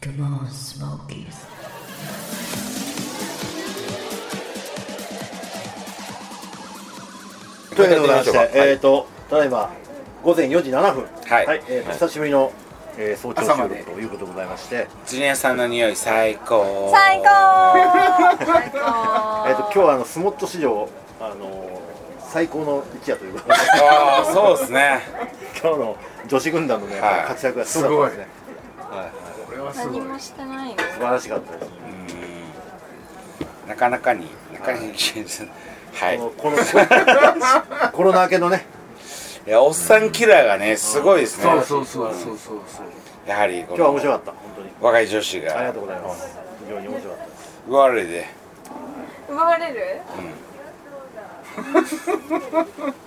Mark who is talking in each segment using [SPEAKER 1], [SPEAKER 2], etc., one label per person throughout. [SPEAKER 1] Come on, Smokies.
[SPEAKER 2] というわけでございまして、
[SPEAKER 3] はい
[SPEAKER 2] えっ、と、ただいま午前4時7分、
[SPEAKER 3] はい
[SPEAKER 2] えーと
[SPEAKER 3] はい
[SPEAKER 2] 久しぶりの、えー早朝
[SPEAKER 3] 朝
[SPEAKER 2] 収
[SPEAKER 3] ま
[SPEAKER 2] 録
[SPEAKER 3] で
[SPEAKER 2] ということでございまして、
[SPEAKER 3] ジュニアさんの匂い最高
[SPEAKER 4] 最高最高
[SPEAKER 2] えー、と今日はあのスモット史上、あのー最高の一夜というこ とで、
[SPEAKER 3] ああそうですね
[SPEAKER 2] 今日の女子軍団の、ね
[SPEAKER 3] はい
[SPEAKER 2] 活躍がすごかったですね、はい、
[SPEAKER 5] これはすご
[SPEAKER 4] 何
[SPEAKER 5] い
[SPEAKER 4] もしてないの
[SPEAKER 2] 素晴らしかったです、
[SPEAKER 3] うんなかなかになかなかにはい
[SPEAKER 2] このこのコロナ明けの ね、
[SPEAKER 3] いやおっさんキラーがねすごいですね
[SPEAKER 5] そうそうそうそうそうそう
[SPEAKER 3] やはりこ
[SPEAKER 2] 今日は面白
[SPEAKER 3] の
[SPEAKER 2] かった、本当に。
[SPEAKER 3] 若い女子
[SPEAKER 2] ありが
[SPEAKER 3] が
[SPEAKER 2] とうございます。非常に面白かったです。
[SPEAKER 3] 奪われて
[SPEAKER 4] 奪われる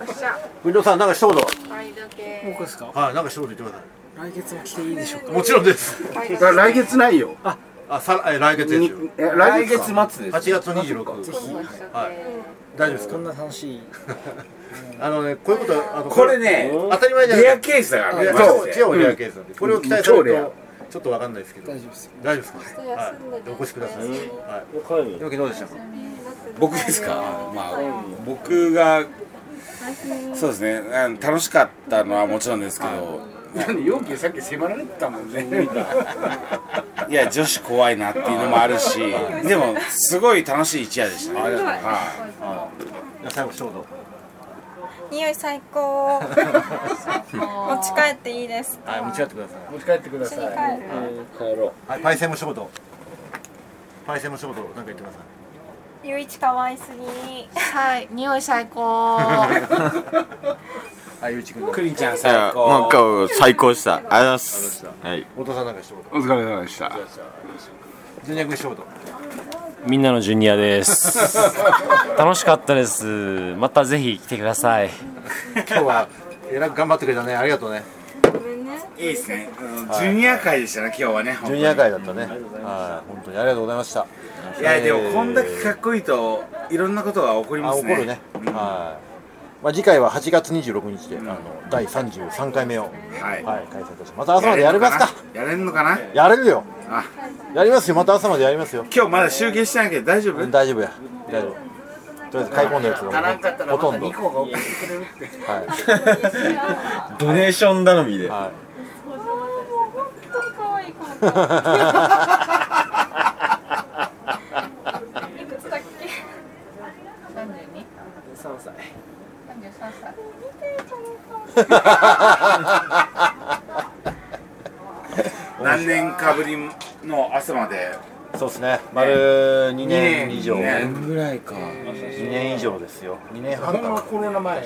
[SPEAKER 4] おっしゃ
[SPEAKER 2] 文藤さん、なんか一言。
[SPEAKER 4] 倍だけ
[SPEAKER 6] 僕ですか
[SPEAKER 2] はい、なんか一言言ってくださ
[SPEAKER 6] 来月も来ていいでしょうか
[SPEAKER 2] い。もちろんです。
[SPEAKER 4] 倍
[SPEAKER 5] だから
[SPEAKER 4] だ
[SPEAKER 5] 来月ないよ
[SPEAKER 2] あ、さら、え来月ですよ。
[SPEAKER 5] え来月か
[SPEAKER 6] 末で
[SPEAKER 2] 8月26日。大丈夫です
[SPEAKER 6] こ
[SPEAKER 2] か
[SPEAKER 6] ん。な楽しい
[SPEAKER 2] あのね、こういうこと、あの、
[SPEAKER 3] これね
[SPEAKER 2] 当たり前じゃない
[SPEAKER 3] レアケースだからね
[SPEAKER 2] レア
[SPEAKER 3] マジ
[SPEAKER 2] そう
[SPEAKER 3] で
[SPEAKER 2] 超レアケースなんで、これを期待す
[SPEAKER 5] 超
[SPEAKER 2] る
[SPEAKER 5] レア
[SPEAKER 2] とちょっとわかんないですけど
[SPEAKER 6] 大丈夫です
[SPEAKER 2] 大丈夫ですか
[SPEAKER 4] ちょっと休んでね
[SPEAKER 2] はい、お越しください、
[SPEAKER 4] うん
[SPEAKER 2] はい、猪木どうでしたか
[SPEAKER 3] 僕ですかまあ僕がそうですねあの楽しかったのはもちろんですけど
[SPEAKER 5] 何容器さっき迫られてたもんね
[SPEAKER 3] いや女子怖いなっていうのもあるしでもすごい楽しい一夜でしたねはい
[SPEAKER 2] 最後ちょうど
[SPEAKER 4] 匂い最高持ち帰っていいです
[SPEAKER 2] はい、持ち帰ってください
[SPEAKER 5] 持ち帰ってくだ
[SPEAKER 4] 一緒に
[SPEAKER 5] さい
[SPEAKER 4] 帰る
[SPEAKER 2] はい、パイセンも仕事パイセンも仕事なんか言ってください
[SPEAKER 4] ゆういちかわいすぎ
[SPEAKER 7] はい、匂い最 高。
[SPEAKER 2] はい、ゆういちくんどう
[SPEAKER 3] クリンちゃん
[SPEAKER 8] い
[SPEAKER 3] 最
[SPEAKER 8] や
[SPEAKER 3] 高
[SPEAKER 8] なんか最高でしたありがとうございますはい
[SPEAKER 2] お父さんなんか仕事
[SPEAKER 5] お疲れ様でした
[SPEAKER 2] ジュニア君仕事
[SPEAKER 9] みんなのジュニア です。楽しかったです。またぜひ来てください。
[SPEAKER 2] 今日はえらく頑張ってくれたね、ありがとうね
[SPEAKER 4] ごめんね
[SPEAKER 3] いいですねうんジュニア会でしたね今日はね
[SPEAKER 2] ジュニア会だったねはい、本当にありがとうございました
[SPEAKER 3] いやでもこんだけかっこいいといろんなことが起こり
[SPEAKER 2] あ、
[SPEAKER 3] ます
[SPEAKER 2] 怒
[SPEAKER 3] ね
[SPEAKER 2] るねはい、まあ、次回は8月26日で、あの第33回目を
[SPEAKER 3] はい
[SPEAKER 2] はい、開催いたしますまた朝までやりますか
[SPEAKER 3] やれんのかな
[SPEAKER 2] やれるよ
[SPEAKER 3] あ
[SPEAKER 2] やりますよまた朝までやりますよ
[SPEAKER 3] 今日まだ集計してないけど大丈夫
[SPEAKER 2] 大丈夫や大丈夫とりあえず買い込んだやつがもうほとんど
[SPEAKER 5] 個が送ってくれるって
[SPEAKER 2] はい、
[SPEAKER 8] ドネーション頼みで
[SPEAKER 2] は
[SPEAKER 4] もう本当に可愛いこの子いくつだっけ
[SPEAKER 7] 三十二。三十三歳。
[SPEAKER 3] 何年かぶりの朝まで
[SPEAKER 2] い、そうですね丸2年以上
[SPEAKER 3] 二
[SPEAKER 2] 2
[SPEAKER 3] 年
[SPEAKER 6] ぐらいか
[SPEAKER 2] 年以上ですよ2年
[SPEAKER 5] ほ
[SPEAKER 2] 半
[SPEAKER 5] ん
[SPEAKER 2] か
[SPEAKER 5] ま
[SPEAKER 2] な
[SPEAKER 5] コロナ前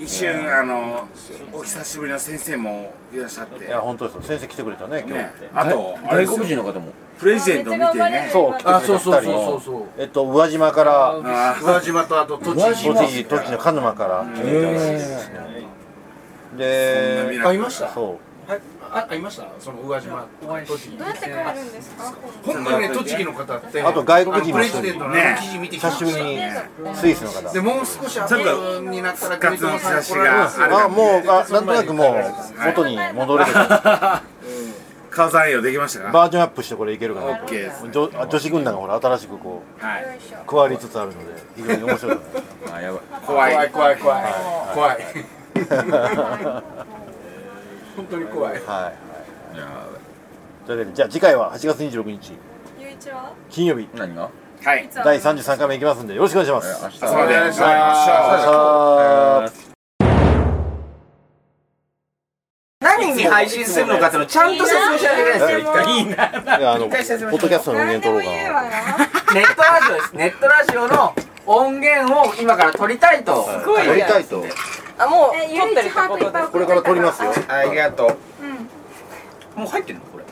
[SPEAKER 3] 一瞬あのお久しぶりの先生もいらっしゃって
[SPEAKER 2] いや本当ですよ先生来てくれたね今日
[SPEAKER 3] ね
[SPEAKER 2] って、
[SPEAKER 3] あとあれですよ
[SPEAKER 6] 人の方も
[SPEAKER 3] プレゼント見てね
[SPEAKER 2] そう来てくれた
[SPEAKER 5] あそうそう
[SPEAKER 2] 二人
[SPEAKER 5] そうそう
[SPEAKER 2] えっと宇和島から
[SPEAKER 3] あ
[SPEAKER 5] 宇和島とあと栃木
[SPEAKER 2] 栃木栃木の鹿沼から来てくれたらしいですね
[SPEAKER 3] そんな
[SPEAKER 2] で
[SPEAKER 3] 未
[SPEAKER 5] あいました
[SPEAKER 2] そう
[SPEAKER 5] はいああいましたその宇和島栃木
[SPEAKER 4] どうやって帰るんですか
[SPEAKER 5] 本当にね栃木の方って
[SPEAKER 2] あと外国人
[SPEAKER 5] あ
[SPEAKER 2] も
[SPEAKER 5] の
[SPEAKER 2] 一
[SPEAKER 5] プレジ
[SPEAKER 2] 人
[SPEAKER 5] デントの
[SPEAKER 3] ね
[SPEAKER 5] 記事見てきま
[SPEAKER 2] 久
[SPEAKER 5] し
[SPEAKER 2] したぶりにスイスの方
[SPEAKER 5] でもう少し後になったら
[SPEAKER 3] ちょっと
[SPEAKER 5] グリコさん来られます
[SPEAKER 3] 復活の兆しが
[SPEAKER 2] あもうあなんとなくもう元に戻れるから
[SPEAKER 3] 顔山用できましたか
[SPEAKER 2] バージョンアップしてこれいけるか
[SPEAKER 3] オ
[SPEAKER 2] な
[SPEAKER 3] ッケーです
[SPEAKER 2] 女女子軍団がほら新しくこう
[SPEAKER 3] はい
[SPEAKER 2] 加わりつつあるので非常に面白いと思います
[SPEAKER 8] あやばい
[SPEAKER 3] 怖
[SPEAKER 5] 怖
[SPEAKER 3] い
[SPEAKER 5] い怖い怖い怖い 本当に怖い
[SPEAKER 2] はい
[SPEAKER 8] や
[SPEAKER 2] というわけでじゃあ次回は8月26日
[SPEAKER 4] ゆういちは
[SPEAKER 2] 金曜日
[SPEAKER 8] ばい何が
[SPEAKER 3] はい
[SPEAKER 2] 第33回目いきますんでよろしくお願いします
[SPEAKER 8] 明日
[SPEAKER 3] 朝まで会いましょう
[SPEAKER 2] さあ
[SPEAKER 6] 何に配信するのかってのちゃんと説明しなきゃいけないですよ一回
[SPEAKER 2] いやあのポッドキャストの音源
[SPEAKER 4] 何で
[SPEAKER 2] 取ろう
[SPEAKER 4] も
[SPEAKER 2] か
[SPEAKER 4] 言う
[SPEAKER 2] な
[SPEAKER 4] わよ
[SPEAKER 6] ネットラジオですネットラジオの音源を今から撮りたいと
[SPEAKER 2] すごいやりたいと
[SPEAKER 4] あ、もう撮ってるってことです
[SPEAKER 2] これから取りますよ
[SPEAKER 6] ありがと
[SPEAKER 5] もう入ってんのこれ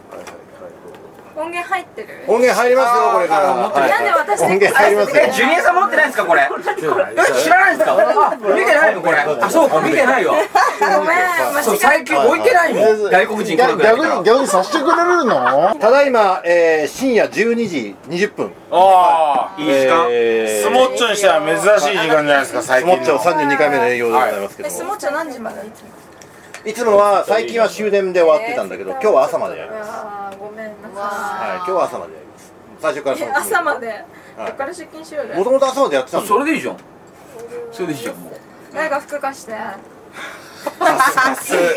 [SPEAKER 4] 音源入ってる
[SPEAKER 2] 音源入りますよこれからはい
[SPEAKER 4] なんで私
[SPEAKER 2] 音源入ります
[SPEAKER 6] うえ
[SPEAKER 2] よ
[SPEAKER 6] ジュニアさん持ってないんですかこれえ知らないんですかあ見てないのこれあそうか見てないよ
[SPEAKER 4] ごめん、間
[SPEAKER 6] そう
[SPEAKER 4] 違え
[SPEAKER 6] 最近置いてないもん外国人来るぐらいだから
[SPEAKER 2] 逆にさせてくれるのただいま、えー深夜12時20分
[SPEAKER 3] ああいい時間
[SPEAKER 2] え
[SPEAKER 3] ス
[SPEAKER 2] ー
[SPEAKER 3] モッチョにしては珍しい時間じゃないですか最
[SPEAKER 2] スモッ
[SPEAKER 3] 近
[SPEAKER 2] チョ
[SPEAKER 3] の
[SPEAKER 2] 32回目の営業でございますけ
[SPEAKER 4] え、
[SPEAKER 2] ど
[SPEAKER 4] ス
[SPEAKER 2] も、
[SPEAKER 4] モッチョ何時までやって
[SPEAKER 2] い、つもは最近は終電で終わってたんだけど今日は朝までやります
[SPEAKER 4] あー、ごめんなさい
[SPEAKER 2] はい、今日は朝までやります最初からそ
[SPEAKER 4] え
[SPEAKER 2] のつもり
[SPEAKER 4] 朝までどっから出勤しよう
[SPEAKER 2] も
[SPEAKER 4] よ
[SPEAKER 2] ともと朝までやってたんです
[SPEAKER 8] それでいいじゃんそれでいいじゃんもう
[SPEAKER 4] 誰か服貸して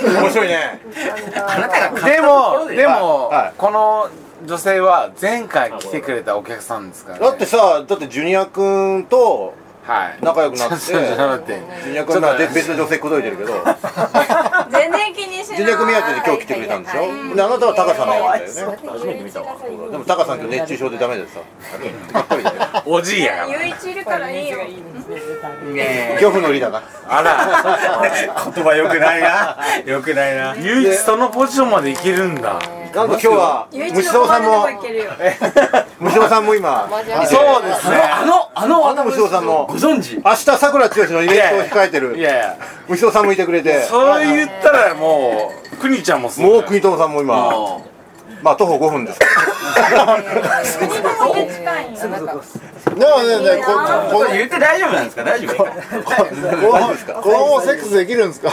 [SPEAKER 2] 面白いね
[SPEAKER 3] でもでも
[SPEAKER 2] はい
[SPEAKER 3] この女性は前回来てくれたお客さんですからね
[SPEAKER 2] だってさだってジュニア君と
[SPEAKER 3] はい
[SPEAKER 2] 仲良くなって
[SPEAKER 3] ちょっと待って
[SPEAKER 2] ジュニア君なんて別の女性口説いてるけど
[SPEAKER 4] 全然気にしない
[SPEAKER 2] ジュニア君目当てで今日来てくれたんでしょであなたはタカさんのやつだよね初めて見たわでもタカさん今日熱中症でダメでさばっかりだよ
[SPEAKER 3] おじいやから
[SPEAKER 4] ゆういちいるからいいよ
[SPEAKER 2] 漁夫の利だな
[SPEAKER 3] あら言葉よくないなよくないな唯一そのポジションまでいけるんだ
[SPEAKER 2] なんか今日は
[SPEAKER 4] ゆういち
[SPEAKER 2] 虫
[SPEAKER 4] の
[SPEAKER 2] 蔵さんも
[SPEAKER 4] 周りのとこ行けるよ
[SPEAKER 2] 虫蔵さんも今
[SPEAKER 3] そうですね
[SPEAKER 8] あのあの
[SPEAKER 2] あの虫蔵さんも
[SPEAKER 8] ご存知
[SPEAKER 2] 明日さくら剛のイベントを控えて
[SPEAKER 3] いや
[SPEAKER 2] る
[SPEAKER 3] いや
[SPEAKER 2] 虫蔵さんもいてくれて
[SPEAKER 3] そう言ったらもうくにちゃんもそうだ
[SPEAKER 2] も
[SPEAKER 3] よ
[SPEAKER 2] う国友さんも今まあ徒歩5分ですねえねえねえ
[SPEAKER 4] 国とも近いよ
[SPEAKER 2] こ
[SPEAKER 8] これ言って大丈夫なんですか大丈夫
[SPEAKER 2] ここのセックスできるんですか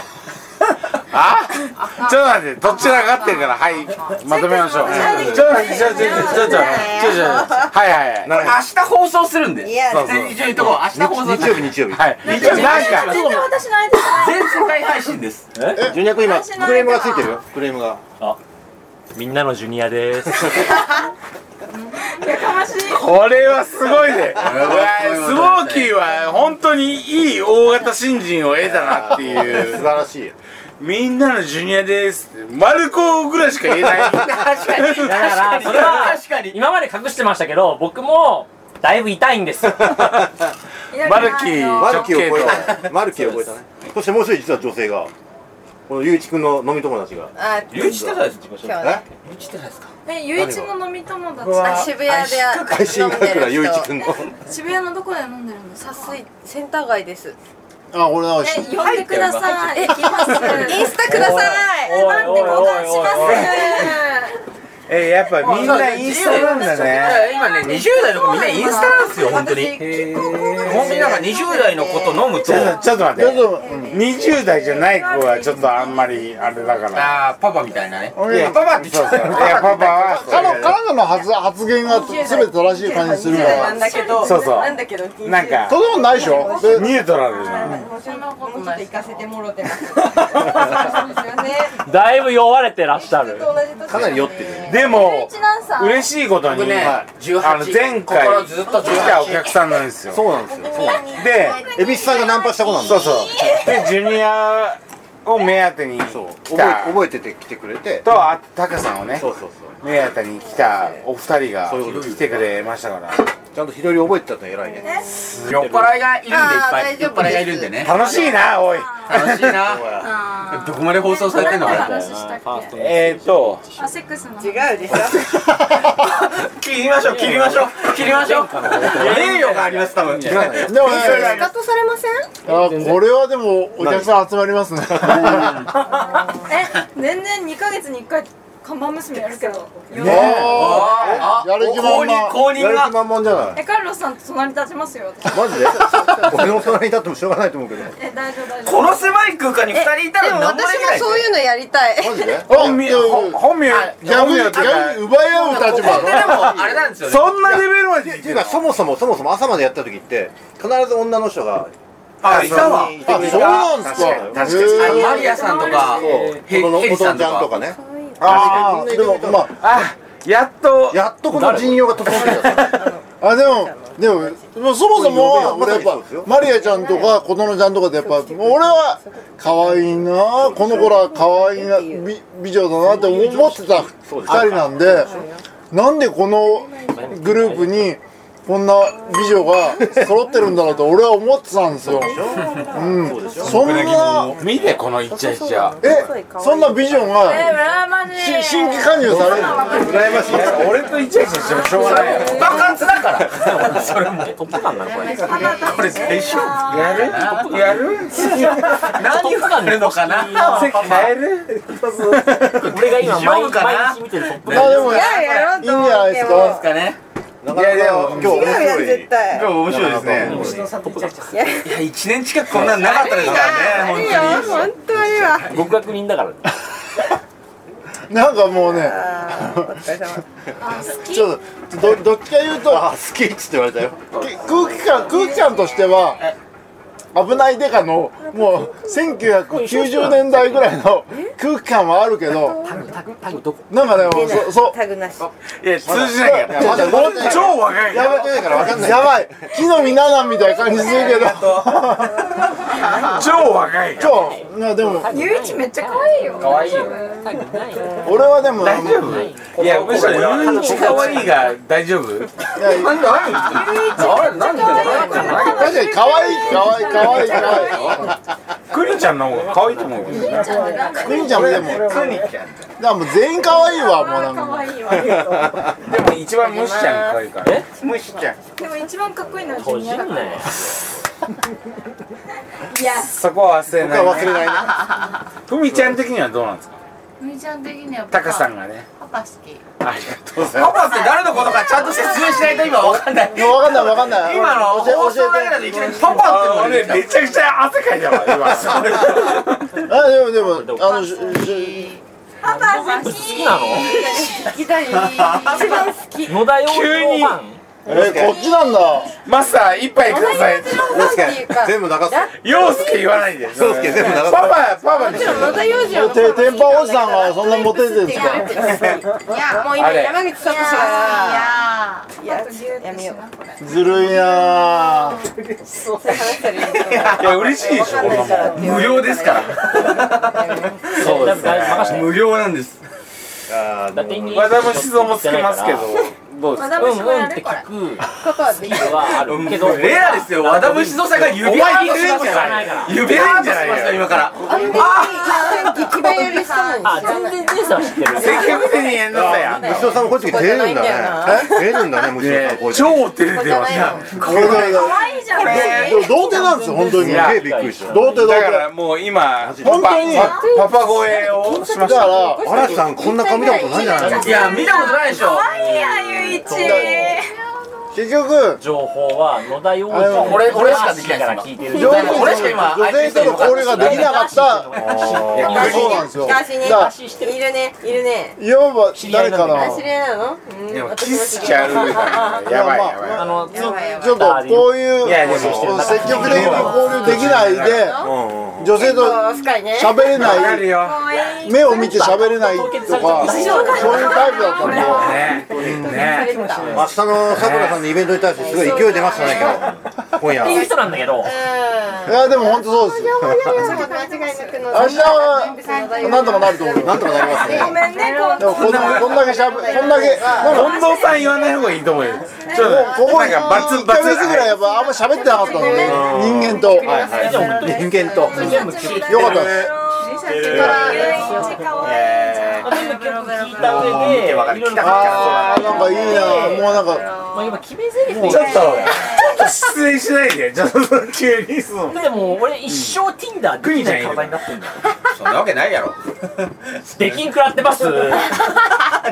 [SPEAKER 3] あちょっと待ってどっちらかってるからはい まとめましょうちょっと待ってちょっと待ってちょっと待ってちょっと待ってちょっと待ってはいはいはい
[SPEAKER 8] 明日放送するんで
[SPEAKER 3] そうそう
[SPEAKER 8] 一応言っとこう明日放送
[SPEAKER 2] 日曜日日曜日
[SPEAKER 3] はい一応なんか
[SPEAKER 4] 全然私の相手じゃない
[SPEAKER 8] 全世界配信です
[SPEAKER 2] ジュニア君今クレームがついてるよクレームが
[SPEAKER 10] みんなのジュニアです。
[SPEAKER 4] やかましい
[SPEAKER 3] これはすごいねうわ
[SPEAKER 8] す
[SPEAKER 3] スモーキーは本当にいい大型新人を得たなってい
[SPEAKER 2] 素
[SPEAKER 3] う
[SPEAKER 2] 晴ら しい
[SPEAKER 3] みんなのジュニアですってマルコぐらいしか言え ない
[SPEAKER 8] 確かに確
[SPEAKER 10] だから、それは
[SPEAKER 8] 確かに
[SPEAKER 10] 今まで隠してましたけど、僕もだいぶ痛いんですよ。
[SPEAKER 3] マルキー
[SPEAKER 2] マルキーを超え
[SPEAKER 3] 直
[SPEAKER 2] たマルキーを超えたねそしてもう一人実は女性がこのゆういちくんの飲み友達が
[SPEAKER 11] あ、
[SPEAKER 8] ゆういちってないですか
[SPEAKER 11] 今日
[SPEAKER 2] え
[SPEAKER 11] ね。
[SPEAKER 8] ゆういちってないですか
[SPEAKER 4] えゆういちの飲み友達
[SPEAKER 11] あ、渋谷で
[SPEAKER 2] 会心
[SPEAKER 11] 飲ん
[SPEAKER 2] か
[SPEAKER 11] で
[SPEAKER 2] くら
[SPEAKER 11] る
[SPEAKER 2] ゆういちく
[SPEAKER 11] 人。
[SPEAKER 2] んの
[SPEAKER 4] 渋谷のどこで飲んでるんです
[SPEAKER 11] さ
[SPEAKER 4] か
[SPEAKER 11] すいセンター街です。
[SPEAKER 2] あ俺だ
[SPEAKER 4] え呼んでください行きます
[SPEAKER 11] インスタください。
[SPEAKER 10] おいおいおいおい
[SPEAKER 4] します
[SPEAKER 3] えやっぱみんなインスタなんだね
[SPEAKER 8] 今ね20代の子みんなインスタなんですよ本当に
[SPEAKER 11] 私結構
[SPEAKER 8] 本当になんか20代の子と飲む
[SPEAKER 3] ち
[SPEAKER 8] と
[SPEAKER 3] ょっとちょっと待って20代じゃない子はちょっとあんまりあれだから
[SPEAKER 8] ああパパみたいなね
[SPEAKER 3] いやパパってそうそういやパパはそういう
[SPEAKER 2] 女の発発言が全て正しい感じする
[SPEAKER 11] なんだけど、
[SPEAKER 3] そうそう
[SPEAKER 11] なんだけど、禁止
[SPEAKER 3] なんか
[SPEAKER 2] そんなことないでしょ
[SPEAKER 3] ニュートラルじゃん
[SPEAKER 11] そのことちょっと行かせてもろてます。
[SPEAKER 10] だいぶ酔われてらっしゃる。
[SPEAKER 2] かなり酔ってるよね
[SPEAKER 3] でも
[SPEAKER 4] 一男さん
[SPEAKER 3] 嬉しいことに、
[SPEAKER 8] 僕ね
[SPEAKER 3] はい
[SPEAKER 8] 18
[SPEAKER 3] あの前
[SPEAKER 8] ここから
[SPEAKER 3] 回
[SPEAKER 8] ずっと18
[SPEAKER 3] 来たお客さんなんですよ
[SPEAKER 2] そうなんですよそうなんで
[SPEAKER 3] で
[SPEAKER 2] 恵比寿さんがナンパした子なんだ
[SPEAKER 3] そうそうでジュニアを目当てに
[SPEAKER 2] そ
[SPEAKER 3] 来
[SPEAKER 2] う覚
[SPEAKER 3] た
[SPEAKER 2] え覚えてて来てくれて
[SPEAKER 3] とあタカさんをね
[SPEAKER 2] そうそうそう
[SPEAKER 3] 目当てに来たお二人が
[SPEAKER 2] そういうこと
[SPEAKER 3] 来てくれましたから
[SPEAKER 2] ちゃんと日取り覚えてたの偉いね
[SPEAKER 8] 酔っ払いがいるんでいっぱ
[SPEAKER 11] あ
[SPEAKER 8] い
[SPEAKER 11] ー
[SPEAKER 8] 酔っ払いがいるんでね
[SPEAKER 3] 楽しいなおい
[SPEAKER 8] 楽しいなどこまで放送されてんのかな
[SPEAKER 4] 話したっけ
[SPEAKER 3] えー、っと
[SPEAKER 4] あセックスの話
[SPEAKER 11] 違うでしょ。
[SPEAKER 8] 切りましょう切りましょう切りま しょう 名誉があります多分
[SPEAKER 2] でもね
[SPEAKER 11] カットされません。
[SPEAKER 2] あこれはでもお客さん集まり ますね
[SPEAKER 4] え全然2ヶ月に1回看板娘やるけど
[SPEAKER 8] あ
[SPEAKER 2] やる気満々
[SPEAKER 8] 公認公認
[SPEAKER 2] やる気
[SPEAKER 8] が
[SPEAKER 2] 満々じゃない
[SPEAKER 4] えカルロスさんと隣立ちますよ私
[SPEAKER 2] マジで俺の隣に立ってもしょうがないと思うけど
[SPEAKER 4] え大丈夫大丈夫
[SPEAKER 8] この狭い空間に二人いた
[SPEAKER 11] で
[SPEAKER 8] ら
[SPEAKER 11] も
[SPEAKER 8] 何
[SPEAKER 11] 私
[SPEAKER 8] もできな
[SPEAKER 11] も
[SPEAKER 8] い
[SPEAKER 11] そういうのやりたい。
[SPEAKER 2] マジで
[SPEAKER 3] 本名本名本名っていうか
[SPEAKER 2] 奪い合う立
[SPEAKER 8] ここでもあれなんですよね
[SPEAKER 3] そんなレベルまでい
[SPEAKER 2] っていうかそもそもそもそも朝までやった時って必ず女の人が
[SPEAKER 8] あいたわ
[SPEAKER 2] いてくれた
[SPEAKER 3] なんですか
[SPEAKER 2] 確かに
[SPEAKER 3] へー
[SPEAKER 8] あマリアさんとか
[SPEAKER 2] そうこのお
[SPEAKER 8] ヘリ
[SPEAKER 2] 父
[SPEAKER 8] さん
[SPEAKER 2] ちゃん
[SPEAKER 8] と
[SPEAKER 2] と
[SPEAKER 8] か
[SPEAKER 2] かね
[SPEAKER 3] あ
[SPEAKER 2] でもまあ
[SPEAKER 3] あやっと
[SPEAKER 2] やっとこの陣容が整ってきた
[SPEAKER 12] あでもでもでもそもそも
[SPEAKER 2] 俺や
[SPEAKER 12] 俺や
[SPEAKER 2] っ
[SPEAKER 12] っ
[SPEAKER 2] ぱ
[SPEAKER 12] ぱマリアちゃんとか琴乃ちゃんとかでやっぱ俺は可愛いなあこの子ら可愛いな美美女だなって思ってた2人なんでなんでこのグループにこんな美女が揃ってるんだろうと俺は思ってたんですよ。うん、そんな
[SPEAKER 3] 見てこのイチャイチャ
[SPEAKER 12] えそんな美女
[SPEAKER 4] え
[SPEAKER 12] が
[SPEAKER 4] 羨ましい
[SPEAKER 12] し新規加入されるの
[SPEAKER 2] 羨ましいね
[SPEAKER 3] 俺とイチャイチャしてもしょうがないよ
[SPEAKER 8] 爆発だからそれも
[SPEAKER 4] これ最初
[SPEAKER 3] やるやる
[SPEAKER 8] 何をやるのかな
[SPEAKER 3] 席変える
[SPEAKER 10] 俺が今
[SPEAKER 8] 大丈夫
[SPEAKER 10] 毎
[SPEAKER 8] かな
[SPEAKER 10] 毎日見てるトップ
[SPEAKER 12] まあでもいいん
[SPEAKER 11] ややろう
[SPEAKER 12] じ
[SPEAKER 11] と
[SPEAKER 12] ゃ
[SPEAKER 11] 思っ
[SPEAKER 12] ない
[SPEAKER 11] て
[SPEAKER 12] です
[SPEAKER 11] も
[SPEAKER 12] か
[SPEAKER 8] ですかね
[SPEAKER 2] なかな
[SPEAKER 3] いや
[SPEAKER 2] か
[SPEAKER 3] いや
[SPEAKER 2] 今日
[SPEAKER 11] 違
[SPEAKER 2] 面
[SPEAKER 11] うや
[SPEAKER 2] 白
[SPEAKER 11] ん
[SPEAKER 2] い
[SPEAKER 11] 絶対。
[SPEAKER 3] 面白いですね
[SPEAKER 8] いや1年近くこんなのなかったですからね
[SPEAKER 11] いいよ、本当には。
[SPEAKER 10] 僕が国民だからね。
[SPEAKER 12] なんかもうねちょっとどどっちか言うと
[SPEAKER 2] あ好きって言われたよ
[SPEAKER 12] 空気感空気感としては危ないデカのもう1990年代ぐらいの空気感はあるけどなんかねもうそそう
[SPEAKER 11] タグなし
[SPEAKER 3] いや通じないから
[SPEAKER 12] まだ
[SPEAKER 3] もう超若い
[SPEAKER 12] やばいからかんないやばい木の実ナナみたいな感じするけど
[SPEAKER 3] 超若い
[SPEAKER 12] 超なでも
[SPEAKER 13] ゆういちめっちゃ可愛いよ。
[SPEAKER 8] 可愛いよ
[SPEAKER 12] 俺はでも
[SPEAKER 3] 大丈夫いやむしろゆういちかわいいが大丈夫
[SPEAKER 12] なん
[SPEAKER 8] であれなんで
[SPEAKER 12] 確かに可愛い可愛い可愛い可愛い
[SPEAKER 3] クリちゃんの方が可愛いと思うけどね
[SPEAKER 12] クリンちゃんもでも
[SPEAKER 3] クリちゃん
[SPEAKER 12] だからもう全員可愛いわもうなんか
[SPEAKER 3] でも一番ムシちゃんが可愛いからえムシちゃん
[SPEAKER 4] でも一番かっこいいのはジュニアだからねいや
[SPEAKER 3] そこは忘れない
[SPEAKER 12] そこは忘れないね
[SPEAKER 3] ふみちゃん的にはどうなんですか
[SPEAKER 13] みーちゃん的には
[SPEAKER 3] タカさんがね
[SPEAKER 13] パパ好き。
[SPEAKER 3] ありがとうございま
[SPEAKER 8] パパって誰のことかちゃんと説明しないと今わかんない
[SPEAKER 12] いやわかんないわかんない
[SPEAKER 8] 今の
[SPEAKER 12] 教え
[SPEAKER 8] 放送
[SPEAKER 12] 教
[SPEAKER 8] だけだと
[SPEAKER 12] えて
[SPEAKER 8] いきなりパパ
[SPEAKER 3] あ
[SPEAKER 8] っ
[SPEAKER 3] 俺
[SPEAKER 8] て
[SPEAKER 3] めちゃくちゃ汗かいたわ
[SPEAKER 12] あでもでもあのしし
[SPEAKER 4] パパ好
[SPEAKER 8] 好
[SPEAKER 4] き
[SPEAKER 8] きなの
[SPEAKER 11] 聞きた い。一番好き。
[SPEAKER 8] 野田洋
[SPEAKER 3] 急
[SPEAKER 8] 次
[SPEAKER 3] に
[SPEAKER 8] 郎ファン
[SPEAKER 12] えーこっちなんだ
[SPEAKER 3] 今マスター一杯ください
[SPEAKER 2] 確かに全部流す
[SPEAKER 3] 陽介言わないで
[SPEAKER 2] 陽介全部流す
[SPEAKER 3] パパパパにし
[SPEAKER 11] で
[SPEAKER 3] よ
[SPEAKER 11] も野田洋次郎の
[SPEAKER 12] て天パおじさんがそんなモテてるんですか
[SPEAKER 11] いやもう今山口聡が
[SPEAKER 13] あ
[SPEAKER 11] いややめよう。
[SPEAKER 12] ずるいなあ
[SPEAKER 11] そういう話される
[SPEAKER 3] ういや嬉しいでしょこんなもん
[SPEAKER 8] 無料ですから
[SPEAKER 10] そうです任せて
[SPEAKER 14] 無料なんです
[SPEAKER 2] あー
[SPEAKER 10] だってに
[SPEAKER 3] 和田も静雄もつけますけどどうです
[SPEAKER 4] ま
[SPEAKER 3] か
[SPEAKER 4] だ
[SPEAKER 10] う
[SPEAKER 4] 虫
[SPEAKER 10] ん
[SPEAKER 4] も
[SPEAKER 10] うん
[SPEAKER 4] や
[SPEAKER 10] っ
[SPEAKER 4] る
[SPEAKER 10] て
[SPEAKER 4] これ
[SPEAKER 10] 聞く
[SPEAKER 11] ことはできる。
[SPEAKER 10] はあるけど
[SPEAKER 8] レアですよ和田虫のさが指ハートしますから指ハートしますよ今から
[SPEAKER 11] あんなに激倍よりしたのに。
[SPEAKER 10] あ全然ジェイさんは知 ってる
[SPEAKER 3] せっかく手に入れんのさや
[SPEAKER 2] 虫尾さんもこういう時出るんだねえ出るんだね虫尾さんこういう時
[SPEAKER 3] 超照れてますね
[SPEAKER 12] これだよ
[SPEAKER 4] 可愛いじゃんこ
[SPEAKER 12] でも童貞なんですよ本当に
[SPEAKER 2] すげえ
[SPEAKER 12] 童貞
[SPEAKER 2] びっくりした
[SPEAKER 12] 童貞
[SPEAKER 3] だからもう今
[SPEAKER 12] 本当に
[SPEAKER 3] パパパパ声をしま
[SPEAKER 12] だ
[SPEAKER 3] し
[SPEAKER 12] か
[SPEAKER 3] た
[SPEAKER 12] ら
[SPEAKER 2] 嵐さんこんな顔見たことないんじゃないの
[SPEAKER 8] いや見たことないでしょ
[SPEAKER 4] いやゆういち
[SPEAKER 12] 結局
[SPEAKER 10] 情報は野田洋次
[SPEAKER 12] あ
[SPEAKER 10] 郎
[SPEAKER 12] の
[SPEAKER 8] 俺俺しかできない
[SPEAKER 10] から聞いてる
[SPEAKER 12] 上手に
[SPEAKER 8] 俺しか今
[SPEAKER 12] 女性との交流ができなかっ
[SPEAKER 2] あ
[SPEAKER 12] たそうなんですよ
[SPEAKER 11] ガシね。
[SPEAKER 12] だから
[SPEAKER 11] いるね。いるね。
[SPEAKER 12] いわば誰か
[SPEAKER 11] あ
[SPEAKER 12] な
[SPEAKER 11] 知り合いなの？
[SPEAKER 3] でも
[SPEAKER 11] うん。
[SPEAKER 3] キスしちゃうからやばいやばい
[SPEAKER 10] あの
[SPEAKER 11] やばいやばい
[SPEAKER 12] ちょっとこういう
[SPEAKER 3] いやでも
[SPEAKER 12] 積極的に交流できないで
[SPEAKER 2] うんうん
[SPEAKER 12] 女性と
[SPEAKER 11] 深いね。
[SPEAKER 12] 喋れ
[SPEAKER 3] や
[SPEAKER 12] な
[SPEAKER 3] る
[SPEAKER 12] い
[SPEAKER 3] よ
[SPEAKER 12] 目を見て喋れないとかそういうタイプだったんで
[SPEAKER 3] ねね
[SPEAKER 2] 明日のさくらさんのイベントに対してすごい勢い出ましたね今日今夜
[SPEAKER 10] っていう人なんだけど
[SPEAKER 11] う
[SPEAKER 12] いやでも本当そうですよ
[SPEAKER 11] ん。そう間違いなくの。
[SPEAKER 12] 明日はなんとかなると思う
[SPEAKER 2] なんとかなりますね
[SPEAKER 4] ごめんねこ
[SPEAKER 12] でもこんこんだけしゃべこんだけなんか
[SPEAKER 3] 近藤さん言わない方がいいと思うよちょっ
[SPEAKER 12] ここ
[SPEAKER 3] となん
[SPEAKER 12] 1
[SPEAKER 3] かバツバ
[SPEAKER 12] ヶ
[SPEAKER 3] ツ
[SPEAKER 12] 月ぐらいやっぱあんま喋ってなかったので人間とよ
[SPEAKER 2] はいはい人間と
[SPEAKER 12] かったです
[SPEAKER 4] ゆういち可愛いじゃん
[SPEAKER 10] 全部曲聞いた上でいろいろ
[SPEAKER 12] あーなんかいいなもうなんか
[SPEAKER 10] まあ今決め台詞
[SPEAKER 3] ちょっとちょっと失礼しないでちょっと急にその
[SPEAKER 10] でも俺一生 Tinder できない体になってんだよ
[SPEAKER 8] そんなわけないやろ
[SPEAKER 10] できんくらってます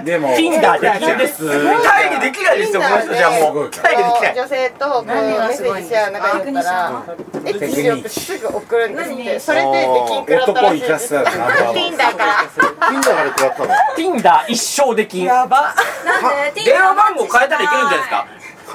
[SPEAKER 3] でも
[SPEAKER 10] Tinder できんです
[SPEAKER 8] 会議できないですよこの人じゃもう会議できない
[SPEAKER 11] 女性とこうメッセージし合う仲良かったら、エッチしようってすぐ送るんですって。それでできんくらった
[SPEAKER 3] 男
[SPEAKER 11] らし
[SPEAKER 3] い
[SPEAKER 11] いで
[SPEAKER 3] か
[SPEAKER 11] す。
[SPEAKER 3] せたらナンバーワン
[SPEAKER 11] ピンだから。
[SPEAKER 2] ピンだから食らったの
[SPEAKER 10] Tinder 一生できん
[SPEAKER 8] やば
[SPEAKER 4] なんで
[SPEAKER 8] 電話番号変えたらいけるんじゃないですか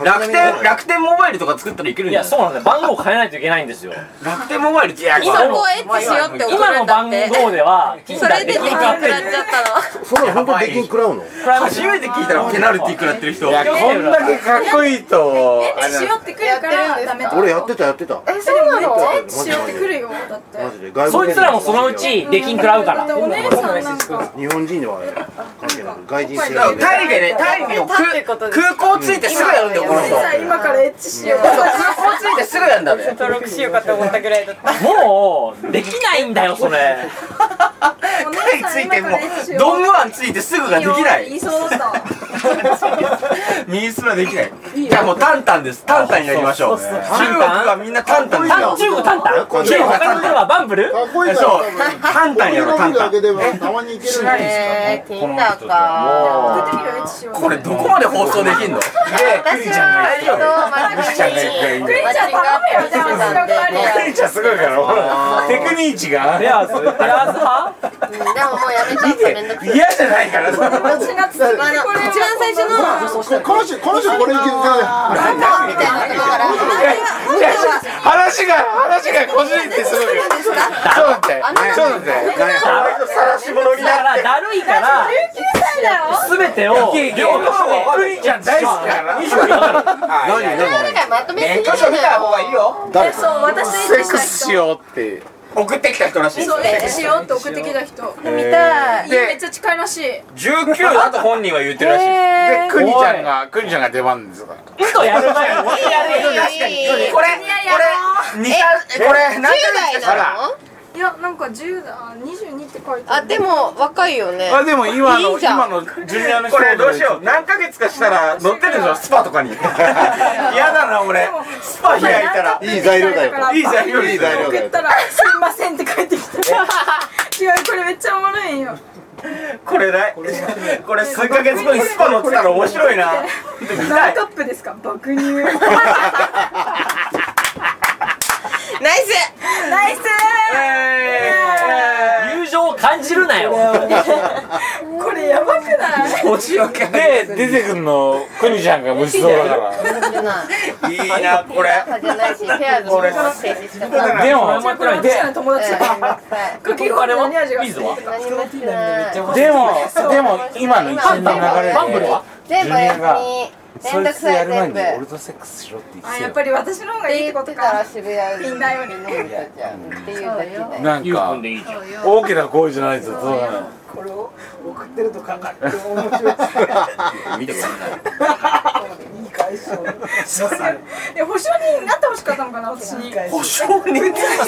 [SPEAKER 8] 楽天楽天モバイルとか作ったらいけるん
[SPEAKER 10] い
[SPEAKER 8] じゃ
[SPEAKER 10] や
[SPEAKER 8] ない
[SPEAKER 10] そうなんだよ番号変えないといけないんですよ
[SPEAKER 8] 楽天モバイルって今
[SPEAKER 11] 今こうエッチしようって送
[SPEAKER 10] 今
[SPEAKER 11] る
[SPEAKER 10] の
[SPEAKER 11] んだ
[SPEAKER 10] 番
[SPEAKER 11] って。
[SPEAKER 10] 号では
[SPEAKER 11] そ
[SPEAKER 10] Tinder
[SPEAKER 11] れ
[SPEAKER 10] で
[SPEAKER 11] でで
[SPEAKER 10] きん
[SPEAKER 11] きん
[SPEAKER 10] く
[SPEAKER 11] く
[SPEAKER 10] ら
[SPEAKER 11] ら
[SPEAKER 10] っ
[SPEAKER 11] ってち
[SPEAKER 10] る
[SPEAKER 11] ゃったの。
[SPEAKER 2] そんな本当に出禁食らうの
[SPEAKER 8] 初めて聞いたらペナルティ食らってる人
[SPEAKER 3] いやこんだけかっこいいと
[SPEAKER 4] エ
[SPEAKER 3] あ
[SPEAKER 4] ッチし
[SPEAKER 3] れ
[SPEAKER 4] ようってくるからダメだ
[SPEAKER 2] 俺やってたやってた
[SPEAKER 4] えそうな
[SPEAKER 2] の
[SPEAKER 4] エッチしようってくるよだって
[SPEAKER 2] マジで外
[SPEAKER 10] そ
[SPEAKER 2] 国
[SPEAKER 10] い
[SPEAKER 2] 人
[SPEAKER 10] つらもそのうちできんくらうから
[SPEAKER 4] だってお姉さんなんか
[SPEAKER 2] 日本人では関係なく外人知らない
[SPEAKER 8] タイでねタイの空空港着いてすぐやるんだよこの人
[SPEAKER 4] さ今からエッチしよう
[SPEAKER 8] 空港着いてすぐやるんだね
[SPEAKER 11] 登録しようかと思ったぐらいだった。
[SPEAKER 10] もうできないんだよそれ
[SPEAKER 4] お
[SPEAKER 8] タ
[SPEAKER 4] 姉
[SPEAKER 8] イ
[SPEAKER 4] さん
[SPEAKER 8] 着いて
[SPEAKER 4] 今から
[SPEAKER 8] も
[SPEAKER 4] エッチし
[SPEAKER 8] う
[SPEAKER 4] よう
[SPEAKER 8] ドングワン着いてすぐができな
[SPEAKER 4] 言
[SPEAKER 8] い
[SPEAKER 4] いそうだった
[SPEAKER 8] ミースラできないじゃあもうタンタンですタンタンになりましょう中国はみんなタンタンです
[SPEAKER 10] タン中国タンタン
[SPEAKER 12] こいい
[SPEAKER 10] で
[SPEAKER 12] よ
[SPEAKER 10] 他のではバンブル
[SPEAKER 12] かっこいいから
[SPEAKER 8] そうタンタンやろ
[SPEAKER 12] 飲
[SPEAKER 8] タン
[SPEAKER 12] む
[SPEAKER 8] タ
[SPEAKER 12] だ
[SPEAKER 8] ン
[SPEAKER 12] けでもたまにいけるんです
[SPEAKER 11] えー、ピンだか。
[SPEAKER 4] 送ってみるよエッチしよう
[SPEAKER 8] これどこまで放送できんの
[SPEAKER 11] 私は割と真面目に。
[SPEAKER 8] クリ
[SPEAKER 11] ちゃん頼むよ、じゃ
[SPEAKER 3] クリちゃんすごいから、ほら、 テクニーチが。レアーズレアーズ
[SPEAKER 11] でももうやめちゃうとめんどくさい。
[SPEAKER 3] 嫌じゃないからさ。
[SPEAKER 11] あの一番最初の
[SPEAKER 12] この人この人これに気づか
[SPEAKER 11] な
[SPEAKER 12] ない
[SPEAKER 11] んだみたいなとこから
[SPEAKER 3] いや話が、話がこじれてすごい。ちょっと待って、ちょっと待って。
[SPEAKER 8] 晒し者になって
[SPEAKER 10] だるいから
[SPEAKER 4] 歳だよ
[SPEAKER 10] 全てを
[SPEAKER 8] いやいや
[SPEAKER 10] 両方で
[SPEAKER 8] クリちゃん大好きだから
[SPEAKER 3] 何
[SPEAKER 11] 何かまとめすぎ
[SPEAKER 8] 免許証見た方がいいよ
[SPEAKER 3] 誰
[SPEAKER 4] そう私
[SPEAKER 3] セックスしようって。
[SPEAKER 8] 送ってきた人らしいですよ
[SPEAKER 4] そうねしようって送ってきた人見
[SPEAKER 3] た
[SPEAKER 4] いめっちゃ近いらしい
[SPEAKER 8] 19だと本人は言ってるらしい
[SPEAKER 3] で、クニちゃんが、クニちゃんが出番ですから。
[SPEAKER 10] 嘘やる前に
[SPEAKER 8] 確かにこれこれ二
[SPEAKER 11] え
[SPEAKER 8] 三これ何ヶ月か
[SPEAKER 11] 10代なの
[SPEAKER 4] いやなんか10だ22って書いて
[SPEAKER 11] あでも若いよね
[SPEAKER 3] あ、でも今
[SPEAKER 11] い
[SPEAKER 3] の、
[SPEAKER 11] いじゃん
[SPEAKER 3] 今のジュニアの人
[SPEAKER 8] これどうしよう何ヶ月かしたら乗ってるでしょスパとかに嫌だな俺スパ開いたら
[SPEAKER 2] いい材料だよ
[SPEAKER 8] いい材料いい材料
[SPEAKER 4] 送ったら「すいません」って帰ってき た違うこれめっちゃおもろいんよ
[SPEAKER 8] これだいこれ数ヶ月後にスパ乗ってたら面白いな
[SPEAKER 4] 何カップですか爆乳
[SPEAKER 11] ナイス
[SPEAKER 4] ナイス
[SPEAKER 10] 友情を感じるなよ
[SPEAKER 4] これやばくない
[SPEAKER 3] で、出てくんの、クニちゃんが物騒だから。
[SPEAKER 8] いいなこれ
[SPEAKER 11] じゃないし、ペアーズも成立したから。
[SPEAKER 3] で
[SPEAKER 10] お前もやってない
[SPEAKER 4] こっちの友達だ
[SPEAKER 10] クキあれはビーズは
[SPEAKER 11] 何もしてない。
[SPEAKER 3] でも、でも、今の一連の流れで。
[SPEAKER 10] ファンブルは
[SPEAKER 11] 全部
[SPEAKER 3] ジュニアが
[SPEAKER 11] 休み。め
[SPEAKER 3] そ
[SPEAKER 11] ん
[SPEAKER 3] い
[SPEAKER 11] どく
[SPEAKER 3] つや
[SPEAKER 11] さい
[SPEAKER 3] る前
[SPEAKER 11] 全
[SPEAKER 3] に
[SPEAKER 11] 部。
[SPEAKER 3] 俺とセックスしろって言っ
[SPEAKER 4] あ
[SPEAKER 3] て
[SPEAKER 4] やっ
[SPEAKER 3] よ
[SPEAKER 4] ぱり私の方がいいってこと
[SPEAKER 11] だか
[SPEAKER 4] から
[SPEAKER 11] 渋谷
[SPEAKER 4] みんなより
[SPEAKER 11] 飲む人じゃんっていうだけで。
[SPEAKER 3] なんか大きな声じゃないとどうなの
[SPEAKER 15] これを送ってるとかかっても面白い
[SPEAKER 8] 見てください
[SPEAKER 15] いい会社
[SPEAKER 4] いや保証人になってほしかったのかな私に
[SPEAKER 8] 保証人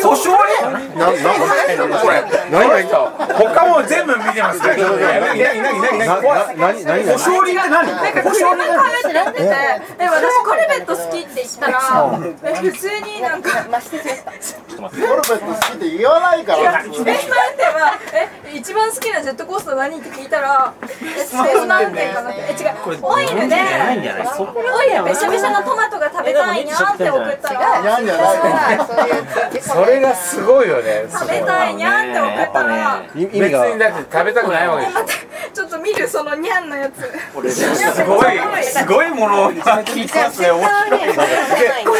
[SPEAKER 8] 保証人
[SPEAKER 2] ななんか
[SPEAKER 8] これ
[SPEAKER 2] 何がいいか
[SPEAKER 3] 他も全部見てますから
[SPEAKER 2] 何何何何何何何
[SPEAKER 8] 保証人って何
[SPEAKER 4] なんか
[SPEAKER 8] 保証
[SPEAKER 4] 車の
[SPEAKER 8] 人って何
[SPEAKER 4] 壁調べてて「え私コルベット好き」って言ったら普通になんか
[SPEAKER 11] ましてしまし
[SPEAKER 12] コルベット好きって言わないから
[SPEAKER 4] え、待っては、え、一番好きなジェットコースター何って聞いたら、え、スペースマウンテンかなって、え、違う、オイルで、オイルべしゃべしゃのトマトが食べたいにゃーって送ったら、
[SPEAKER 12] やんじゃない
[SPEAKER 11] た。そういう地域
[SPEAKER 3] それがすごいよね
[SPEAKER 4] 食べたいにゃーって送ったら、
[SPEAKER 2] 意
[SPEAKER 3] 別
[SPEAKER 2] 味が
[SPEAKER 3] にだって食べたくないわけでしょ
[SPEAKER 4] ちょっと見るそのにゃんのやつ。
[SPEAKER 8] すごいすごいものを聞いてますね面白い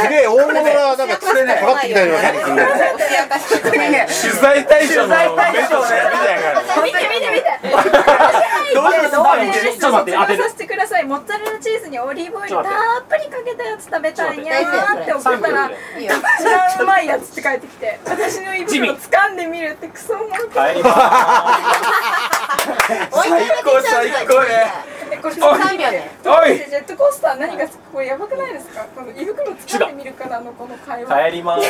[SPEAKER 2] すげえ大物がなんか釣れねかかってきたような感じする
[SPEAKER 3] 取材対象の目として見てやがる
[SPEAKER 4] 見て見て見て。
[SPEAKER 10] どうしてどうしてちょっと待って当
[SPEAKER 4] 食
[SPEAKER 10] て
[SPEAKER 4] べ
[SPEAKER 10] る
[SPEAKER 4] させてください。モッツァレラチーズにオリーブオイルたっぷりかけたやつ食べたいにゃーって送ったら、一番うまいやつって帰ってきて、私の胃袋を掴んでみるってクソもろく。
[SPEAKER 8] 最高最高ね
[SPEAKER 4] えこれ
[SPEAKER 11] 三秒ね。
[SPEAKER 4] どうしてジェットコースター何がこれやばくないですか？この胃袋掴んでみるからのこの会話。
[SPEAKER 10] 帰りまー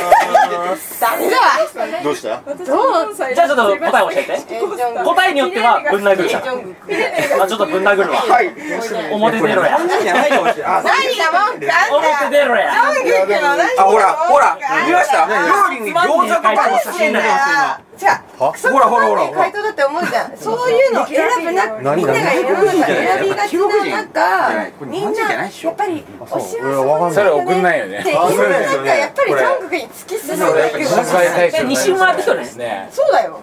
[SPEAKER 10] す
[SPEAKER 11] ダメだわ。
[SPEAKER 2] どうした
[SPEAKER 4] 私
[SPEAKER 11] どう
[SPEAKER 4] 4歳
[SPEAKER 10] じゃあちょっと答え教えて答えによってはぶん殴る
[SPEAKER 11] ジョングク。
[SPEAKER 10] あちょっとぶん殴るわ表出ろや
[SPEAKER 8] じゃないかもしれな
[SPEAKER 11] 何
[SPEAKER 8] い
[SPEAKER 11] が文句あ
[SPEAKER 10] 表
[SPEAKER 11] ん
[SPEAKER 10] 出ろや
[SPEAKER 11] た。ジョングクの何
[SPEAKER 8] あほらほら見ました料理に餃子とかも
[SPEAKER 11] 何
[SPEAKER 8] 差
[SPEAKER 11] し
[SPEAKER 8] して
[SPEAKER 11] てん
[SPEAKER 8] ん
[SPEAKER 11] だ
[SPEAKER 8] だ
[SPEAKER 11] よ
[SPEAKER 8] よ。
[SPEAKER 11] じゃあ、クソ
[SPEAKER 8] ほらほらほらほら
[SPEAKER 11] 回答だって思うじゃん。そういうの選ぶな。みんなが世の中選びがちな中、みんなやっぱりお幸せ
[SPEAKER 12] わかん
[SPEAKER 3] そ
[SPEAKER 12] ない
[SPEAKER 3] れ送んないよ
[SPEAKER 11] って
[SPEAKER 3] ね
[SPEAKER 11] 世の中やっぱりジョングクに突き進んでいく。
[SPEAKER 3] 取材対象
[SPEAKER 10] で
[SPEAKER 3] の目
[SPEAKER 10] 二
[SPEAKER 3] とし
[SPEAKER 10] 周回ってきとるね
[SPEAKER 3] てね
[SPEAKER 11] そうだよ。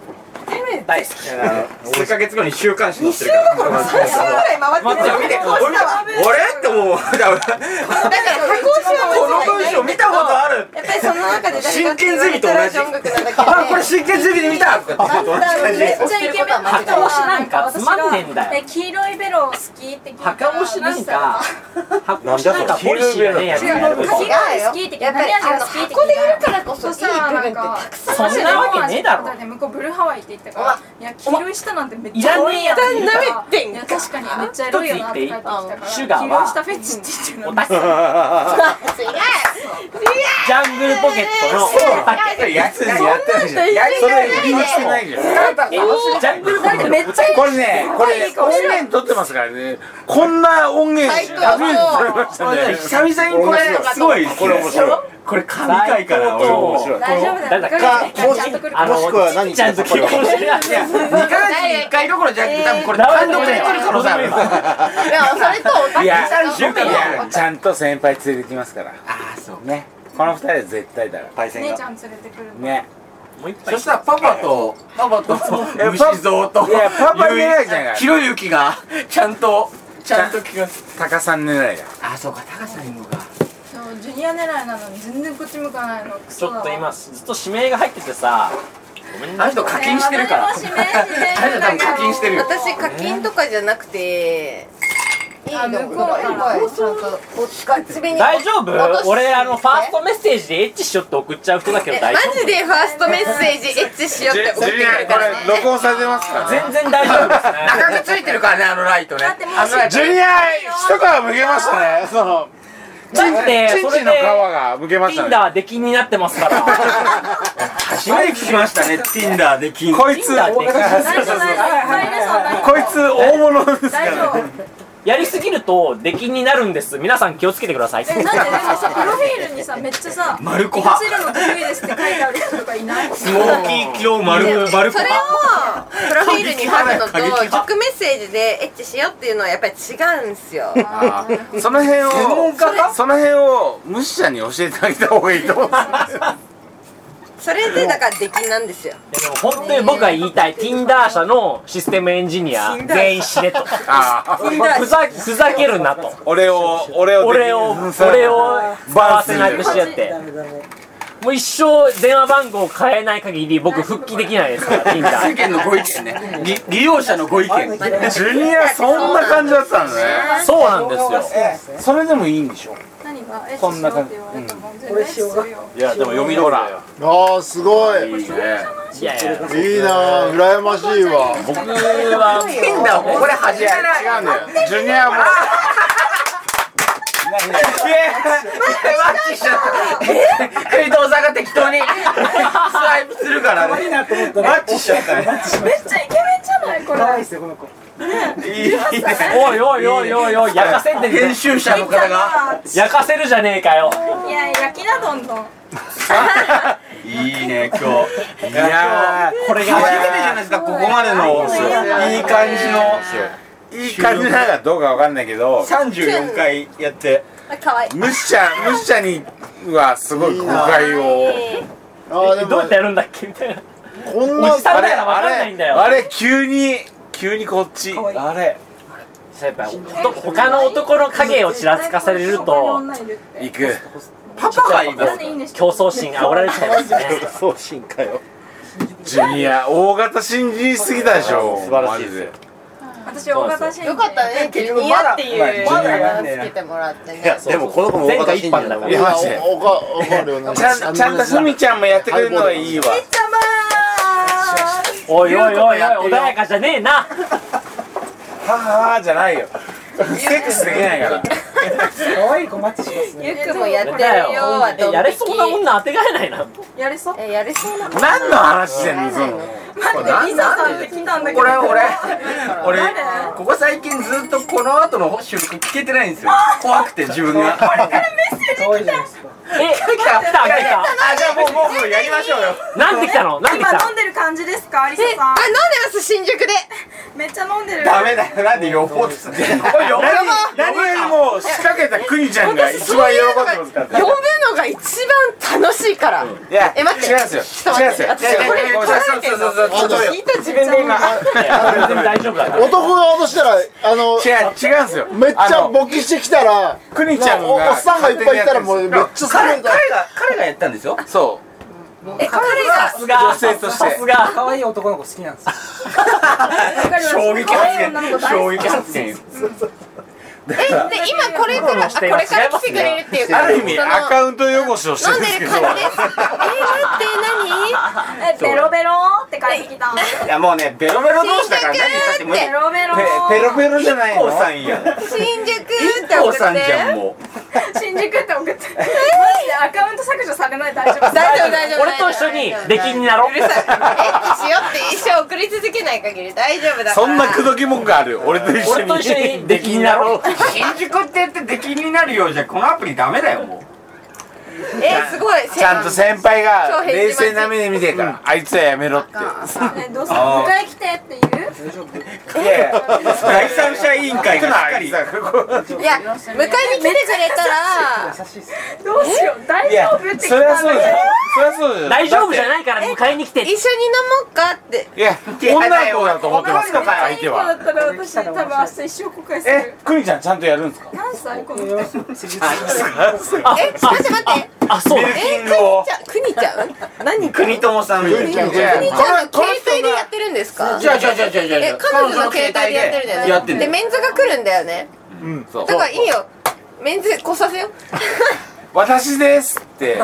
[SPEAKER 10] 大好き
[SPEAKER 8] 数ヶ月後に週刊誌載ってる
[SPEAKER 11] だから三週ぐらい回ってるよ。見て、こうしたわ。
[SPEAKER 8] あれってもうだから
[SPEAKER 11] だから加工しは
[SPEAKER 8] この
[SPEAKER 11] 間違い
[SPEAKER 8] 文
[SPEAKER 11] ない。
[SPEAKER 8] 章見たことある
[SPEAKER 11] やっぱりその中で誰がジョングクなだけで。
[SPEAKER 8] あこれ真剣ゼミで見たとかって同じ感じ
[SPEAKER 4] め
[SPEAKER 8] で
[SPEAKER 4] っちゃイケメンの人
[SPEAKER 10] 箱推しなんかつまんねえんだよ
[SPEAKER 4] え黄色いベロ好きって聞いたら
[SPEAKER 10] 墓押しなんか箱押しなんかポリシーがねえやつ
[SPEAKER 4] 違う
[SPEAKER 10] やる
[SPEAKER 4] 違う
[SPEAKER 11] 違うよ。やっぱりあの箱でいるからこそいい部分ってたくさん。
[SPEAKER 10] そんなわけねえだろ
[SPEAKER 4] って向こうブルーハワイって言ったから「いや黄色い舌なんてめっ
[SPEAKER 10] い
[SPEAKER 4] ちゃ
[SPEAKER 10] らねえやつ
[SPEAKER 4] いや
[SPEAKER 11] ダメってんか
[SPEAKER 4] 確かにめっちゃエロいよな」って帰ってきたから「
[SPEAKER 10] シ
[SPEAKER 4] 黄
[SPEAKER 10] ュガーは
[SPEAKER 4] 色い舌フェチ」って言ってるの
[SPEAKER 11] 違う。
[SPEAKER 10] ジャングルポケットのおたけ
[SPEAKER 3] やつにやってるじゃんやそれ理由してないじゃん
[SPEAKER 10] えジャングルポケットめっちゃ
[SPEAKER 3] これねこれ音源撮ってますからねこんな音源初めて撮りましたね
[SPEAKER 8] 久々にこれすごい
[SPEAKER 3] これ面白い
[SPEAKER 6] これ神回かな俺面白い
[SPEAKER 2] 大丈夫だよ
[SPEAKER 6] かもし
[SPEAKER 2] ちゃんと来るから
[SPEAKER 6] もしくは何
[SPEAKER 2] ちゃんと来るから
[SPEAKER 6] いやいや二ヶ月に一回どころじゃなくて多分これ単独でやってる可能性ある
[SPEAKER 11] いやそれとお
[SPEAKER 3] いや
[SPEAKER 11] たきちゃんと
[SPEAKER 3] いやちゃんと先輩連れてきますからああそうねこの二人は絶対だから
[SPEAKER 4] 姉ちゃん連れてくる
[SPEAKER 3] ね
[SPEAKER 6] そしたらパパとパパと
[SPEAKER 3] や
[SPEAKER 6] 虫蔵と
[SPEAKER 3] いやパパいないじゃない
[SPEAKER 6] ひろゆきがちゃんとちゃんと聞く
[SPEAKER 3] タカさん狙いだ
[SPEAKER 6] あそうかタカさんいるのか
[SPEAKER 4] そうジュニア狙いなのに全然こっち向かないのク
[SPEAKER 10] ち
[SPEAKER 4] ソ
[SPEAKER 10] ょ
[SPEAKER 4] だ
[SPEAKER 10] っ
[SPEAKER 4] わ
[SPEAKER 10] と今ずっと指名が入っててさごめんね
[SPEAKER 6] あの人課金してるから
[SPEAKER 4] 私も指名して
[SPEAKER 6] あれ多分課金してるよ
[SPEAKER 11] 私課金とかじゃなくていいの向こうからちゃんとこっちこっち目に
[SPEAKER 10] 大丈
[SPEAKER 11] 戻して
[SPEAKER 10] 夫俺あのファーストメッセージでエッチしよって送っちゃう人だけど
[SPEAKER 11] え
[SPEAKER 10] 大
[SPEAKER 11] マ
[SPEAKER 10] 丈
[SPEAKER 11] ジでファーストメッセージエッチしようって送ってくるからね
[SPEAKER 3] 録音されてますから
[SPEAKER 10] 全然大丈夫ですね
[SPEAKER 6] 長くついてるからねあのライトねあのライト
[SPEAKER 3] ジュニア一皮むけましたねその
[SPEAKER 10] 夫だって
[SPEAKER 3] チンチンの皮がむけまし
[SPEAKER 10] それ
[SPEAKER 3] た
[SPEAKER 10] で
[SPEAKER 3] ね
[SPEAKER 10] Tinder で気になってますから
[SPEAKER 6] 初めて聞きました ね Tinder で金
[SPEAKER 3] こいつ
[SPEAKER 10] Tinder
[SPEAKER 4] 大
[SPEAKER 10] で
[SPEAKER 4] 丈夫大丈夫
[SPEAKER 3] こいつ大物ですか
[SPEAKER 4] 大丈
[SPEAKER 3] ら
[SPEAKER 4] 夫
[SPEAKER 10] やりすぎると出禁になるんです皆さん気をつけてください
[SPEAKER 4] えなんででもさプロフィールにさめっちゃさ「
[SPEAKER 10] マルコ派
[SPEAKER 4] イカ汁の得意です」って書いてある人とかいない
[SPEAKER 10] スモーキーキョウマルマルコ
[SPEAKER 11] それを
[SPEAKER 10] 派
[SPEAKER 11] プロフィールに貼るのと
[SPEAKER 10] 過激派
[SPEAKER 11] 直メッセージでエッチしようっていうのはやっぱり違うんすよ
[SPEAKER 3] あーその辺をその辺を無視者に教えてあげた方がいいと思う
[SPEAKER 11] それでだから出禁なんですよ
[SPEAKER 10] でも本当に僕は言いたい Tinder 社のシステムエンジニア
[SPEAKER 11] Tinder 社
[SPEAKER 10] 全員死ねと
[SPEAKER 3] あ
[SPEAKER 10] ふざふざけるなと
[SPEAKER 3] 俺を俺を
[SPEAKER 10] 俺を俺を使わせなくしやってもう一生電話番号を変えない限り僕復帰できないですから Tinder
[SPEAKER 6] 世間のご意見ね利利用者のご意見
[SPEAKER 3] ジュニアそんな感じだったのね
[SPEAKER 10] そうなんですよ
[SPEAKER 3] それでもいいんでしょ
[SPEAKER 4] 何がえ
[SPEAKER 3] こんな感じ
[SPEAKER 4] これしようが
[SPEAKER 2] いやでも読み
[SPEAKER 3] ほ
[SPEAKER 2] ど
[SPEAKER 3] ら
[SPEAKER 12] ああすごいいい
[SPEAKER 3] いいね
[SPEAKER 12] なー羨ましいわ
[SPEAKER 10] 僕は
[SPEAKER 6] Tinder もこれ始めない
[SPEAKER 3] 違うんだよジュニアも
[SPEAKER 6] いやマッチしちゃったクイトさんが適当にスワイプするからねマッチしちゃったね
[SPEAKER 4] めっちゃイケメンじゃないこれ
[SPEAKER 6] いいね
[SPEAKER 10] おいおいおいおいおいやかせんで
[SPEAKER 6] 編集者の方が
[SPEAKER 10] やかせるじゃねえかよ
[SPEAKER 4] いや焼きなどんどん
[SPEAKER 6] いいね今日いやー
[SPEAKER 10] これ
[SPEAKER 6] 初めてじ
[SPEAKER 10] が
[SPEAKER 6] ゃないですかここまでのいい感じの
[SPEAKER 3] いい感じなのかどうかわかんないけど
[SPEAKER 6] 34回やって
[SPEAKER 11] 可愛い
[SPEAKER 3] 無視者無視者にはすごい誤解を
[SPEAKER 12] あーで
[SPEAKER 10] どう
[SPEAKER 12] も
[SPEAKER 10] やってやるんだっけみたいな
[SPEAKER 12] こん
[SPEAKER 10] お
[SPEAKER 12] な
[SPEAKER 10] じさんだから分
[SPEAKER 3] あ
[SPEAKER 10] かんないんだ
[SPEAKER 3] れ
[SPEAKER 10] よ
[SPEAKER 3] あれ急に急にこっちあれ
[SPEAKER 10] やっぱほ他の男の影をちらつかされると
[SPEAKER 3] 行く
[SPEAKER 6] パパがいま
[SPEAKER 4] な
[SPEAKER 6] す
[SPEAKER 4] んでいいんでしょ
[SPEAKER 10] 競争心煽られちゃいますね
[SPEAKER 2] そう進化よ
[SPEAKER 3] ジュニア大型新人すぎたでしょ
[SPEAKER 2] 素晴らしいですよ
[SPEAKER 3] マジで
[SPEAKER 4] 私大型新人
[SPEAKER 11] よかったねジュニアっていうまだ名つけてもらって
[SPEAKER 2] いや
[SPEAKER 11] ね
[SPEAKER 2] でもこの子も大型新人だから
[SPEAKER 3] いやマジで
[SPEAKER 12] おおかおかるよね
[SPEAKER 3] ちゃんちゃんとふみちゃんもやってくれるのはいいわ
[SPEAKER 10] おいおいおいおい穏やかじゃねえな
[SPEAKER 3] はははじゃないよセックスできないから
[SPEAKER 4] ゆ
[SPEAKER 11] ゆくもやってるよ
[SPEAKER 10] だよ
[SPEAKER 11] はドン引き
[SPEAKER 10] やれそうな女当てがえないな
[SPEAKER 4] やれそう
[SPEAKER 11] えやれそうなの
[SPEAKER 3] 何の話してんのその
[SPEAKER 4] 待ってリサさんって来たんだけど
[SPEAKER 6] これ俺 俺
[SPEAKER 4] 誰
[SPEAKER 6] ここ最近ずっとこの後の収録聞けてないんですよ怖くて自分が
[SPEAKER 10] え来た来た来た
[SPEAKER 6] あじゃあもうもうもうやりましょうよ
[SPEAKER 10] なんで来たのなんで来
[SPEAKER 4] 今
[SPEAKER 10] た
[SPEAKER 4] 飲んでる感じですかリサ
[SPEAKER 11] え
[SPEAKER 4] さ
[SPEAKER 11] あ飲んでます新宿で
[SPEAKER 4] んめっちゃ飲んでる
[SPEAKER 6] ダメだよなんで予報 つってんの予報
[SPEAKER 3] 何よりも仕掛けたくにちゃんが一
[SPEAKER 11] そう
[SPEAKER 3] 番喜
[SPEAKER 11] いうの
[SPEAKER 3] ん
[SPEAKER 11] が
[SPEAKER 3] でますから
[SPEAKER 11] 呼ぶのが一番楽しいから
[SPEAKER 3] いや
[SPEAKER 11] え待って
[SPEAKER 3] 違うんです
[SPEAKER 11] ちょ
[SPEAKER 3] よ
[SPEAKER 11] っと
[SPEAKER 3] 違うん
[SPEAKER 11] 待っ
[SPEAKER 3] です
[SPEAKER 11] て
[SPEAKER 3] よ
[SPEAKER 11] 私これ
[SPEAKER 3] 違う違う
[SPEAKER 11] 取られてるの
[SPEAKER 3] そうそうそうそう
[SPEAKER 11] 聞いた自分で今
[SPEAKER 10] 全然大丈夫だから
[SPEAKER 12] 男側としたらあの
[SPEAKER 3] 違う違うんですよ
[SPEAKER 12] めっち
[SPEAKER 3] あ
[SPEAKER 12] ゃ
[SPEAKER 3] の
[SPEAKER 12] 勃起してきたら
[SPEAKER 3] くにちゃんが
[SPEAKER 12] おおっさんがいっぱいいたらもうめっちゃ
[SPEAKER 6] 彼
[SPEAKER 12] 冷める
[SPEAKER 6] 彼が彼がやったんですよ
[SPEAKER 3] そう
[SPEAKER 11] え彼が
[SPEAKER 10] さすが
[SPEAKER 3] 女性として
[SPEAKER 10] さすが
[SPEAKER 6] 可愛い男の子好きなんです
[SPEAKER 4] 衝撃
[SPEAKER 6] 発言
[SPEAKER 4] 衝撃
[SPEAKER 6] 発言
[SPEAKER 11] えで今これからあこれから来てくれるっていうか
[SPEAKER 3] ある意味
[SPEAKER 11] その
[SPEAKER 3] アカウント汚しをして
[SPEAKER 11] 飲
[SPEAKER 3] る
[SPEAKER 11] ん
[SPEAKER 3] んで
[SPEAKER 11] でする
[SPEAKER 3] けど
[SPEAKER 11] 感じですえ待って何
[SPEAKER 4] えベロベローって返ってきた
[SPEAKER 6] いやもうねベロベロ同士だから何言ったって無理
[SPEAKER 4] ベロベロー
[SPEAKER 3] ペロペロじゃない
[SPEAKER 6] 一
[SPEAKER 3] の
[SPEAKER 6] 光さんやん一
[SPEAKER 11] 新宿って
[SPEAKER 6] 光
[SPEAKER 11] 送って
[SPEAKER 6] さんじゃんも
[SPEAKER 4] 新宿って送 ってマジでアカウント削除されない大丈夫
[SPEAKER 11] 大丈夫大丈夫
[SPEAKER 10] 俺と一緒に出禁になろう
[SPEAKER 11] しよって一生送り続けない限り大丈夫だから
[SPEAKER 3] そんな口説き文句ある俺と一緒
[SPEAKER 10] 俺
[SPEAKER 3] に
[SPEAKER 10] と一緒に出禁になろう
[SPEAKER 6] う新宿って言って出禁になるようじゃこのアプリダメだよもう
[SPEAKER 11] えすごい
[SPEAKER 3] ちゃんと先輩が冷静な目で見てるから、あいつはやめろって
[SPEAKER 4] ねどうする迎え来てって言う
[SPEAKER 3] いやいや
[SPEAKER 6] 第三者委員会がしっかり
[SPEAKER 11] いや迎えに来てくれたら
[SPEAKER 4] どうしよう大丈夫って来たん
[SPEAKER 3] そり
[SPEAKER 4] だけど
[SPEAKER 3] ゃそうだよ
[SPEAKER 10] 大丈夫じゃないから迎えに来て
[SPEAKER 11] 一緒に飲もうかって
[SPEAKER 3] いや女の子だと思ってますから相手
[SPEAKER 4] 今だ
[SPEAKER 3] は
[SPEAKER 4] ったら私多分明日一生後悔する
[SPEAKER 3] えクミちゃんちゃんとやるんですか
[SPEAKER 4] 何歳この人
[SPEAKER 11] え待って待って
[SPEAKER 10] あそう
[SPEAKER 11] えくにちゃんくにちゃん何
[SPEAKER 6] 国友さんみたいな
[SPEAKER 11] くにちゃんの携帯でやってるんですか
[SPEAKER 6] 違う違う違う違う違
[SPEAKER 11] え
[SPEAKER 6] う
[SPEAKER 11] 彼女の携帯でやってるじゃない
[SPEAKER 6] やってんだ
[SPEAKER 11] で
[SPEAKER 6] よ
[SPEAKER 11] メンズが来るんだよね
[SPEAKER 3] うん
[SPEAKER 11] だからいいよメンズ来させよ
[SPEAKER 3] 私ですって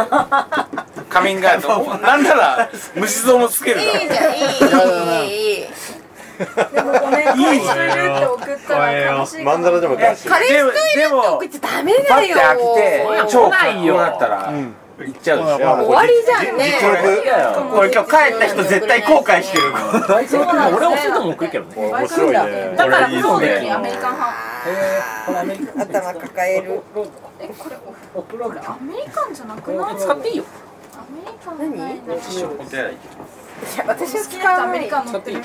[SPEAKER 3] カミングアウトなんなら虫像もつける
[SPEAKER 11] いい
[SPEAKER 3] から
[SPEAKER 11] じゃんいいいいいいいい
[SPEAKER 4] でもごめん彼氏いるって送ったら悲しいか
[SPEAKER 2] まんざらでもおかしい
[SPEAKER 11] 彼氏といるって送っちゃダメだよ
[SPEAKER 3] バッて開けて超
[SPEAKER 10] 来ないよ
[SPEAKER 3] こうなったら行っちゃうでし
[SPEAKER 11] 終
[SPEAKER 3] ょ
[SPEAKER 11] わりじゃんね
[SPEAKER 6] うこれ今日帰った人絶対後悔してる
[SPEAKER 10] 俺はそれとも送るけどね
[SPEAKER 2] 面白いね
[SPEAKER 10] だからこそ
[SPEAKER 4] も
[SPEAKER 10] ね
[SPEAKER 4] アメリカン派
[SPEAKER 16] 頭抱える
[SPEAKER 4] えこれアメリカンじゃなくない
[SPEAKER 10] 使っていいよ
[SPEAKER 4] アメリカンじゃないな
[SPEAKER 16] 私
[SPEAKER 4] 私
[SPEAKER 16] は
[SPEAKER 4] は
[SPEAKER 16] 使
[SPEAKER 4] 好き
[SPEAKER 16] う
[SPEAKER 4] な人アメリカン乗ってるよ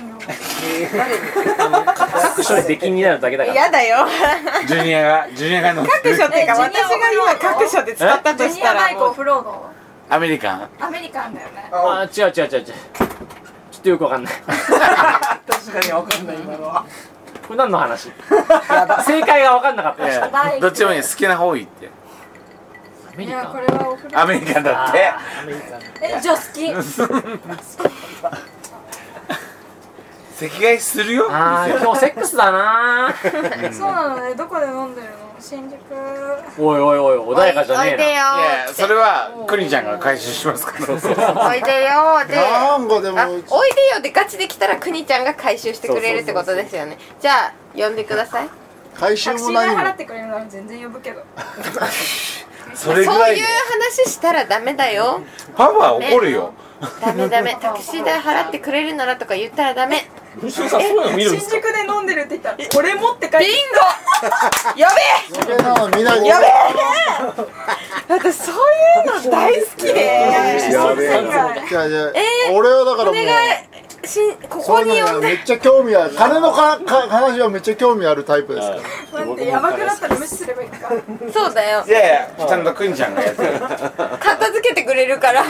[SPEAKER 10] 各所で出禁になるだけだから
[SPEAKER 16] やだよ
[SPEAKER 3] ジュニアがジュニアが乗って
[SPEAKER 16] 各所っていうか私
[SPEAKER 4] え
[SPEAKER 16] が今各所で使ったと
[SPEAKER 4] ジ
[SPEAKER 16] し
[SPEAKER 4] ュニア
[SPEAKER 16] た
[SPEAKER 4] バイ
[SPEAKER 16] ら
[SPEAKER 4] クオ
[SPEAKER 16] もう
[SPEAKER 4] フロード
[SPEAKER 3] アメリカン
[SPEAKER 4] アメリカンだよね
[SPEAKER 10] あ違う違う違う違うちょっとよくわかんない
[SPEAKER 6] 確かにわかんない今のは
[SPEAKER 10] これ何の話正解がわかんなかっ
[SPEAKER 3] い
[SPEAKER 10] た
[SPEAKER 3] や
[SPEAKER 4] バイク
[SPEAKER 3] どっちでもいい好きな方行って
[SPEAKER 10] アメ
[SPEAKER 4] い
[SPEAKER 10] リ
[SPEAKER 4] や
[SPEAKER 10] カ
[SPEAKER 4] これはオフロード
[SPEAKER 3] アメリカンだって
[SPEAKER 4] えじゃあ好き
[SPEAKER 3] 席替えするよ
[SPEAKER 10] あー今日セックスだなー
[SPEAKER 4] そうなのねどこで飲んでるの新宿
[SPEAKER 10] おいおいおい穏やかじゃ
[SPEAKER 11] おいで
[SPEAKER 10] ね
[SPEAKER 11] よ
[SPEAKER 3] いやそれはクリちゃんが回収しますから
[SPEAKER 11] おいでよで
[SPEAKER 12] なんかでも
[SPEAKER 11] あおいでよでガチで来たらくにちゃんが回収してくれるってことですよねじゃあ呼んでください
[SPEAKER 12] 回収
[SPEAKER 4] タクシ
[SPEAKER 12] も
[SPEAKER 4] ー代払っ
[SPEAKER 12] 何も
[SPEAKER 4] てくれるなら全然呼ぶけど
[SPEAKER 3] それぐ
[SPEAKER 11] そう
[SPEAKER 3] ら
[SPEAKER 11] い
[SPEAKER 3] い
[SPEAKER 11] う
[SPEAKER 3] で
[SPEAKER 11] 話したらダメだよ
[SPEAKER 3] パパは怒るよ
[SPEAKER 11] ダ メダメタクシー代払ってくれるならとか言ったらダメ
[SPEAKER 10] えさんそういうの見るん
[SPEAKER 4] 新
[SPEAKER 10] です
[SPEAKER 4] 宿
[SPEAKER 10] か
[SPEAKER 4] で飲んでるって言ったらこれ持って帰っ
[SPEAKER 11] ビン
[SPEAKER 4] て
[SPEAKER 11] ゴ やべえ
[SPEAKER 12] それなの見ないで
[SPEAKER 11] やべえ私そういうの大好きで
[SPEAKER 12] やべえ
[SPEAKER 4] え
[SPEAKER 12] じゃあじゃあ
[SPEAKER 11] えー
[SPEAKER 12] 俺はだからも
[SPEAKER 11] お
[SPEAKER 12] う
[SPEAKER 11] 願いしこ
[SPEAKER 12] そ
[SPEAKER 11] こ
[SPEAKER 12] う
[SPEAKER 11] に
[SPEAKER 12] な
[SPEAKER 11] 呼
[SPEAKER 12] の
[SPEAKER 11] ん
[SPEAKER 12] よ
[SPEAKER 11] で
[SPEAKER 12] めっちゃ興味ある金のかか話はめっちゃ興味あるタイプですから
[SPEAKER 4] 待ってやばくなったら無視すればいいのか
[SPEAKER 11] そうだよ
[SPEAKER 3] いやいやちゃんとクリちゃんがやってる
[SPEAKER 11] 片付けてくれるから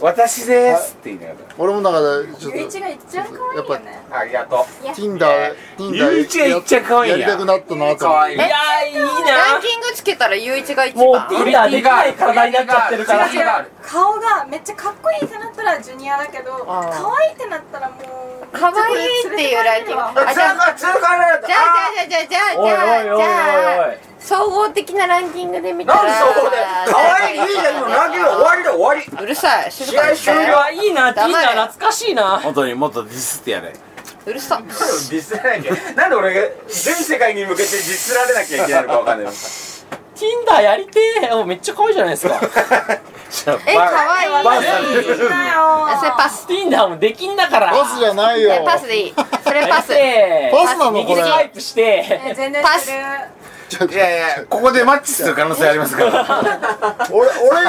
[SPEAKER 3] 私ですって言いなが
[SPEAKER 12] 俺もだからちょっ
[SPEAKER 4] ゆういちが一番可愛いよね
[SPEAKER 3] らありがと
[SPEAKER 12] と Tinder
[SPEAKER 3] ゆういちが
[SPEAKER 12] Tinder
[SPEAKER 3] いっちゃ可愛い
[SPEAKER 12] や
[SPEAKER 3] やん
[SPEAKER 12] りたくなったな
[SPEAKER 3] う
[SPEAKER 12] と思って
[SPEAKER 3] い
[SPEAKER 10] いやーいい
[SPEAKER 11] ラ
[SPEAKER 10] な
[SPEAKER 11] ンキングつけたらゆういちが一
[SPEAKER 10] もう
[SPEAKER 11] 番
[SPEAKER 10] Tinder でかい体になっちゃってるから
[SPEAKER 4] 違う違う顔がめっちゃかっこいいってなったらジュニアだけど
[SPEAKER 11] あー
[SPEAKER 4] 可愛いってなったらもう
[SPEAKER 11] 可愛いっていうランキングあ
[SPEAKER 6] 通過
[SPEAKER 11] じゃあ
[SPEAKER 6] 通過
[SPEAKER 11] じゃあじゃあじゃあじゃあ
[SPEAKER 10] おいおいおい
[SPEAKER 11] じ
[SPEAKER 10] おいおい
[SPEAKER 11] ゃあじゃあ総合的なランキングで見た
[SPEAKER 6] な
[SPEAKER 11] ら
[SPEAKER 6] んでそこで可愛いいいじゃん今ランキング終わりだ終わり
[SPEAKER 11] うるさい静かにし
[SPEAKER 10] こ
[SPEAKER 11] て
[SPEAKER 10] れはいいな Tinder
[SPEAKER 11] 黙れ
[SPEAKER 10] 懐かしいな
[SPEAKER 3] 元にもっとディスってやれ
[SPEAKER 11] うるさ
[SPEAKER 6] ディスらないんだよなんで俺が全世界に向けてディスられなきゃいけないのかわかんない
[SPEAKER 10] Tinder やりてーおめっちゃ可愛いじゃないです か
[SPEAKER 11] え可愛い
[SPEAKER 3] バン
[SPEAKER 11] い
[SPEAKER 3] される
[SPEAKER 11] あそれパス
[SPEAKER 10] Tinder もできんだから
[SPEAKER 12] パスじゃないよ
[SPEAKER 11] えパスでいいそれ パス
[SPEAKER 10] え
[SPEAKER 12] パスなのこ
[SPEAKER 10] 右
[SPEAKER 12] れ
[SPEAKER 10] スワイプして
[SPEAKER 4] え全然
[SPEAKER 11] パス
[SPEAKER 4] する
[SPEAKER 12] ちょっと
[SPEAKER 3] いやいやここでマッチする可能性ありますから
[SPEAKER 12] 俺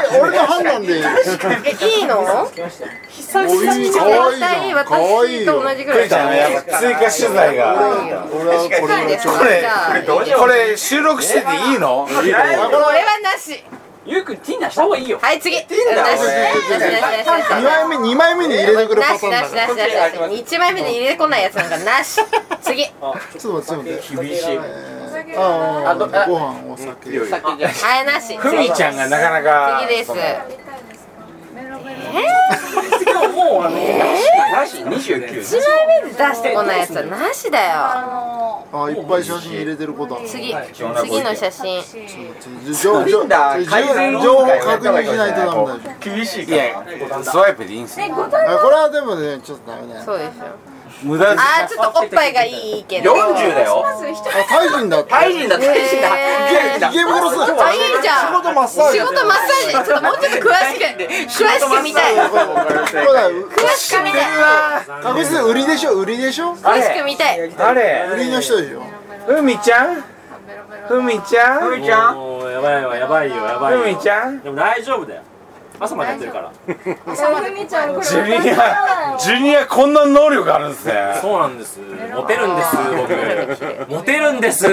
[SPEAKER 12] 俺俺の判断でいい
[SPEAKER 11] えいいの
[SPEAKER 10] 久
[SPEAKER 12] お
[SPEAKER 10] 々
[SPEAKER 12] い
[SPEAKER 10] に
[SPEAKER 12] いかわいい
[SPEAKER 11] 絶
[SPEAKER 12] じ
[SPEAKER 11] 対
[SPEAKER 12] ゃんかわい
[SPEAKER 11] 私
[SPEAKER 12] いよ
[SPEAKER 11] と同
[SPEAKER 12] 俺
[SPEAKER 11] じぐ
[SPEAKER 3] ク
[SPEAKER 11] ら
[SPEAKER 3] リ
[SPEAKER 11] い
[SPEAKER 3] ちゃんのやっぱ追加取材が
[SPEAKER 12] はこれがち
[SPEAKER 11] 確
[SPEAKER 12] ょ
[SPEAKER 11] かにね
[SPEAKER 12] っ
[SPEAKER 11] これ
[SPEAKER 6] どうしよ
[SPEAKER 3] これ収録してていいの
[SPEAKER 12] と
[SPEAKER 11] これはなし
[SPEAKER 10] ゆうくん Tinder した方がいいよ
[SPEAKER 11] はい次なし
[SPEAKER 6] んだ
[SPEAKER 11] なし
[SPEAKER 6] こ
[SPEAKER 11] なしなしなし
[SPEAKER 12] 2枚目二枚目に入れてくる
[SPEAKER 11] な
[SPEAKER 12] パタ
[SPEAKER 11] し
[SPEAKER 12] ーン
[SPEAKER 11] な
[SPEAKER 12] だ
[SPEAKER 11] し
[SPEAKER 12] から
[SPEAKER 11] なしなし一枚目に入れてこないやつなんかなし次
[SPEAKER 12] ちょっと待ってちょっと待って
[SPEAKER 6] 厳しい
[SPEAKER 12] あ
[SPEAKER 6] とあ
[SPEAKER 12] あご飯お酒
[SPEAKER 6] お酒じゃ
[SPEAKER 11] あれなし
[SPEAKER 3] ク
[SPEAKER 11] 次
[SPEAKER 3] リちゃんがなかなか
[SPEAKER 11] 次です
[SPEAKER 3] その
[SPEAKER 4] やりたいですか
[SPEAKER 6] もうあのなし29
[SPEAKER 11] 一枚目で出してこないやつはなしだ
[SPEAKER 4] あ
[SPEAKER 11] よ
[SPEAKER 4] の
[SPEAKER 12] あいっぱい写真入れてることある
[SPEAKER 11] 次
[SPEAKER 6] はい
[SPEAKER 11] 次の写真
[SPEAKER 12] じゃ情情情情報
[SPEAKER 6] だ
[SPEAKER 12] 確認しないとダメだよ
[SPEAKER 6] 厳しい
[SPEAKER 3] いやスワイプでいいんすよ
[SPEAKER 4] えごたん
[SPEAKER 12] あこれはでもねちょっとダメだよ
[SPEAKER 11] そうですよ
[SPEAKER 3] 無駄です
[SPEAKER 11] あーちょっとおっぱいがいいけど
[SPEAKER 6] 40だよ
[SPEAKER 4] まず一人
[SPEAKER 12] あタイ人だって
[SPEAKER 6] タイ人だタイ人だ
[SPEAKER 11] へー
[SPEAKER 6] 元気だ
[SPEAKER 12] 池袋さ
[SPEAKER 11] あいいじゃん
[SPEAKER 12] 仕事マッサージ
[SPEAKER 11] 仕事マッサージちょっともうちょっと詳しく詳しく見たい詳
[SPEAKER 12] これだ
[SPEAKER 11] しく見たい
[SPEAKER 12] 確実に売りでしょ売りでしょ
[SPEAKER 11] 詳しく見たい
[SPEAKER 3] あ
[SPEAKER 12] 売り
[SPEAKER 3] れ
[SPEAKER 12] の人でしょ
[SPEAKER 3] 海ちゃんふみちゃん
[SPEAKER 10] ふみちゃんもうやばいわやばいよやばいよ
[SPEAKER 3] ふみちゃん
[SPEAKER 10] でも大丈夫だよ朝までやってるから
[SPEAKER 4] ふみちゃんこれ
[SPEAKER 3] ジュニアジュニアこんな能力あるんですね
[SPEAKER 10] そうなんですモテるんです僕モテるんです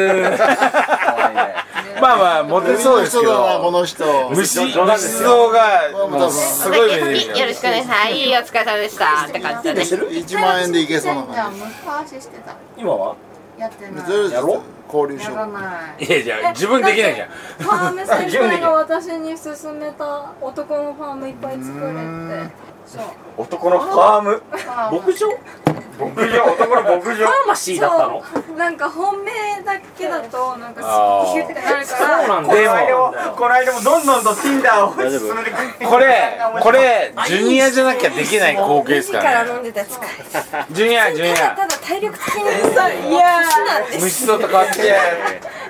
[SPEAKER 3] まあまあモテそうですけど
[SPEAKER 12] この人
[SPEAKER 3] 虫虫像がもうすごい目で見
[SPEAKER 11] よろしくお願いします。いいお疲れ様でした。って感じだね。
[SPEAKER 12] 1万円でいけそうな感じ
[SPEAKER 17] じゃあ昔してた
[SPEAKER 10] 今は
[SPEAKER 17] やってない
[SPEAKER 12] やろ交流し
[SPEAKER 17] や
[SPEAKER 12] よ
[SPEAKER 17] ら
[SPEAKER 12] う
[SPEAKER 17] ない
[SPEAKER 10] いやいや自分できないじゃん
[SPEAKER 4] ファーム先生が私に勧めた男のファームいっぱい作れってそう
[SPEAKER 3] 男のファーム
[SPEAKER 10] 牧場
[SPEAKER 3] 牧場男の牧場
[SPEAKER 10] ファーマシーだったの
[SPEAKER 4] そうなんか本命だけだとなん
[SPEAKER 3] あ
[SPEAKER 4] か
[SPEAKER 3] ー
[SPEAKER 4] キュッてなるか
[SPEAKER 10] そ
[SPEAKER 4] ら
[SPEAKER 10] うなんだ
[SPEAKER 3] で
[SPEAKER 10] よ
[SPEAKER 3] も
[SPEAKER 18] この間もどんどんと Tinder を進めてくる
[SPEAKER 3] これこれジュニアじゃなきゃできない光景です
[SPEAKER 19] か
[SPEAKER 3] から
[SPEAKER 19] ら
[SPEAKER 3] ね
[SPEAKER 19] 飲んでたやつか
[SPEAKER 3] ジュニアジュニ
[SPEAKER 19] ただ
[SPEAKER 3] ア
[SPEAKER 19] ただ体力的に
[SPEAKER 4] いや
[SPEAKER 3] 虫像と変わって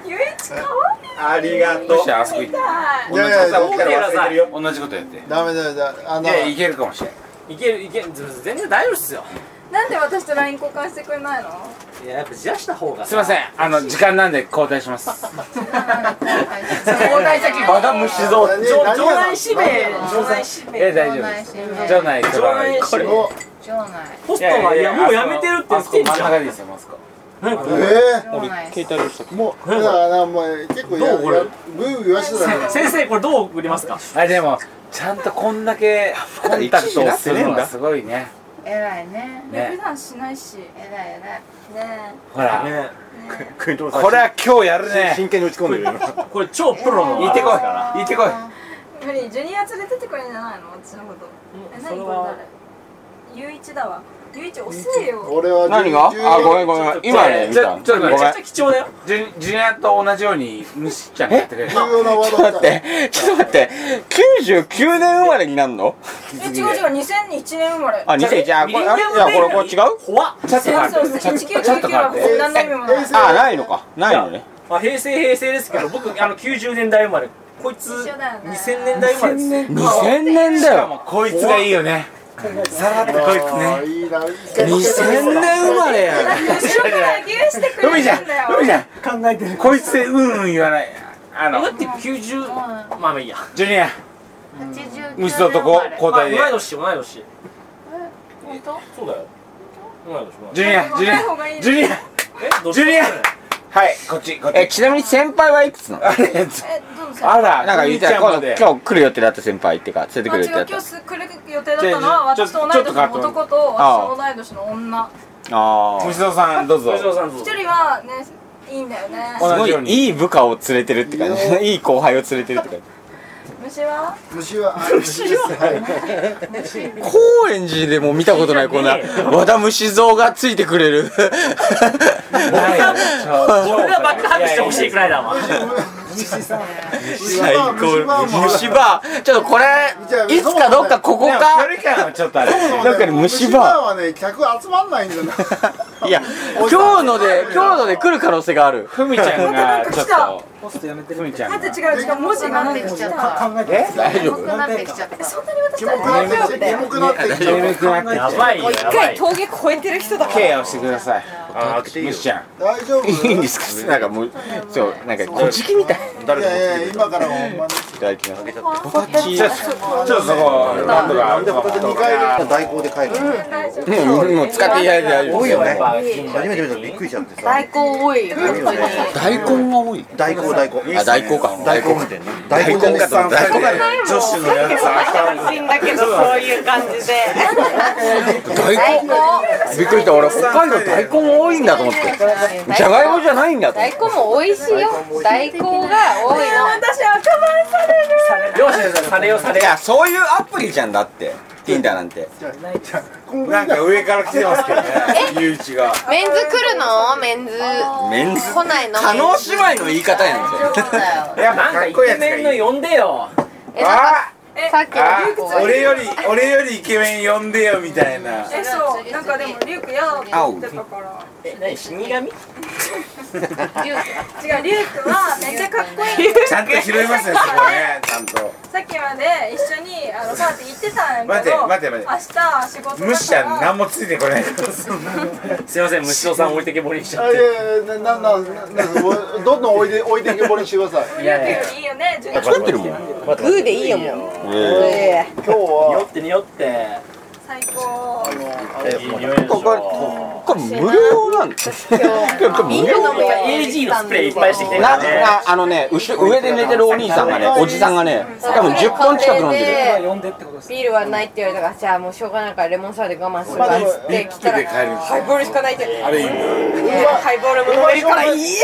[SPEAKER 4] ゆいちかわいい
[SPEAKER 18] ありがと
[SPEAKER 3] ど
[SPEAKER 18] う
[SPEAKER 3] うしてあそこ行って
[SPEAKER 12] いやいや
[SPEAKER 18] 同じことは忘れてるよ
[SPEAKER 3] 同じことやって
[SPEAKER 12] ダメだよだあ
[SPEAKER 3] い
[SPEAKER 12] の
[SPEAKER 3] やいけるかもしれない
[SPEAKER 10] いけるいける全然大丈夫っすよ
[SPEAKER 4] なんで私と LINE 交換してくれないの
[SPEAKER 10] いややっぱじらした方が
[SPEAKER 3] すいませんあの時間なんで交代します
[SPEAKER 18] 交代先まだ虫像
[SPEAKER 12] 何
[SPEAKER 10] 場
[SPEAKER 12] 何
[SPEAKER 10] 場内指名
[SPEAKER 12] 何
[SPEAKER 10] 場内指名
[SPEAKER 3] え大丈夫です
[SPEAKER 17] 場
[SPEAKER 3] 場
[SPEAKER 17] 内
[SPEAKER 3] 内取らない
[SPEAKER 10] これ
[SPEAKER 12] お
[SPEAKER 17] 場内
[SPEAKER 10] ホストはいやもうやめてるって言
[SPEAKER 3] あ
[SPEAKER 10] っ
[SPEAKER 3] そこ
[SPEAKER 10] てん
[SPEAKER 3] 真ん
[SPEAKER 10] じゃ
[SPEAKER 3] 中
[SPEAKER 10] ん
[SPEAKER 3] でいいですよマスコ
[SPEAKER 10] 何これ
[SPEAKER 12] え
[SPEAKER 17] 場内
[SPEAKER 10] 携帯どうした
[SPEAKER 12] えもうだからなもう結構や
[SPEAKER 10] どうこれ
[SPEAKER 12] やグーグー言わしてたから
[SPEAKER 10] 先生これどう送りますか
[SPEAKER 3] あでもちゃんとこんだけ コンタクトをするのがすごいね
[SPEAKER 17] 偉いね
[SPEAKER 4] 普
[SPEAKER 3] ね
[SPEAKER 4] 段しないしね
[SPEAKER 17] 偉い偉い
[SPEAKER 4] え
[SPEAKER 3] ほら
[SPEAKER 18] ね
[SPEAKER 4] ね
[SPEAKER 2] 国友さん
[SPEAKER 3] これは今日やるね
[SPEAKER 2] 真剣に打ち込んでるよ
[SPEAKER 10] これ超プロの
[SPEAKER 3] 行ってこい
[SPEAKER 17] あー
[SPEAKER 3] 行ってこい
[SPEAKER 4] え無理ジュニア連れてってくれるんじゃないの私のことえ
[SPEAKER 10] それ
[SPEAKER 4] 何こ
[SPEAKER 10] は
[SPEAKER 4] れ誰ゆういちだわゆういち遅えよ
[SPEAKER 12] 俺は
[SPEAKER 8] 何があごめん
[SPEAKER 12] ん
[SPEAKER 8] ごめん今ね見
[SPEAKER 3] ちょ
[SPEAKER 8] た
[SPEAKER 3] ちょっと
[SPEAKER 10] めち
[SPEAKER 3] 待
[SPEAKER 10] ゃ
[SPEAKER 3] っ
[SPEAKER 10] く
[SPEAKER 3] て
[SPEAKER 10] ちゃ貴重だよ
[SPEAKER 3] ジュジュニアと同じように虫ちゃんやってくれる
[SPEAKER 12] 重要なワー
[SPEAKER 8] ちょっ
[SPEAKER 12] ド
[SPEAKER 8] と待ってちょっと待って99年生まれになるの
[SPEAKER 4] え違う違う2001年生まれ
[SPEAKER 8] あ2001あこれあいやこれこれ違う
[SPEAKER 10] 怖っ
[SPEAKER 3] ちょっと
[SPEAKER 4] そう
[SPEAKER 3] 待
[SPEAKER 4] そう
[SPEAKER 3] っ
[SPEAKER 4] そう
[SPEAKER 3] て
[SPEAKER 4] 1999はこんなの意味もない
[SPEAKER 8] あないのかないのね
[SPEAKER 10] まあ平成平成ですけど僕あの90年代生まれこいつ
[SPEAKER 4] 一緒だよね
[SPEAKER 10] 2000年代生まれですね
[SPEAKER 8] 2000年だよ
[SPEAKER 3] こいつがいいよねさらっとこいつ
[SPEAKER 12] あ
[SPEAKER 3] ね
[SPEAKER 12] ーいいな2000
[SPEAKER 8] 2000年生まれやん
[SPEAKER 4] 後ろから牛してく
[SPEAKER 3] 海
[SPEAKER 4] れ
[SPEAKER 3] ちゃ
[SPEAKER 4] る
[SPEAKER 3] ん
[SPEAKER 4] んだよ
[SPEAKER 3] 海ちゃん考えてるこいつでうんうん言わないあ
[SPEAKER 10] だ
[SPEAKER 3] の
[SPEAKER 10] って90まあまあいいや
[SPEAKER 3] ジュニア
[SPEAKER 17] 89
[SPEAKER 3] 虫のとこ交
[SPEAKER 10] まあ同
[SPEAKER 3] 代
[SPEAKER 10] い
[SPEAKER 3] で
[SPEAKER 10] 年同い年
[SPEAKER 4] 本当
[SPEAKER 10] そうだよ同い
[SPEAKER 3] ジ
[SPEAKER 10] 年同い年
[SPEAKER 3] ュニアジュニ
[SPEAKER 4] 若い方がいい
[SPEAKER 3] ア
[SPEAKER 4] ね
[SPEAKER 3] ジュニア
[SPEAKER 10] えどっち
[SPEAKER 3] ジュニアはいこっちこっ
[SPEAKER 8] え
[SPEAKER 3] ち
[SPEAKER 8] ちなみに先輩はいくつなの
[SPEAKER 3] あれ
[SPEAKER 4] えどうぞ
[SPEAKER 3] あら
[SPEAKER 8] なんか言
[SPEAKER 3] 海
[SPEAKER 8] っ
[SPEAKER 3] ち
[SPEAKER 8] たら
[SPEAKER 3] ゃんま
[SPEAKER 8] 今
[SPEAKER 3] で
[SPEAKER 8] 日今日来る予定だった先輩っていうか連れてく
[SPEAKER 4] あ
[SPEAKER 8] る
[SPEAKER 4] 違
[SPEAKER 8] 予
[SPEAKER 4] う
[SPEAKER 8] 定
[SPEAKER 4] 今
[SPEAKER 8] だっ
[SPEAKER 4] 日
[SPEAKER 8] た
[SPEAKER 4] す来る予定だったのは
[SPEAKER 3] じゃあ
[SPEAKER 4] 私
[SPEAKER 3] ちょ
[SPEAKER 4] と同い
[SPEAKER 3] ちょっと
[SPEAKER 4] 年
[SPEAKER 3] 変わっ
[SPEAKER 4] の
[SPEAKER 3] てもらう
[SPEAKER 4] 男と
[SPEAKER 8] ああ
[SPEAKER 4] 私と同い年の女
[SPEAKER 8] ああ
[SPEAKER 3] 虫
[SPEAKER 8] す
[SPEAKER 3] 蔵さんどうぞ
[SPEAKER 10] 吉野さんどう
[SPEAKER 4] 一
[SPEAKER 10] ぞ
[SPEAKER 4] 人はねいいんだよね
[SPEAKER 3] 同
[SPEAKER 8] ご
[SPEAKER 3] じように
[SPEAKER 8] いいい部下を連れてるって感じいい後輩を連れてるって感じ
[SPEAKER 4] 虫は
[SPEAKER 12] 虫はあ虫です
[SPEAKER 8] 高円寺でも見たことないこんな和田虫像がついてくれる
[SPEAKER 3] ない よ
[SPEAKER 10] 俺は爆発してほしいくらいだわ
[SPEAKER 12] 虫
[SPEAKER 8] 最
[SPEAKER 12] は
[SPEAKER 8] 高
[SPEAKER 12] 虫はもう
[SPEAKER 8] 虫バーちょっとこれいつかどっかここ
[SPEAKER 3] でも
[SPEAKER 8] か
[SPEAKER 3] 距離感はちょっとあれ
[SPEAKER 8] どっかに虫
[SPEAKER 12] 虫
[SPEAKER 8] バー
[SPEAKER 12] バーはね客集まんないんだよな
[SPEAKER 8] いや今日ので今日ので来る可能性がある
[SPEAKER 3] ふみちゃんがちょっと
[SPEAKER 18] ホストやめて
[SPEAKER 3] ふみちゃん
[SPEAKER 4] だ
[SPEAKER 3] が
[SPEAKER 4] って違う違う文字がなんか来た
[SPEAKER 18] 考えて
[SPEAKER 8] 大丈
[SPEAKER 17] 重くなってきちゃった
[SPEAKER 4] そんなに私
[SPEAKER 12] キ
[SPEAKER 4] た
[SPEAKER 12] モく
[SPEAKER 4] ち
[SPEAKER 12] な
[SPEAKER 4] 大丈
[SPEAKER 12] っ
[SPEAKER 4] 夫
[SPEAKER 12] てきちゃうキモくなってきちゃう
[SPEAKER 3] 眠くなってきちゃ
[SPEAKER 10] や
[SPEAKER 3] う
[SPEAKER 10] ばいよ
[SPEAKER 19] 一
[SPEAKER 10] やば
[SPEAKER 19] 回
[SPEAKER 10] い
[SPEAKER 19] 峠越えてる人だから
[SPEAKER 3] ケアをしてくださいあ虫ちゃん
[SPEAKER 12] 大丈夫
[SPEAKER 8] いいんですかなんかもうそうなんかこじきみたい
[SPEAKER 12] いやいや今からほんまに
[SPEAKER 8] いただきます
[SPEAKER 3] ちょっとちょっとそこなんとか
[SPEAKER 2] なんでまた2回で代行で帰るの
[SPEAKER 4] 大丈夫
[SPEAKER 8] もうもう使っていただいて大丈夫
[SPEAKER 2] 多い
[SPEAKER 8] です
[SPEAKER 2] よね
[SPEAKER 10] うん
[SPEAKER 2] 初めて見た時びっくりしちゃってさ
[SPEAKER 11] 大根多い。
[SPEAKER 2] いいよね
[SPEAKER 8] 大根が多い
[SPEAKER 2] 代行代行
[SPEAKER 8] あ大根か
[SPEAKER 2] 代行みたいな代
[SPEAKER 8] 大
[SPEAKER 2] 行
[SPEAKER 8] 根
[SPEAKER 2] じゃねえ
[SPEAKER 8] かと思った大根が
[SPEAKER 3] 女子のやつ
[SPEAKER 11] 安心だけどそういう感じで。
[SPEAKER 8] 大根びっくりした俺北海道大根多いんだと思ってじゃがいもじゃないんだと思っ
[SPEAKER 11] 大
[SPEAKER 8] て
[SPEAKER 11] 根も美味しいよ。大根が多いの。
[SPEAKER 4] 私赤番される
[SPEAKER 10] 両親されよされ
[SPEAKER 8] いやそういうアプリじゃんだって Tinder なんて
[SPEAKER 3] なんか上から来てますけどねゆういちが
[SPEAKER 11] メンズ来るの？メンズ
[SPEAKER 8] メンズ
[SPEAKER 11] 来ないの？
[SPEAKER 8] 加納姉妹の言い方やねんそれ
[SPEAKER 3] やっ
[SPEAKER 10] な
[SPEAKER 3] ぱ
[SPEAKER 10] んか
[SPEAKER 3] かっ
[SPEAKER 10] イ
[SPEAKER 3] こいいや
[SPEAKER 10] ケ
[SPEAKER 3] つがいい
[SPEAKER 10] メンの呼んでよ
[SPEAKER 11] えなんか
[SPEAKER 3] あ
[SPEAKER 11] さっき
[SPEAKER 3] あ
[SPEAKER 11] のリュウク
[SPEAKER 3] 俺より俺よりイケメン呼んでよみたいな
[SPEAKER 4] えそうなんかでもリュウク嫌だって言ってたから
[SPEAKER 10] え何死神
[SPEAKER 11] リュウ
[SPEAKER 4] 違うリュウクはめちゃくかっこいい
[SPEAKER 3] ちゃんと拾いますね、そこね。ちゃんと。
[SPEAKER 4] さっきまで一緒にあのパーティー行ってたんやけど
[SPEAKER 3] 待て待て待
[SPEAKER 4] 明日仕事だから
[SPEAKER 3] むしちゃん、何もついてこない。
[SPEAKER 10] すいません、虫尾さん置いてけぼりにしちゃ
[SPEAKER 12] あ
[SPEAKER 10] っ
[SPEAKER 12] い
[SPEAKER 10] て。
[SPEAKER 12] やいやななななどんどん置いて置いてけぼりにしてください。
[SPEAKER 4] いやいやいいよねジュニア
[SPEAKER 8] 作ってるもん。
[SPEAKER 11] グーでいいよもう。え
[SPEAKER 12] 今日は
[SPEAKER 6] って匂って。
[SPEAKER 4] 最高
[SPEAKER 8] こここれ無料なんです。これ無料。
[SPEAKER 6] AG のスプレーいっぱいしてきてる
[SPEAKER 8] な
[SPEAKER 6] からね。
[SPEAKER 8] なあのね後ろ上で寝てるお兄さんがねおじさんがね多分10本近く飲んでる。
[SPEAKER 11] る。ビールはないって言われたからじゃあもうしょうがないからレモンサワーで我慢するわっつって来たらハイボールしかないって。あれいいハイボールも飲めるからいい。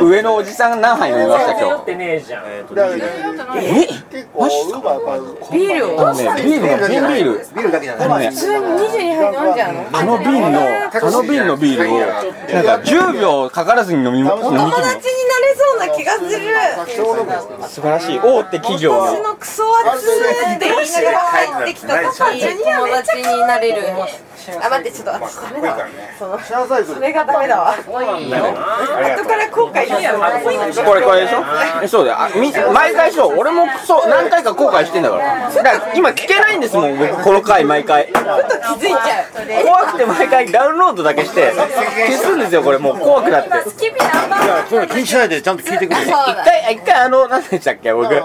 [SPEAKER 8] 上のおじさんが何杯飲みました今日。
[SPEAKER 10] ってねえじゃん。
[SPEAKER 8] え
[SPEAKER 12] 結構ウーバーか
[SPEAKER 11] ビール
[SPEAKER 8] あ
[SPEAKER 11] を
[SPEAKER 8] のねビールの瓶ビール。
[SPEAKER 2] ビールだけじゃ
[SPEAKER 8] あのね
[SPEAKER 11] 普通に二十二杯飲んじゃうの。
[SPEAKER 8] あの瓶のあの瓶のビールをなんか10秒かからずに飲み飲み切
[SPEAKER 11] 友達になれそうな気がする。
[SPEAKER 8] る。素晴らしい大手企業
[SPEAKER 11] 私
[SPEAKER 8] の。
[SPEAKER 11] のクソ暑いって言いながら入ってきた時 友達になれる。あ待ってちょっと私ダメだわ。そのそれがダメだわ。後から後悔しちゃう。
[SPEAKER 8] これこれでしょえそうだよあみ毎回そう俺もそう何回か後悔してんだからだから今聞けないんですもん僕この回毎回
[SPEAKER 11] ちょっと気づいちゃう。それ
[SPEAKER 8] 怖くて毎回ダウンロードだけして消すんですよこれもう怖くなって
[SPEAKER 4] 今スキビナンバーワン
[SPEAKER 2] そういうの気にしないでちゃんと聞いてくれ
[SPEAKER 11] そう
[SPEAKER 8] 一
[SPEAKER 11] だ。
[SPEAKER 8] 回一回あの何でしたっけ僕あ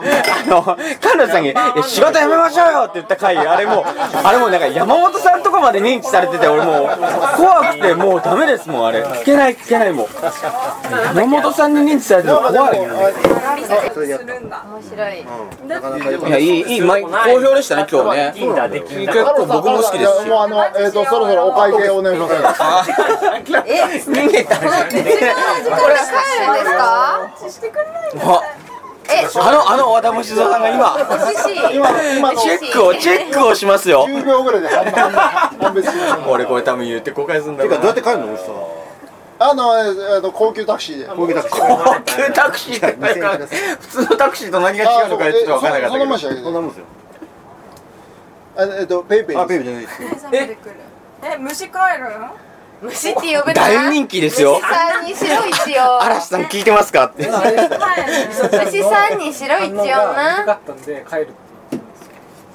[SPEAKER 8] のカンナさんにいや「仕事やめましょうよ」って言った回あれもうあれもうなんか山本さんとかまで認知されてて俺もう怖くてもうダメですもんあれ聞けない聞けないもう山本さんに認知されてるの怖い
[SPEAKER 4] するんだ
[SPEAKER 11] 面白い。
[SPEAKER 8] いやいいいい毎好評でしたね今日ね
[SPEAKER 10] 金だできん
[SPEAKER 8] 結構僕も好きですし
[SPEAKER 12] もうあのえっとそろそろお会計お願いします。
[SPEAKER 11] え、 この
[SPEAKER 8] 逃げた
[SPEAKER 11] 別のこれ帰るんですか？
[SPEAKER 4] してくれない
[SPEAKER 8] あ
[SPEAKER 11] え、
[SPEAKER 8] あのあの和田虫蔵さんが今
[SPEAKER 11] おしい。
[SPEAKER 8] チェックをチェックをしますよ
[SPEAKER 12] 10秒ぐらいで判断判別します
[SPEAKER 8] 俺これ多分言って後悔するんだ
[SPEAKER 2] て
[SPEAKER 8] ろ
[SPEAKER 2] か
[SPEAKER 8] う
[SPEAKER 2] どうや
[SPEAKER 8] な
[SPEAKER 2] って帰るのさ
[SPEAKER 12] あのえーえーと高級タクシーで。
[SPEAKER 2] こういう形
[SPEAKER 8] 高級タクシーって普通のタクシーと何が違うのかちょっと分からなか
[SPEAKER 12] そんなもん
[SPEAKER 8] っ
[SPEAKER 12] じゃない
[SPEAKER 2] そんなもんですよ
[SPEAKER 12] あえっとペイペイ。
[SPEAKER 2] あペイペイじゃないです
[SPEAKER 4] ええ虫帰る
[SPEAKER 11] 虫って呼ぶ
[SPEAKER 8] た
[SPEAKER 11] な。
[SPEAKER 8] 大人気ですよ
[SPEAKER 11] 虫さんに白い一応。
[SPEAKER 8] 嵐さん聞いてますかって
[SPEAKER 11] 虫さんに白い一応な。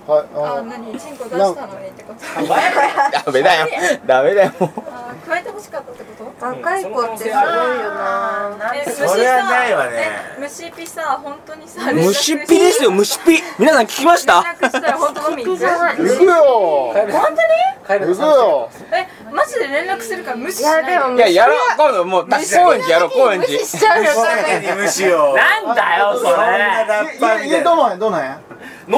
[SPEAKER 12] はい
[SPEAKER 4] あ
[SPEAKER 12] あ
[SPEAKER 4] 何チンコ出したのにってこと
[SPEAKER 8] ダメだよダメだよもう
[SPEAKER 4] あ加えて欲しかったってこと
[SPEAKER 11] 若い子ってすごいよな。
[SPEAKER 4] え虫
[SPEAKER 3] それはないわね
[SPEAKER 4] え虫ピさ本当にさ
[SPEAKER 8] 虫っぴですよ虫っぴ皆さん聞きまし
[SPEAKER 4] 連
[SPEAKER 8] た
[SPEAKER 4] 絡したら本当のみんな
[SPEAKER 12] 行くよ。本当に？行くよ。
[SPEAKER 4] えマジで連絡するから無視
[SPEAKER 11] い
[SPEAKER 4] しない
[SPEAKER 11] やでも
[SPEAKER 8] い
[SPEAKER 11] 虫
[SPEAKER 8] ややろう今度もう高円寺やろう高円寺
[SPEAKER 11] 虫しちゃうよ。多分
[SPEAKER 3] に無視を。
[SPEAKER 10] なんだよ、それ。
[SPEAKER 3] ラッパーみた
[SPEAKER 12] 家
[SPEAKER 3] いな。
[SPEAKER 12] どの辺どの辺？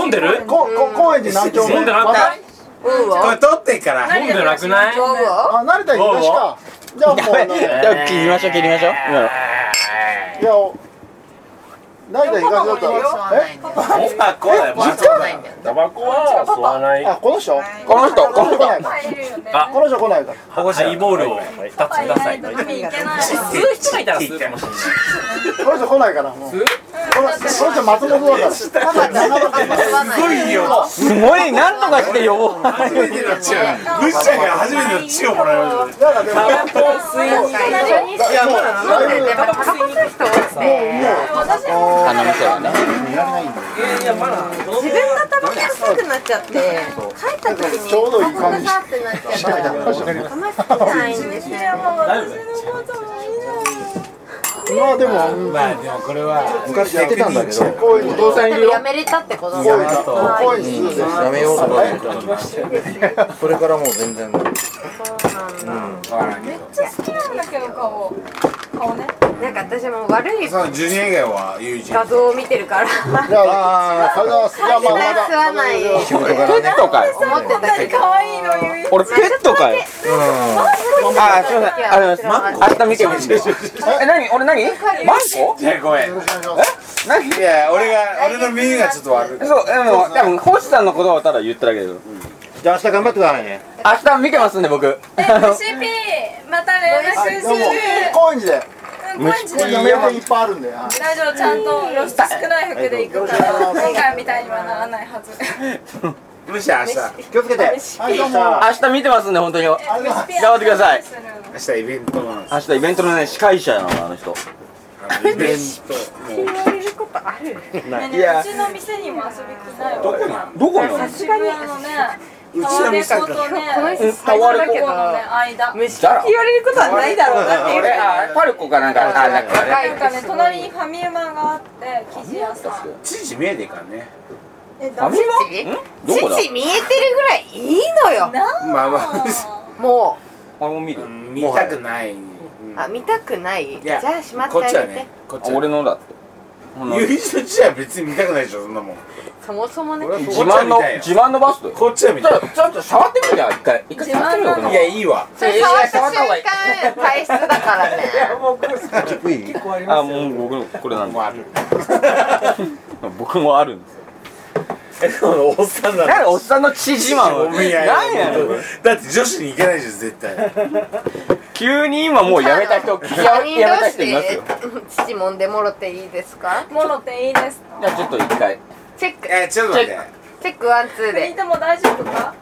[SPEAKER 10] 飲んでる
[SPEAKER 12] ここ高円寺何丁目？
[SPEAKER 10] 飲んでなくない
[SPEAKER 11] うん
[SPEAKER 3] こ
[SPEAKER 11] わ。
[SPEAKER 3] れ撮ってっから。
[SPEAKER 10] 飲んでなくない
[SPEAKER 11] 合うわ。
[SPEAKER 12] あ成田東か。じゃあもう
[SPEAKER 8] や
[SPEAKER 12] あ
[SPEAKER 8] べ
[SPEAKER 12] の
[SPEAKER 8] じ
[SPEAKER 12] い
[SPEAKER 8] ゃあ切りましょう切りましょう今の
[SPEAKER 12] や成田東だったらえ
[SPEAKER 3] あ、こうだよ。まあ
[SPEAKER 10] タバコは吸わない
[SPEAKER 12] あこの人？
[SPEAKER 8] この人この
[SPEAKER 12] 来ない
[SPEAKER 8] 人
[SPEAKER 12] か
[SPEAKER 4] 入れるよね
[SPEAKER 12] この人来ないから。
[SPEAKER 10] 保護者イボールを2つくだ
[SPEAKER 4] パパいな
[SPEAKER 10] さ
[SPEAKER 4] い
[SPEAKER 10] い
[SPEAKER 4] と飲み行けない
[SPEAKER 10] 吸う人がいたら吸うかもしれない
[SPEAKER 12] この人来ないからもう。このこの人松本だから。
[SPEAKER 3] すごいよ。
[SPEAKER 8] すごいなんとかして呼ぼう
[SPEAKER 3] 初めての血を。むしちゃんが初めての血をもらいました。
[SPEAKER 12] だからでも。いやもうだいぶ
[SPEAKER 4] 私
[SPEAKER 8] あの店はね
[SPEAKER 11] 自分がタバコ臭くなっちゃって帰った時に
[SPEAKER 12] ちょうどいい
[SPEAKER 11] タバコ
[SPEAKER 12] 感じ。
[SPEAKER 11] 臭ってなっちゃうからあんまり好きじゃないんですよ
[SPEAKER 4] も私のこともいいな
[SPEAKER 12] まあでも
[SPEAKER 3] まあでもこれは
[SPEAKER 2] 昔やってたんだけど
[SPEAKER 12] 高円寺。
[SPEAKER 11] でもやめれたってことだ
[SPEAKER 12] 高円寺。高円寺です。
[SPEAKER 2] やめようとかねそれからもう全然
[SPEAKER 4] めっちゃ好きなんだけど顔顔ね
[SPEAKER 11] なんか私も悪い
[SPEAKER 3] そのジュニア以外は友人。
[SPEAKER 11] 画像を見てるから
[SPEAKER 12] じゃあ、ありがとうございます。じゃあ、
[SPEAKER 11] 吸わ
[SPEAKER 12] まあ、まだ。
[SPEAKER 11] ない思
[SPEAKER 8] ペットかよ
[SPEAKER 11] ってた
[SPEAKER 4] 何可愛いの言う
[SPEAKER 8] 俺ペットかよあすいませんありがとうございます明日見てみるえ何俺何マンコ
[SPEAKER 3] いや、ごめん。
[SPEAKER 8] 何
[SPEAKER 3] いや、俺が、俺の耳がちょっと悪い。
[SPEAKER 8] そう、でも、多分、星さんのことをただ言っただけで、明
[SPEAKER 2] じゃあ明日頑張ってくださいね
[SPEAKER 8] 日見てますんで、僕。
[SPEAKER 4] え虫ピーまた連絡
[SPEAKER 12] はい、
[SPEAKER 4] す
[SPEAKER 12] どうも
[SPEAKER 4] る。
[SPEAKER 12] 高円寺で。
[SPEAKER 4] うんマジで
[SPEAKER 12] 余裕いっぱいあるんで。はい
[SPEAKER 4] ラジオちゃんと露出少ない服で行くから今回みたいにはならないはず
[SPEAKER 3] むしゃ明日。
[SPEAKER 2] 気をつけて
[SPEAKER 12] はい、どうも。
[SPEAKER 8] 明日見てますんで、本当に。明日イベントのね、司会者なの、あの人。
[SPEAKER 3] ああのイベント
[SPEAKER 4] 言われることある
[SPEAKER 3] ない
[SPEAKER 4] ねえねえうちの店にも遊び来ない
[SPEAKER 3] どこにあんのどこにあんの
[SPEAKER 4] さすがにあのね
[SPEAKER 3] うち
[SPEAKER 4] タワ
[SPEAKER 3] の
[SPEAKER 4] レ
[SPEAKER 3] 店
[SPEAKER 4] コ
[SPEAKER 3] だけど
[SPEAKER 4] とね
[SPEAKER 3] うん
[SPEAKER 4] タワレコのね間
[SPEAKER 6] 虫だら
[SPEAKER 4] 言われることはないだろうなっていうぐ
[SPEAKER 6] 俺
[SPEAKER 4] らい
[SPEAKER 6] あパルコかなんかあなんかあ
[SPEAKER 4] なん
[SPEAKER 6] れ
[SPEAKER 4] かね隣にファミマがあって生地屋さん
[SPEAKER 3] 知事見えていかんね
[SPEAKER 4] え
[SPEAKER 3] ファミマ
[SPEAKER 4] 父
[SPEAKER 3] どこだ
[SPEAKER 11] 父見えてるぐらいいいのよ
[SPEAKER 3] まあまあ
[SPEAKER 11] も
[SPEAKER 3] う俺も見る見たくない
[SPEAKER 11] あ見たくないじ
[SPEAKER 3] や
[SPEAKER 11] ゃあしまって
[SPEAKER 3] こっち
[SPEAKER 11] あ
[SPEAKER 3] は
[SPEAKER 11] げて
[SPEAKER 3] ねこっちは俺
[SPEAKER 6] のだって
[SPEAKER 3] 友人自体は別に見たくないでしょそんなもん
[SPEAKER 11] そもそもね
[SPEAKER 6] 自慢の自慢のバスト
[SPEAKER 3] こっちは見たい
[SPEAKER 6] ちょっと触ってみるよ一回一回触 ってみようかない
[SPEAKER 3] やいいわ
[SPEAKER 11] それ触った
[SPEAKER 6] 触った
[SPEAKER 11] 瞬
[SPEAKER 6] 方がいい
[SPEAKER 11] 間体質だからね
[SPEAKER 6] 結構ありますあもう僕のこれなんで
[SPEAKER 8] 僕もあるんですよ
[SPEAKER 3] えこのおっさんな
[SPEAKER 8] なんでおっさんの知事マンは
[SPEAKER 3] 何
[SPEAKER 8] 何やねん
[SPEAKER 3] だって女子に行けないじゃん絶対
[SPEAKER 8] 急に今もうやめた人
[SPEAKER 11] 4人
[SPEAKER 8] や
[SPEAKER 11] 同
[SPEAKER 8] めた
[SPEAKER 11] 士
[SPEAKER 8] 人いますよ
[SPEAKER 11] で父もんでもろていいですか
[SPEAKER 4] もろていいですか
[SPEAKER 6] じゃあちょっと一回
[SPEAKER 11] チェック
[SPEAKER 3] えちょっと待って
[SPEAKER 11] チェックワンツー
[SPEAKER 4] 聞い
[SPEAKER 11] で
[SPEAKER 4] ても大丈夫か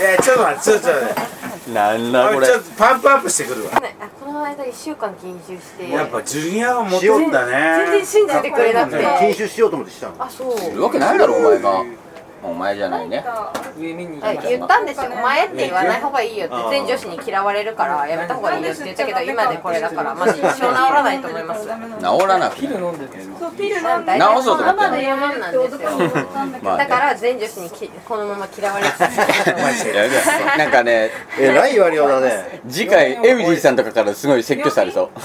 [SPEAKER 3] えちょっと待ってちょっと待ってなんだこれちょっとパンプアップしてくるわ
[SPEAKER 11] ねあこの間1週間禁酒して
[SPEAKER 3] やっぱジュニアはモテるんだね
[SPEAKER 11] 全然信じてくれなくて
[SPEAKER 2] 禁酒しようと思ってしたの
[SPEAKER 11] あそう
[SPEAKER 6] いるわけないだろお前がお前じゃないね
[SPEAKER 10] 上見に
[SPEAKER 11] あ言ったんですよ「お前」って言わない方がいいよって全女子に嫌われるからやめた方がいいよって言ったけど今でこれだからまあ一生治らないと思います
[SPEAKER 6] 治らなくて
[SPEAKER 4] そうピル飲んで
[SPEAKER 6] 治そうと思って
[SPEAKER 11] 生でやめるなんですよ
[SPEAKER 6] まあ
[SPEAKER 11] だから全女子にきこのまま嫌われて た
[SPEAKER 6] なんかね
[SPEAKER 2] えらい割りだね
[SPEAKER 6] 次回エブジーさんとかからすごい説教されそう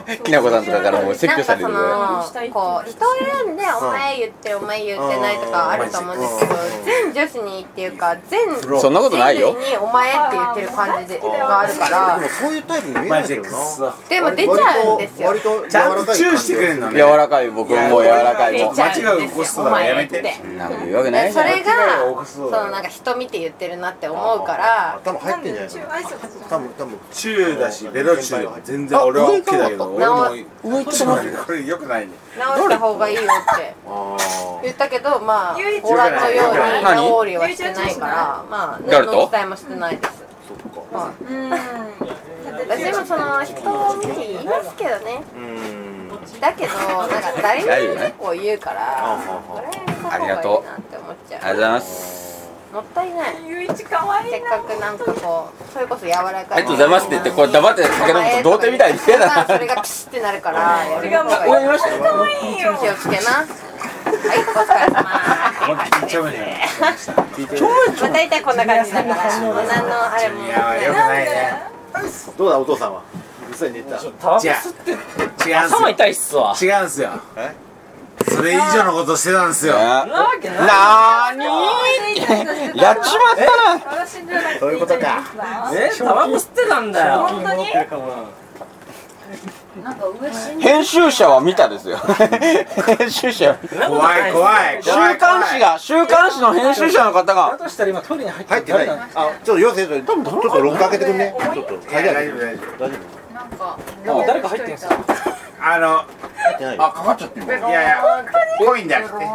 [SPEAKER 6] きなこさんとかからもう説教されるぐらい
[SPEAKER 11] なんかそのこう人を選んで「お前言ってお前言ってない」とかあると思うんですけど全女子にっていうか全
[SPEAKER 6] そんなことないよ
[SPEAKER 11] 全員に「お前」って言ってる感じでがあるから
[SPEAKER 2] でもそういうタイプに見えな
[SPEAKER 3] マ
[SPEAKER 2] い
[SPEAKER 3] ジ
[SPEAKER 2] け
[SPEAKER 3] で
[SPEAKER 2] ど
[SPEAKER 3] ク
[SPEAKER 2] な
[SPEAKER 3] ソ
[SPEAKER 11] でも出ちゃうんですよ
[SPEAKER 2] 割と
[SPEAKER 3] ちゃんとチューしてくれんのね
[SPEAKER 6] 柔らかい僕もう柔らかいもん
[SPEAKER 3] 間違い起こすとだからやめて
[SPEAKER 6] なんか言うわけないじ
[SPEAKER 11] そ
[SPEAKER 6] ゃん
[SPEAKER 11] れがそ
[SPEAKER 3] だよ
[SPEAKER 11] のなんか人見て言ってるなって思うから
[SPEAKER 2] 多分入ってんじゃないの多分多分
[SPEAKER 3] チューだしベロチューだから全然俺は OK だけど俺も上行っちまうこれ良くないね
[SPEAKER 11] 直した方がいいよって言ったけどまあ
[SPEAKER 4] 唯一
[SPEAKER 11] ご覧のように
[SPEAKER 6] 何
[SPEAKER 11] 直りはしてないからまあ
[SPEAKER 6] 誰
[SPEAKER 11] 何
[SPEAKER 6] と
[SPEAKER 11] の伝えもしてないですはい
[SPEAKER 4] うん
[SPEAKER 11] 私もその人を見て言いますけどねだけどなんか誰にも結構言うからこれはやめた方がいいなって思っち
[SPEAKER 6] ありがとう
[SPEAKER 11] ゃ
[SPEAKER 6] ございます
[SPEAKER 11] うもったいない
[SPEAKER 4] ゆういちかわいい
[SPEAKER 11] せっかくなんかこうそれこそ柔ら
[SPEAKER 6] あ
[SPEAKER 11] か
[SPEAKER 6] りが
[SPEAKER 11] い
[SPEAKER 6] とうございますって言ってこれ黙って酒飲むと童貞みたいに言って
[SPEAKER 11] だから
[SPEAKER 6] な
[SPEAKER 11] それがピシってなるからやめた方
[SPEAKER 6] 終わ
[SPEAKER 11] がい
[SPEAKER 6] り
[SPEAKER 11] い
[SPEAKER 6] ましたよ
[SPEAKER 11] 気をつけなはい
[SPEAKER 3] 思いっきりちゃめじゃない
[SPEAKER 11] お疲れ様まあ大体こんな感じだから何のあれも
[SPEAKER 3] いや良くないね
[SPEAKER 2] どうだお父さんはぐっすり寝た
[SPEAKER 10] タバコ
[SPEAKER 3] じゃ
[SPEAKER 10] 吸って
[SPEAKER 3] 違うんすよ
[SPEAKER 10] 頭痛いっすわ
[SPEAKER 3] 違うんすよそれ以上のことしてたんすよ
[SPEAKER 6] な
[SPEAKER 10] なわけない
[SPEAKER 6] なーにやっちまったな
[SPEAKER 4] 私じゃなくて
[SPEAKER 2] そういうことか
[SPEAKER 10] えタバコ吸ってたんだよ
[SPEAKER 4] 本当に
[SPEAKER 6] 編集者は見たですよ編集者は見た
[SPEAKER 3] 怖い怖い
[SPEAKER 6] 週
[SPEAKER 3] 怖い
[SPEAKER 6] 刊誌が週刊誌の編集者の方が
[SPEAKER 5] としたら今トイレに入って
[SPEAKER 2] 入ってないあちょっと要請ちょっとちょっとロック開けてくんねちょっと
[SPEAKER 3] 大
[SPEAKER 2] 鍵開
[SPEAKER 3] 丈夫
[SPEAKER 2] け
[SPEAKER 3] 大
[SPEAKER 2] て
[SPEAKER 3] 丈夫
[SPEAKER 2] 大丈
[SPEAKER 7] なん
[SPEAKER 5] あ
[SPEAKER 7] か
[SPEAKER 5] 誰か入ってんすか
[SPEAKER 3] あの
[SPEAKER 2] 入ってないよ
[SPEAKER 6] かかっちゃってる
[SPEAKER 3] いやいや濃いんじゃなくて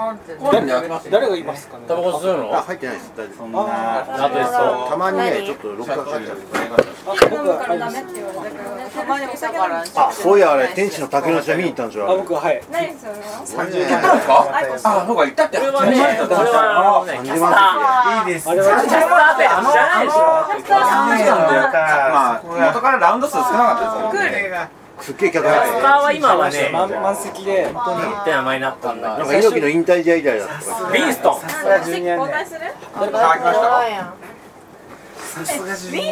[SPEAKER 5] 誰誰がいますかね
[SPEAKER 10] タバコ吸う
[SPEAKER 2] あ
[SPEAKER 10] の
[SPEAKER 2] 入ってないです大丈夫
[SPEAKER 10] なとそ
[SPEAKER 2] たまにねちょっとロック開けてくんね
[SPEAKER 4] 飲むからダメって言われたからねたまにお酒飲む
[SPEAKER 2] あそういやあれ天使の竹の下見に行ったんですよあ
[SPEAKER 5] あ
[SPEAKER 2] れ
[SPEAKER 5] 僕ははい
[SPEAKER 4] 何それは
[SPEAKER 6] ああそうか言ったって
[SPEAKER 10] これはねこれはあのねキャスタ
[SPEAKER 3] いいです
[SPEAKER 5] あれは
[SPEAKER 10] ーキャスターって知らないでしょ
[SPEAKER 6] まあ元からラウンド数少なかったですよね
[SPEAKER 2] すっげえ客
[SPEAKER 10] キ
[SPEAKER 2] 入
[SPEAKER 10] ャ
[SPEAKER 2] っ
[SPEAKER 10] ス
[SPEAKER 2] て
[SPEAKER 10] ターは今はね
[SPEAKER 5] 満満席で本当に
[SPEAKER 10] って名前になったんだ
[SPEAKER 2] なんか猪木の引退試合以来だった
[SPEAKER 10] ビンストン
[SPEAKER 4] 席交代する
[SPEAKER 5] 誰か入ってましたか
[SPEAKER 4] ウィ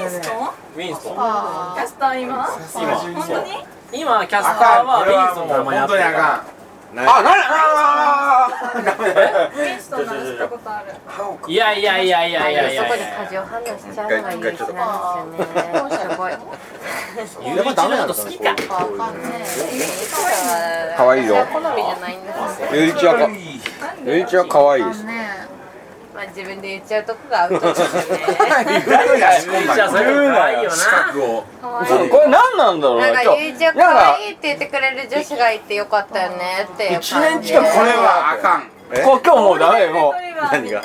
[SPEAKER 4] ンストン
[SPEAKER 10] ウィンストン
[SPEAKER 4] キャスター今
[SPEAKER 10] 今
[SPEAKER 4] 本当に
[SPEAKER 10] 今キャスタ
[SPEAKER 3] あかん
[SPEAKER 10] ーは
[SPEAKER 3] こ
[SPEAKER 10] ウ
[SPEAKER 3] れ
[SPEAKER 10] ィン
[SPEAKER 3] は
[SPEAKER 10] ストン
[SPEAKER 3] も
[SPEAKER 10] の
[SPEAKER 3] う
[SPEAKER 10] 名前
[SPEAKER 3] 本当に
[SPEAKER 10] やってる
[SPEAKER 3] あか
[SPEAKER 6] あなにあ
[SPEAKER 4] ウィンストンなら知ったことある
[SPEAKER 10] いやいやいやいやいやい
[SPEAKER 11] そこ
[SPEAKER 10] やい
[SPEAKER 11] で
[SPEAKER 10] や
[SPEAKER 11] 過剰反応しちゃうのが唯一なんですよねすごい
[SPEAKER 10] ゆういちのこと好きか
[SPEAKER 6] 可愛いよ
[SPEAKER 11] 好みじゃないんですよ
[SPEAKER 6] ゆういちはかゆういちは可愛いです
[SPEAKER 7] ね
[SPEAKER 11] まあ自分で言っちゃうとこがアウトですよ ね
[SPEAKER 10] ゆういちはそれ可愛いよな
[SPEAKER 3] を
[SPEAKER 6] うんこれ何なんだろう
[SPEAKER 11] なん
[SPEAKER 6] な
[SPEAKER 11] か
[SPEAKER 6] 今
[SPEAKER 11] ゆう
[SPEAKER 6] 日
[SPEAKER 11] ちゃん
[SPEAKER 6] なん
[SPEAKER 11] 可
[SPEAKER 6] か
[SPEAKER 11] 愛いって言ってくれる女子がいてよかったよねっていう
[SPEAKER 6] 一
[SPEAKER 11] 感
[SPEAKER 6] 年
[SPEAKER 11] じ
[SPEAKER 6] 近くこ
[SPEAKER 3] これ
[SPEAKER 6] れ
[SPEAKER 3] は
[SPEAKER 6] は
[SPEAKER 3] あかん
[SPEAKER 6] こ今日もうダメよも
[SPEAKER 4] 何が
[SPEAKER 6] う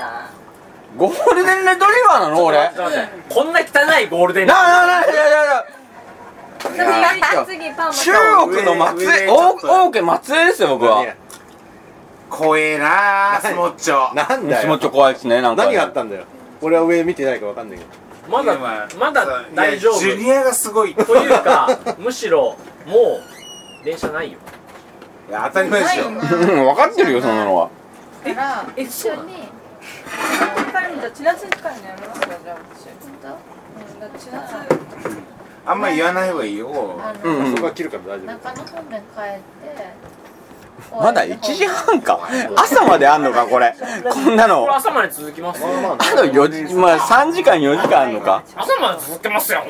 [SPEAKER 6] ゴールデンレトリバーなの俺な
[SPEAKER 10] こんな汚いゴールデン
[SPEAKER 6] あなあなあいやいやいや
[SPEAKER 4] 次パンマ
[SPEAKER 8] 中国の松江大奥松江ですよ僕は
[SPEAKER 3] 怖えなスモッチョ
[SPEAKER 2] なんだ
[SPEAKER 8] 気持
[SPEAKER 2] よ
[SPEAKER 8] ちょ怖いですねなんか
[SPEAKER 2] 何があったんだよ俺は上見てないかわかんないけど
[SPEAKER 10] まだまだ大丈夫
[SPEAKER 3] いやジュニアがすごい
[SPEAKER 10] というかむしろもう電車ないよ
[SPEAKER 3] いや当たり前でしょ
[SPEAKER 8] うん分かってるよそんなのは
[SPEAKER 7] だから一緒に彼もじゃあ千夏に使うのやめますかじゃあ私うんだって千夏
[SPEAKER 3] あんま言わない方がいいよ
[SPEAKER 7] うんうん
[SPEAKER 2] そこは切るから大丈
[SPEAKER 7] 中野方面帰って
[SPEAKER 8] まだ1時半か朝まであんのかこれこんなの
[SPEAKER 10] これ朝まで続きますよ
[SPEAKER 8] あと4時まあ3時間4時間あんのか
[SPEAKER 10] 朝まで続けますよ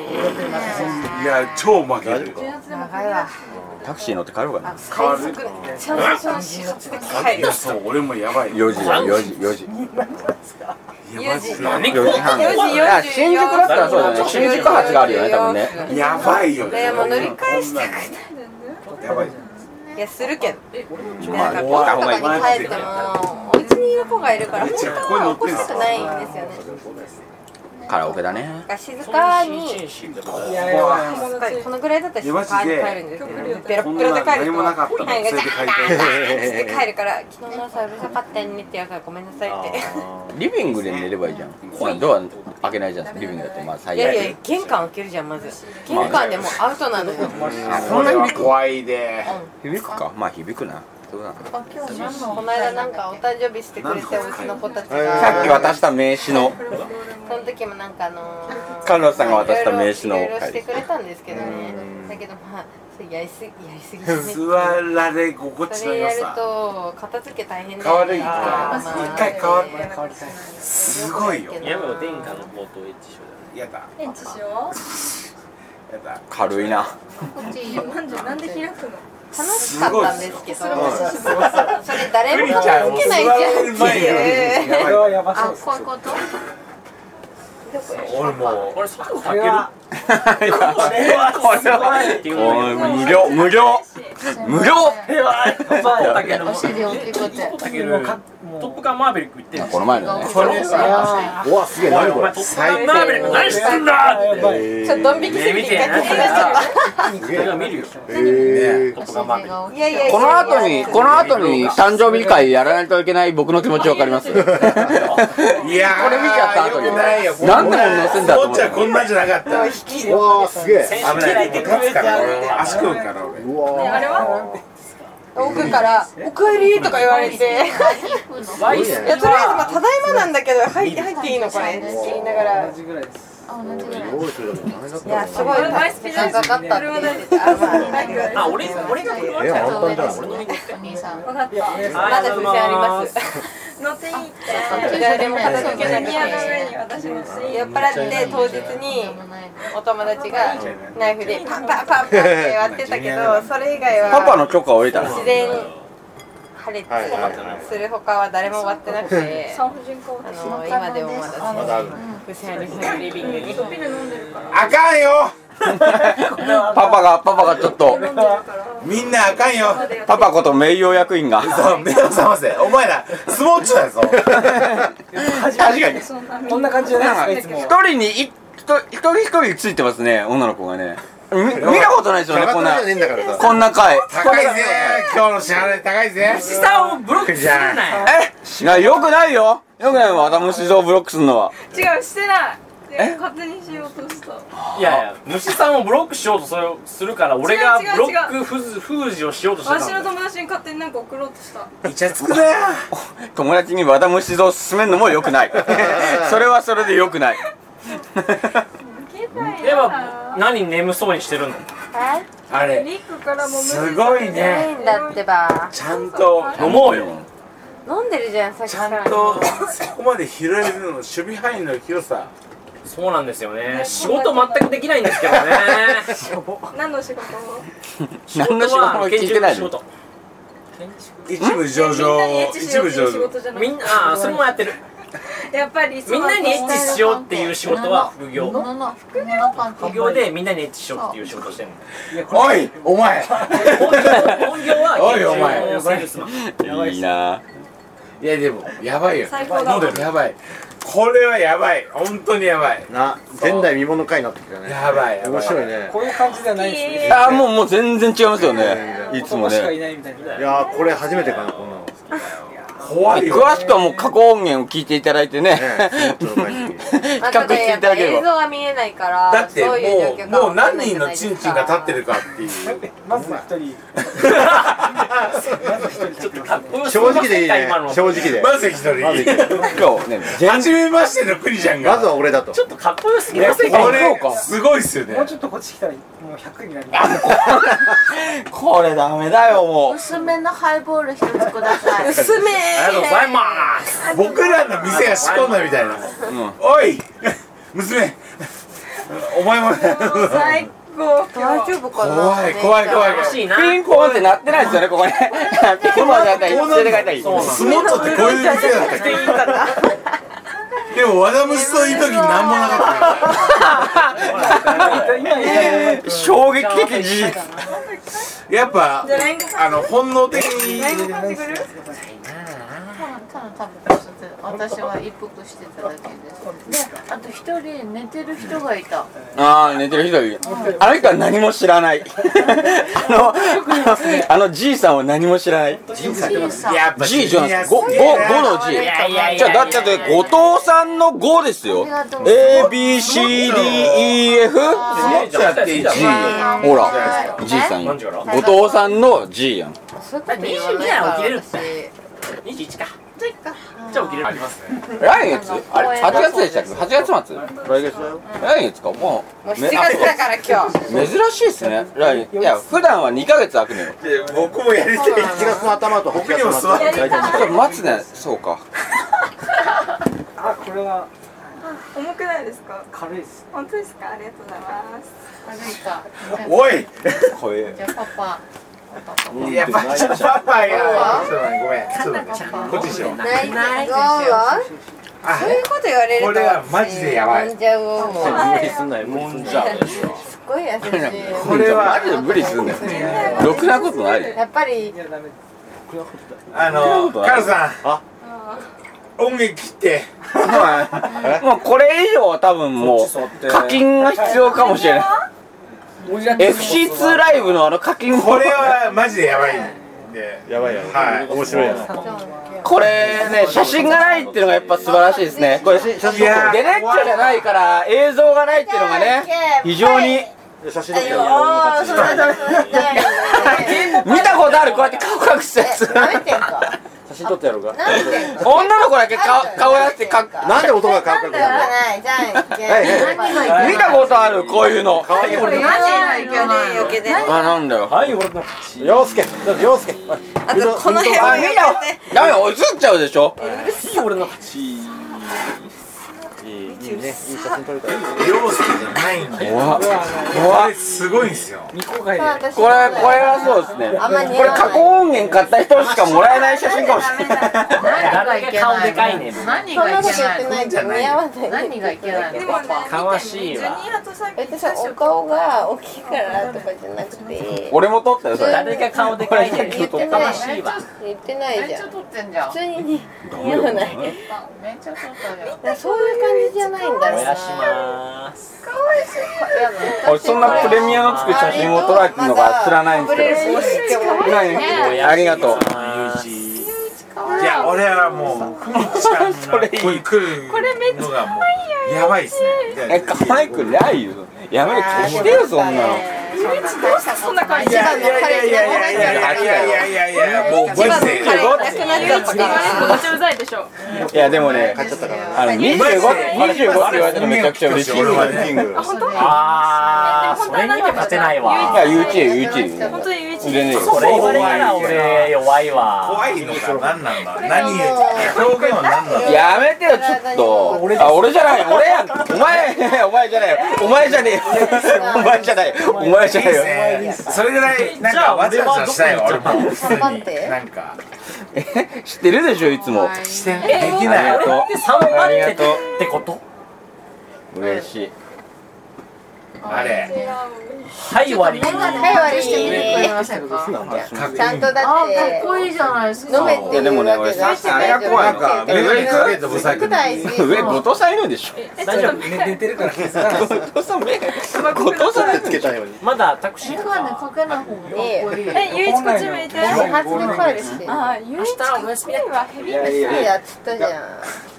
[SPEAKER 3] いや超負ける
[SPEAKER 8] タクシー乗って帰ろうかな
[SPEAKER 3] 変わる
[SPEAKER 11] ちゃんとその始発で帰
[SPEAKER 3] い
[SPEAKER 11] る
[SPEAKER 3] やそう俺もやばい
[SPEAKER 8] 4時だ4時4時
[SPEAKER 3] いやマジで
[SPEAKER 8] 4時半いや新宿だったらそうだね新宿発があるよね多分ね
[SPEAKER 3] やばいよね
[SPEAKER 11] ねもう乗り返したくない
[SPEAKER 3] やばい
[SPEAKER 11] いやするけど
[SPEAKER 8] まあ
[SPEAKER 11] なんか子とかに帰ってもお家にいる子がいるから本当は起こしたくないんですよね
[SPEAKER 8] カラオケだね
[SPEAKER 11] なんか静かにこのぐらいだったら静かに帰るんですけどベロッベロで帰ると
[SPEAKER 3] こんなの何もなかったの
[SPEAKER 11] はいガチャ
[SPEAKER 3] そ
[SPEAKER 11] ガ
[SPEAKER 3] れ
[SPEAKER 11] チ
[SPEAKER 3] で帰
[SPEAKER 11] ャガチャって帰
[SPEAKER 3] る
[SPEAKER 11] るから昨日の朝うるさかったよねってやるからごめんなさいって
[SPEAKER 8] リビングで寝ればいいじゃんまあドア開けないじゃんリビングだってまあ
[SPEAKER 11] い
[SPEAKER 8] 最
[SPEAKER 11] やい
[SPEAKER 8] 悪
[SPEAKER 11] や玄関開けるじゃんまず玄関でもうアウトなのよ
[SPEAKER 8] あそんな響く
[SPEAKER 3] 怖いで
[SPEAKER 8] 響くかまあ響くなそうだな
[SPEAKER 11] あ今日何のこの間なんかお誕生日してくれてうちの子たち
[SPEAKER 8] さっき
[SPEAKER 11] が
[SPEAKER 8] 渡した名刺の
[SPEAKER 11] その時もなんかあのー
[SPEAKER 8] カルロスさんが渡した名刺の
[SPEAKER 11] いろいろしてくれたんですけどねだけどまあそれやりすぎやりすぎですね
[SPEAKER 3] 座られ心地
[SPEAKER 11] そ
[SPEAKER 3] の
[SPEAKER 11] れ
[SPEAKER 3] 良
[SPEAKER 11] やる
[SPEAKER 3] さ
[SPEAKER 11] と片付け大変だ
[SPEAKER 3] 変わる一
[SPEAKER 11] まあ
[SPEAKER 3] 回変わるすごいよ
[SPEAKER 10] いやもう殿下の宝刀エッチ賞
[SPEAKER 3] やだ
[SPEAKER 4] エッチしよ
[SPEAKER 3] やだ
[SPEAKER 8] 軽いな
[SPEAKER 4] うこっちいいよなんでなんで開くの
[SPEAKER 11] 楽しかったんですけどそれ誰も
[SPEAKER 3] ちゃん
[SPEAKER 11] つけないじゃんっていう
[SPEAKER 3] やばいよ
[SPEAKER 11] あこういうこと
[SPEAKER 3] 俺も
[SPEAKER 10] これ佐藤健
[SPEAKER 8] いやこれはおい無料無料無料
[SPEAKER 7] 教えてよっていうことで
[SPEAKER 10] トップガンマーヴェリック行ってる
[SPEAKER 8] この前のね
[SPEAKER 10] これさ
[SPEAKER 2] 夫うわすげえ何これ
[SPEAKER 10] トップガンマーヴェリック何してんだって
[SPEAKER 11] ちょっとドン引きすぎて一回聞き出し
[SPEAKER 10] それが見るよ
[SPEAKER 2] え
[SPEAKER 10] トップガンマーヴェリッ
[SPEAKER 11] たいやいやいや
[SPEAKER 8] この後にこの後に誕生日会やらないといけ ない僕の気持ちわかります
[SPEAKER 3] いやー
[SPEAKER 8] これ見ちゃった後に
[SPEAKER 3] よくないよ
[SPEAKER 8] 何でも載せんだと思
[SPEAKER 3] も
[SPEAKER 8] っ
[SPEAKER 3] っち
[SPEAKER 8] て
[SPEAKER 3] ゃんこんなんじゃなかった
[SPEAKER 2] ーわーすげえ
[SPEAKER 3] 危ないムカつから俺足食うから俺
[SPEAKER 2] うわ
[SPEAKER 11] 奥から「おかえり」とか言われて「いや
[SPEAKER 10] クワイス
[SPEAKER 11] とりあえずまあただいまなんだけど入って入っていいのこれ」って言いながらい
[SPEAKER 7] あ同じぐらい
[SPEAKER 2] ー用意するだけで大変だった
[SPEAKER 11] やすごい
[SPEAKER 4] マイ
[SPEAKER 11] 大
[SPEAKER 4] スピ
[SPEAKER 11] 変
[SPEAKER 4] ラ
[SPEAKER 11] かかったって言ってたあまあ
[SPEAKER 10] あ俺俺が
[SPEAKER 2] え
[SPEAKER 10] 車
[SPEAKER 2] や
[SPEAKER 7] ちょっと
[SPEAKER 2] 簡
[SPEAKER 7] 上
[SPEAKER 2] 単
[SPEAKER 7] で
[SPEAKER 2] じ
[SPEAKER 7] す
[SPEAKER 2] ゃ
[SPEAKER 7] ね
[SPEAKER 2] ん
[SPEAKER 7] お兄さん
[SPEAKER 4] 分かった
[SPEAKER 11] まだ付箋あります
[SPEAKER 4] 乗っていいって
[SPEAKER 11] 誰も片付けなく
[SPEAKER 4] 宮の上に
[SPEAKER 11] て
[SPEAKER 4] 私乗っていい
[SPEAKER 11] 酔っ払って当日にお友達がナイフでパンパンパンパンって割ってたけどそれ以外は
[SPEAKER 8] パパの許可を得たら
[SPEAKER 11] 自然破裂する他は誰も割ってなくてあ
[SPEAKER 4] 産婦人科
[SPEAKER 11] の今でもまだ
[SPEAKER 2] まだある
[SPEAKER 11] 付箋ありますリビングに
[SPEAKER 4] ビール飲んでるから
[SPEAKER 3] あかんよ
[SPEAKER 8] パパがパパがちょっと
[SPEAKER 4] 飲んでるから
[SPEAKER 3] みんなあかんよ
[SPEAKER 8] パパこと名誉役員が
[SPEAKER 3] そう目を覚ませお前らスモッチョだぞ
[SPEAKER 8] 確かに
[SPEAKER 4] そんな
[SPEAKER 20] こんな感じじゃないですかいつも
[SPEAKER 8] 一人に一人一人一人ついてますね女の子がねみ見たことないですよねこんな
[SPEAKER 2] キャバクラじゃねえんだからさ
[SPEAKER 8] こんな回
[SPEAKER 3] 高いぜ今日の支払い高いぜ
[SPEAKER 10] 下をブロックするなよ
[SPEAKER 8] えなよくないよよくないわ頭市場ブロックするのは
[SPEAKER 4] 違うしてない勝手にしようとした
[SPEAKER 10] いやいや虫さんをブロックしようとそれをするから俺が
[SPEAKER 4] 違う
[SPEAKER 10] ブ
[SPEAKER 4] 違う
[SPEAKER 10] ロック封じ封じをしようとしてたん
[SPEAKER 4] 私
[SPEAKER 10] だ
[SPEAKER 4] の
[SPEAKER 10] よ
[SPEAKER 4] 友達に勝手になんか送ろうとした
[SPEAKER 3] イチャつくなよ
[SPEAKER 8] 友達に和田虫像を勧めるのもよくないそれはそれでよくない
[SPEAKER 10] では何眠そうにしてるの
[SPEAKER 3] あれ
[SPEAKER 4] リックからも無視され
[SPEAKER 3] す
[SPEAKER 4] て
[SPEAKER 3] ごい
[SPEAKER 11] ない
[SPEAKER 3] ね
[SPEAKER 11] んだってば
[SPEAKER 3] ちゃんと
[SPEAKER 10] 飲もうよ
[SPEAKER 11] 飲んでるじゃんさっき
[SPEAKER 3] ち
[SPEAKER 11] か
[SPEAKER 3] ゃん
[SPEAKER 11] ら
[SPEAKER 3] とそこまで拾えるの守備範囲の広さ
[SPEAKER 10] そうなんですよね仕事全くできないんですけどね
[SPEAKER 4] 何の仕事
[SPEAKER 8] 何の仕事も聞いてない
[SPEAKER 10] 仕
[SPEAKER 8] の
[SPEAKER 10] 事
[SPEAKER 3] 一部上場一部上場
[SPEAKER 4] 場
[SPEAKER 10] みんなあーそれもやってる
[SPEAKER 4] やっぱりそう
[SPEAKER 10] みんなにエッチしようっていう仕事は副業
[SPEAKER 7] のの副業関係
[SPEAKER 10] 副業でみんなにエッチしようっていう仕事してるの
[SPEAKER 3] おいお 前
[SPEAKER 10] 本業本業は
[SPEAKER 3] おいお前
[SPEAKER 10] 研究のセールスマン
[SPEAKER 8] いいない
[SPEAKER 3] やでもやばいよ
[SPEAKER 4] 最高だわ
[SPEAKER 3] やばいこれはやばい本当にやばい
[SPEAKER 2] な前代未聞の回になってきたね
[SPEAKER 3] やばいやば
[SPEAKER 2] 面白いね
[SPEAKER 21] こういう感じじゃないですね
[SPEAKER 8] あーもうもう全然違いますよねいつもね
[SPEAKER 21] しかいないみたいない
[SPEAKER 2] やーこれ初めてかなこんなの
[SPEAKER 3] 怖いよ
[SPEAKER 8] 詳しくはもう過去音源を聞いていただいてね 比
[SPEAKER 11] あ
[SPEAKER 8] 較
[SPEAKER 11] とね
[SPEAKER 8] して
[SPEAKER 11] や
[SPEAKER 8] い
[SPEAKER 11] ったぱ
[SPEAKER 8] だけれ
[SPEAKER 11] 映像
[SPEAKER 8] ば
[SPEAKER 11] は見えないから
[SPEAKER 3] だっても
[SPEAKER 11] そういう状況
[SPEAKER 3] う
[SPEAKER 11] が
[SPEAKER 3] もう何人のチンチンが立ってるかっていう
[SPEAKER 21] まず一人
[SPEAKER 2] 正直でいいね正直で
[SPEAKER 3] まず一人
[SPEAKER 2] まず一
[SPEAKER 8] 今日ね
[SPEAKER 3] 初めましてのクリちゃんが
[SPEAKER 2] まずは俺だと
[SPEAKER 21] ちょっとかっこよすぎ
[SPEAKER 3] いや
[SPEAKER 21] ませんか
[SPEAKER 3] これすごいっすよね
[SPEAKER 21] もうちょっとこっち来たらもう100になります
[SPEAKER 8] これダメだよもう
[SPEAKER 7] 薄めのハイボール一つください
[SPEAKER 11] 薄めありがとうござい
[SPEAKER 3] ます僕らの店が仕込んだみたいなおい娘お前も
[SPEAKER 11] 最高大丈夫かな
[SPEAKER 3] 怖い怖い怖い
[SPEAKER 8] ピンポンってなってないですよね ここねピンポンってなったら一斉で書いたらいい
[SPEAKER 3] 相 撲取ってこういう店だったっけでも和田虫といい時何もなかった
[SPEAKER 8] 衝撃的事実
[SPEAKER 3] やっぱあの本能的に
[SPEAKER 7] ただ多分私は一服してただけですであと一人寝てる人がいた
[SPEAKER 8] ああ寝てる人いるあの人は何も知らないあのあのあのじいさんは何も知らないじい
[SPEAKER 7] さん
[SPEAKER 3] やっぱ
[SPEAKER 8] じいじゃないですごごごのじい
[SPEAKER 7] いやいやいや
[SPEAKER 8] じゃあだっちゃって後藤さんの5ですよ
[SPEAKER 7] ありがとう
[SPEAKER 8] ABCDEF ほらじいさんよ後藤さんの G やん
[SPEAKER 7] そういうこと
[SPEAKER 10] 二
[SPEAKER 7] 言
[SPEAKER 10] 十二
[SPEAKER 7] わない
[SPEAKER 10] な
[SPEAKER 7] から
[SPEAKER 10] ら起きれるっ
[SPEAKER 7] 私
[SPEAKER 10] て。二十一か。
[SPEAKER 7] じ
[SPEAKER 10] ゃあ起きれる。ありますね。
[SPEAKER 8] 来月あれ8月でしたっけ8月末来月来月かもう
[SPEAKER 11] もう7月だから今日
[SPEAKER 8] 珍しいですね来月いや普段は2ヶ月空くのよ
[SPEAKER 3] 僕もやりたい
[SPEAKER 2] 7月の頭と8月の頭
[SPEAKER 8] ちょっと待つねそうか
[SPEAKER 21] あこれは
[SPEAKER 4] 重くないですか
[SPEAKER 21] 軽いです
[SPEAKER 4] 本当ですかありがとうございます
[SPEAKER 7] 軽いか
[SPEAKER 3] おい
[SPEAKER 8] これ
[SPEAKER 7] じゃあパパ
[SPEAKER 3] いやパパパやちょっとごめんちょっと待ってこっちにしよう
[SPEAKER 11] ないないですよそういうこと言われると
[SPEAKER 3] これはマジでやばい
[SPEAKER 11] 飲んじゃうわもう
[SPEAKER 8] 無理すんなよもんじゃ
[SPEAKER 11] すっごい優しい
[SPEAKER 8] これはマジで無理すんなよろくなことない
[SPEAKER 11] やっぱり
[SPEAKER 3] あのカルさん音源切って
[SPEAKER 8] もうこれ以上は多分もう課金が必要かもしれない FC2 ライブのあの課金
[SPEAKER 3] これはマジでやばいんで
[SPEAKER 2] やばいやろ
[SPEAKER 3] はい
[SPEAKER 2] 面白いやろ
[SPEAKER 8] これね写真がないっていうのがやっぱ素晴らしいですねこれ写真
[SPEAKER 2] いやー
[SPEAKER 8] ゲネッチョじゃないから映像がないっていうのがね非常に
[SPEAKER 2] 写真
[SPEAKER 11] ああそうだそう
[SPEAKER 8] 見たことあるこうやって顔隠すやつ
[SPEAKER 2] 写真撮ってやろうか
[SPEAKER 8] 女の子だけ顔顔やってか
[SPEAKER 2] なんで男が顔隠す
[SPEAKER 11] だ
[SPEAKER 2] の
[SPEAKER 11] ないじゃんけん
[SPEAKER 8] はい見たことあるこういうの
[SPEAKER 2] 可愛いよ
[SPEAKER 11] これマジないけどね余計であ
[SPEAKER 8] あなんだよはい俺の
[SPEAKER 2] 陽介陽介
[SPEAKER 11] とこの辺も
[SPEAKER 8] あ
[SPEAKER 11] 余
[SPEAKER 8] 見
[SPEAKER 11] 計
[SPEAKER 8] たダメ映っちゃうでしょ
[SPEAKER 21] 俺の勝ち
[SPEAKER 2] いいねいい写真撮れたらいいよ
[SPEAKER 3] 陽介じゃないんで
[SPEAKER 8] 怖っ
[SPEAKER 3] こ
[SPEAKER 8] 怖っ
[SPEAKER 3] れすごいんですよ
[SPEAKER 21] 未公開で
[SPEAKER 8] これこれはそうですね
[SPEAKER 11] あんま似合わない
[SPEAKER 8] これ加工音源買った人しかもらえない写真かもしれない
[SPEAKER 7] 何がいけ
[SPEAKER 10] 顔でか
[SPEAKER 7] ないい
[SPEAKER 10] ね
[SPEAKER 7] の何
[SPEAKER 11] そん
[SPEAKER 7] が
[SPEAKER 11] ないこと
[SPEAKER 7] け
[SPEAKER 11] 言っ
[SPEAKER 7] ない
[SPEAKER 11] て
[SPEAKER 7] の
[SPEAKER 11] ないと似合わない
[SPEAKER 7] 何がいけないのパパ
[SPEAKER 10] かわしいわ。
[SPEAKER 4] ニーハとさっ
[SPEAKER 11] えっとさお顔が大きいからとかじゃなくて
[SPEAKER 8] 俺も撮ったよそれ
[SPEAKER 10] 誰が顔でかいねん。
[SPEAKER 11] 言って
[SPEAKER 10] か
[SPEAKER 11] な
[SPEAKER 10] わ
[SPEAKER 11] い
[SPEAKER 10] しいわ。
[SPEAKER 11] 言ってない
[SPEAKER 7] め
[SPEAKER 11] じ
[SPEAKER 7] っ
[SPEAKER 11] ゃ
[SPEAKER 7] ちゃ
[SPEAKER 11] ん
[SPEAKER 7] 撮ってんじゃん
[SPEAKER 11] 普通に似似合わないだか
[SPEAKER 7] めっちゃ撮ったじゃん
[SPEAKER 11] らそういう感じじゃないんだ
[SPEAKER 10] お
[SPEAKER 11] ろう
[SPEAKER 10] や
[SPEAKER 11] な
[SPEAKER 10] します。
[SPEAKER 8] 俺そんなプレミアのつく写真を撮られてるのがつらないんですけど何ありがとう
[SPEAKER 3] いや俺はもうクリちゃんがここに来るのがもうやばいっすね
[SPEAKER 8] え可愛くないよやめろ消してよそんなの
[SPEAKER 4] そんな感
[SPEAKER 3] いやいやいやいやいやいやいやいやいやもうマジで
[SPEAKER 11] なくなっちゃったから
[SPEAKER 4] めっちゃうざいでしょ
[SPEAKER 8] いやでもね
[SPEAKER 2] 買っちゃったから
[SPEAKER 8] あの25 25って言われたのめちゃくちゃ嬉しいい
[SPEAKER 2] キングは
[SPEAKER 8] や
[SPEAKER 2] ねキング
[SPEAKER 10] あー、それには勝てないわ。
[SPEAKER 8] ゆうちえゆうちえ
[SPEAKER 4] 本当に唯一
[SPEAKER 8] 全然いい
[SPEAKER 10] それ言われたら俺弱いわ。
[SPEAKER 3] 怖いのか何なんだ何表現は何なんだ
[SPEAKER 8] やめてよちょっとあ俺じゃない俺やんお前お前じゃないよお前じゃねえよお前じゃないよお前じゃないよ
[SPEAKER 3] それぐらいなんかわちゃわちゃしたいわ俺も普通になんか
[SPEAKER 8] え知ってるでしょいつも
[SPEAKER 3] してできない
[SPEAKER 10] 俺って三番手ってこと？
[SPEAKER 8] 嬉しい
[SPEAKER 3] あれ
[SPEAKER 10] はい終わり
[SPEAKER 11] はい終わりしてみてくれませんかちゃんとだってかっこいいじゃないですか飲めっていうわけが
[SPEAKER 3] あれは怖いなんか上にかけてもさ
[SPEAKER 22] 上後藤さんいるんでしょ
[SPEAKER 8] 大丈夫寝てるから気づかない
[SPEAKER 22] 後藤さん目後藤さん目つけたように
[SPEAKER 10] まだタクシー
[SPEAKER 11] 眼鏡かけない方がいい
[SPEAKER 4] え、ゆういちこっち向いて。
[SPEAKER 11] 始発で帰る して
[SPEAKER 4] ああ、ゆういちこっちはヘビー
[SPEAKER 11] いやっつったじゃん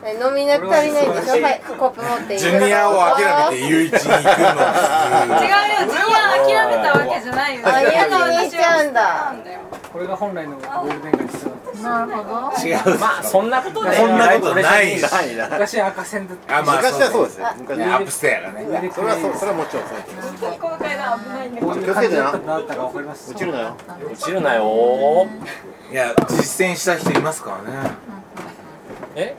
[SPEAKER 11] え飲みなく足りないでしょはいコップ持って
[SPEAKER 3] ジュニアを諦めて雄一に行くの
[SPEAKER 4] 違うよ、ジュニア諦めたわけじゃないよ。
[SPEAKER 11] あ嫌なお兄ちゃんだ
[SPEAKER 8] これが本来のゴールデンガイス
[SPEAKER 11] なるほど
[SPEAKER 3] 違う
[SPEAKER 10] まあそんなこと で
[SPEAKER 3] そんなことないし
[SPEAKER 8] 昔は赤線だった
[SPEAKER 3] あまあ
[SPEAKER 2] 昔はそうですよ昔
[SPEAKER 3] ねアップステアがね
[SPEAKER 2] ねそれはそうそれはもちろんそうですよ
[SPEAKER 4] 今回が危ないんだけ
[SPEAKER 8] ど
[SPEAKER 4] ど
[SPEAKER 8] ういう
[SPEAKER 2] 気をつけ
[SPEAKER 8] 感
[SPEAKER 2] て
[SPEAKER 8] じ
[SPEAKER 2] な
[SPEAKER 8] だったかなったか分かります
[SPEAKER 2] 落ちるなよ
[SPEAKER 10] 落ちるなよ
[SPEAKER 3] いや実践した人いますから ね
[SPEAKER 10] え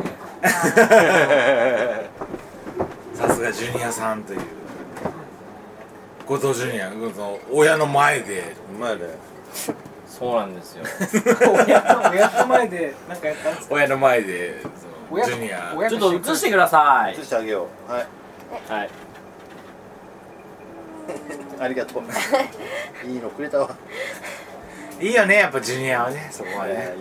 [SPEAKER 3] さすがジュニアさんという後藤ジュニアその親の前で前で
[SPEAKER 10] そうなんです よ
[SPEAKER 8] 親と親と前でなんかやったんです か
[SPEAKER 3] 親の前でその
[SPEAKER 8] 親
[SPEAKER 3] ジュニア
[SPEAKER 8] 親
[SPEAKER 10] ちょっと映してください
[SPEAKER 2] 移してあげようはい
[SPEAKER 10] はい
[SPEAKER 2] ありが とういいのくれたわ
[SPEAKER 3] いいよねやっぱジュニアはねそこはね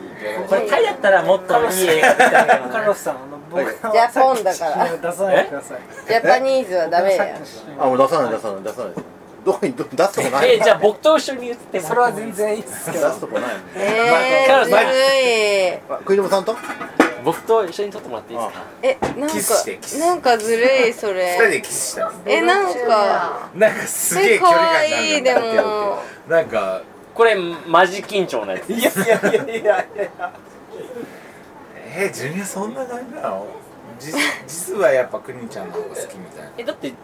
[SPEAKER 10] これタイだったらもっといい映画見たいけど
[SPEAKER 8] カロスさんあの僕
[SPEAKER 11] ジャポンだから
[SPEAKER 8] は出さないでください
[SPEAKER 11] ジャパニーズはダメだよ
[SPEAKER 2] あもう出さない出さない出さないですどこにど出すとこない
[SPEAKER 10] えじゃあ僕と一緒に映っても
[SPEAKER 8] それは全然いいです
[SPEAKER 2] 出
[SPEAKER 8] けど
[SPEAKER 2] すとこないもん
[SPEAKER 11] え
[SPEAKER 10] カ
[SPEAKER 11] ー
[SPEAKER 10] ロ
[SPEAKER 11] ず
[SPEAKER 10] さん
[SPEAKER 11] るい
[SPEAKER 2] あクイルムさんと
[SPEAKER 10] 僕と一緒に撮ってもらっていいですか
[SPEAKER 11] えなん
[SPEAKER 3] キスしてキ
[SPEAKER 11] か
[SPEAKER 3] ス
[SPEAKER 11] なんかずるいそ
[SPEAKER 3] 二人で
[SPEAKER 11] れ
[SPEAKER 3] キスしたんです
[SPEAKER 11] えなんか
[SPEAKER 3] なんかすげえ
[SPEAKER 11] え
[SPEAKER 3] 距離
[SPEAKER 11] 可
[SPEAKER 3] 感になる
[SPEAKER 11] 愛い
[SPEAKER 3] じ
[SPEAKER 11] で
[SPEAKER 3] ゃん
[SPEAKER 11] も
[SPEAKER 3] なんか
[SPEAKER 10] これマジ緊張のやつ
[SPEAKER 8] いやいやいやいやいや
[SPEAKER 3] えー、ジュニアそんな感じなの実実はやっぱクニちゃんの方が好きみたいな
[SPEAKER 10] えだってで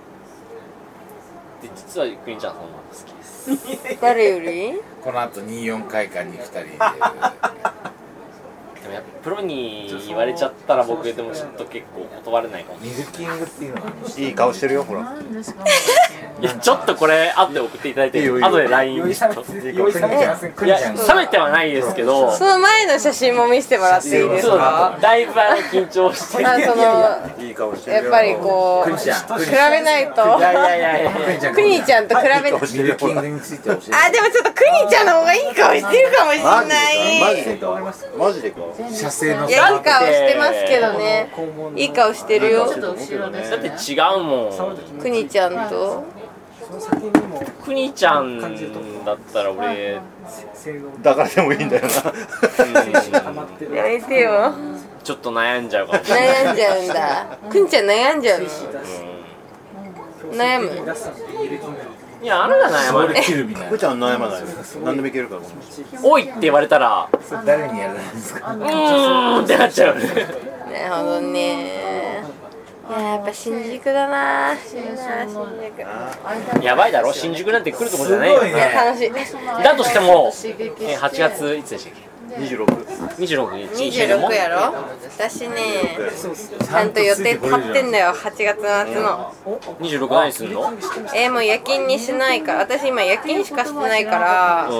[SPEAKER 10] 実はクリンちゃんさんの方が好きです
[SPEAKER 11] 誰より
[SPEAKER 3] このあと24回間に2人で
[SPEAKER 10] でもやっぱプロに言われちゃったら僕でもちょっと結構断れないかもしれ
[SPEAKER 3] ミルキングっていうのがあるんです
[SPEAKER 2] いい顔してるよほら
[SPEAKER 11] なんですか
[SPEAKER 10] ないいやちょっとこれ後で送っていただいて
[SPEAKER 2] いいよいいよ
[SPEAKER 10] 後で LINE
[SPEAKER 8] 酔い
[SPEAKER 10] い
[SPEAKER 8] さめて酔いさめてますねクニ
[SPEAKER 10] や
[SPEAKER 8] ちゃんが
[SPEAKER 10] 冷めてはないですけど
[SPEAKER 11] その前の写真も見せてもらっていいです
[SPEAKER 10] そう
[SPEAKER 11] か
[SPEAKER 10] だだいぶあの緊張して
[SPEAKER 11] あその
[SPEAKER 2] いい顔してるよ
[SPEAKER 11] やっぱりこう
[SPEAKER 3] クニちゃんク
[SPEAKER 11] 比べないと
[SPEAKER 10] いやいやいや
[SPEAKER 3] ニ
[SPEAKER 10] いや
[SPEAKER 3] ちゃん
[SPEAKER 11] クニちゃんと比べ
[SPEAKER 2] いい
[SPEAKER 11] て
[SPEAKER 2] 顔してるよほら
[SPEAKER 3] について教えて
[SPEAKER 11] あでもちょっとクニちゃんの方がいい顔してるかもしれ
[SPEAKER 2] マジ
[SPEAKER 11] ない
[SPEAKER 2] でかマジでかマジでか
[SPEAKER 3] 射精の
[SPEAKER 11] いやいい
[SPEAKER 3] 差
[SPEAKER 11] 顔してますけどねいい顔してるよ
[SPEAKER 2] 後ろです
[SPEAKER 10] だって違うもん
[SPEAKER 11] クニちゃんと
[SPEAKER 8] その先にも
[SPEAKER 10] くにちゃんだったら俺
[SPEAKER 8] 性能
[SPEAKER 2] だからでもいいんだよな
[SPEAKER 8] 溜まってる
[SPEAKER 11] やめてよ
[SPEAKER 10] ちょっと悩んじゃうかもしれない
[SPEAKER 11] 悩んじゃうんだクニちゃん悩んじゃうの悩む
[SPEAKER 8] 出すのミルキング
[SPEAKER 10] うんいやあなた悩まない
[SPEAKER 3] 切るみたい
[SPEAKER 2] ふ
[SPEAKER 3] な
[SPEAKER 2] ーちゃん悩まないよ何でもいけるからこの人
[SPEAKER 10] 多いって言われたら
[SPEAKER 3] それ誰にやるんですか
[SPEAKER 10] うーんってなっちゃう
[SPEAKER 11] なるほどねいややっぱ新宿だな新宿だな新宿
[SPEAKER 10] やばいだろ新宿なんて来るとこじゃない
[SPEAKER 3] す
[SPEAKER 10] よ
[SPEAKER 3] ごい
[SPEAKER 11] いや
[SPEAKER 3] ね
[SPEAKER 11] 楽しい
[SPEAKER 10] だとしてもえ8月いつでしたっ
[SPEAKER 2] 26
[SPEAKER 10] け26日
[SPEAKER 11] 26やろ私ねちゃんと予定立ってんだよ8月末の
[SPEAKER 10] 26何すんの
[SPEAKER 11] えー、もう夜勤にしないから私今夜勤しかしてないから、
[SPEAKER 10] う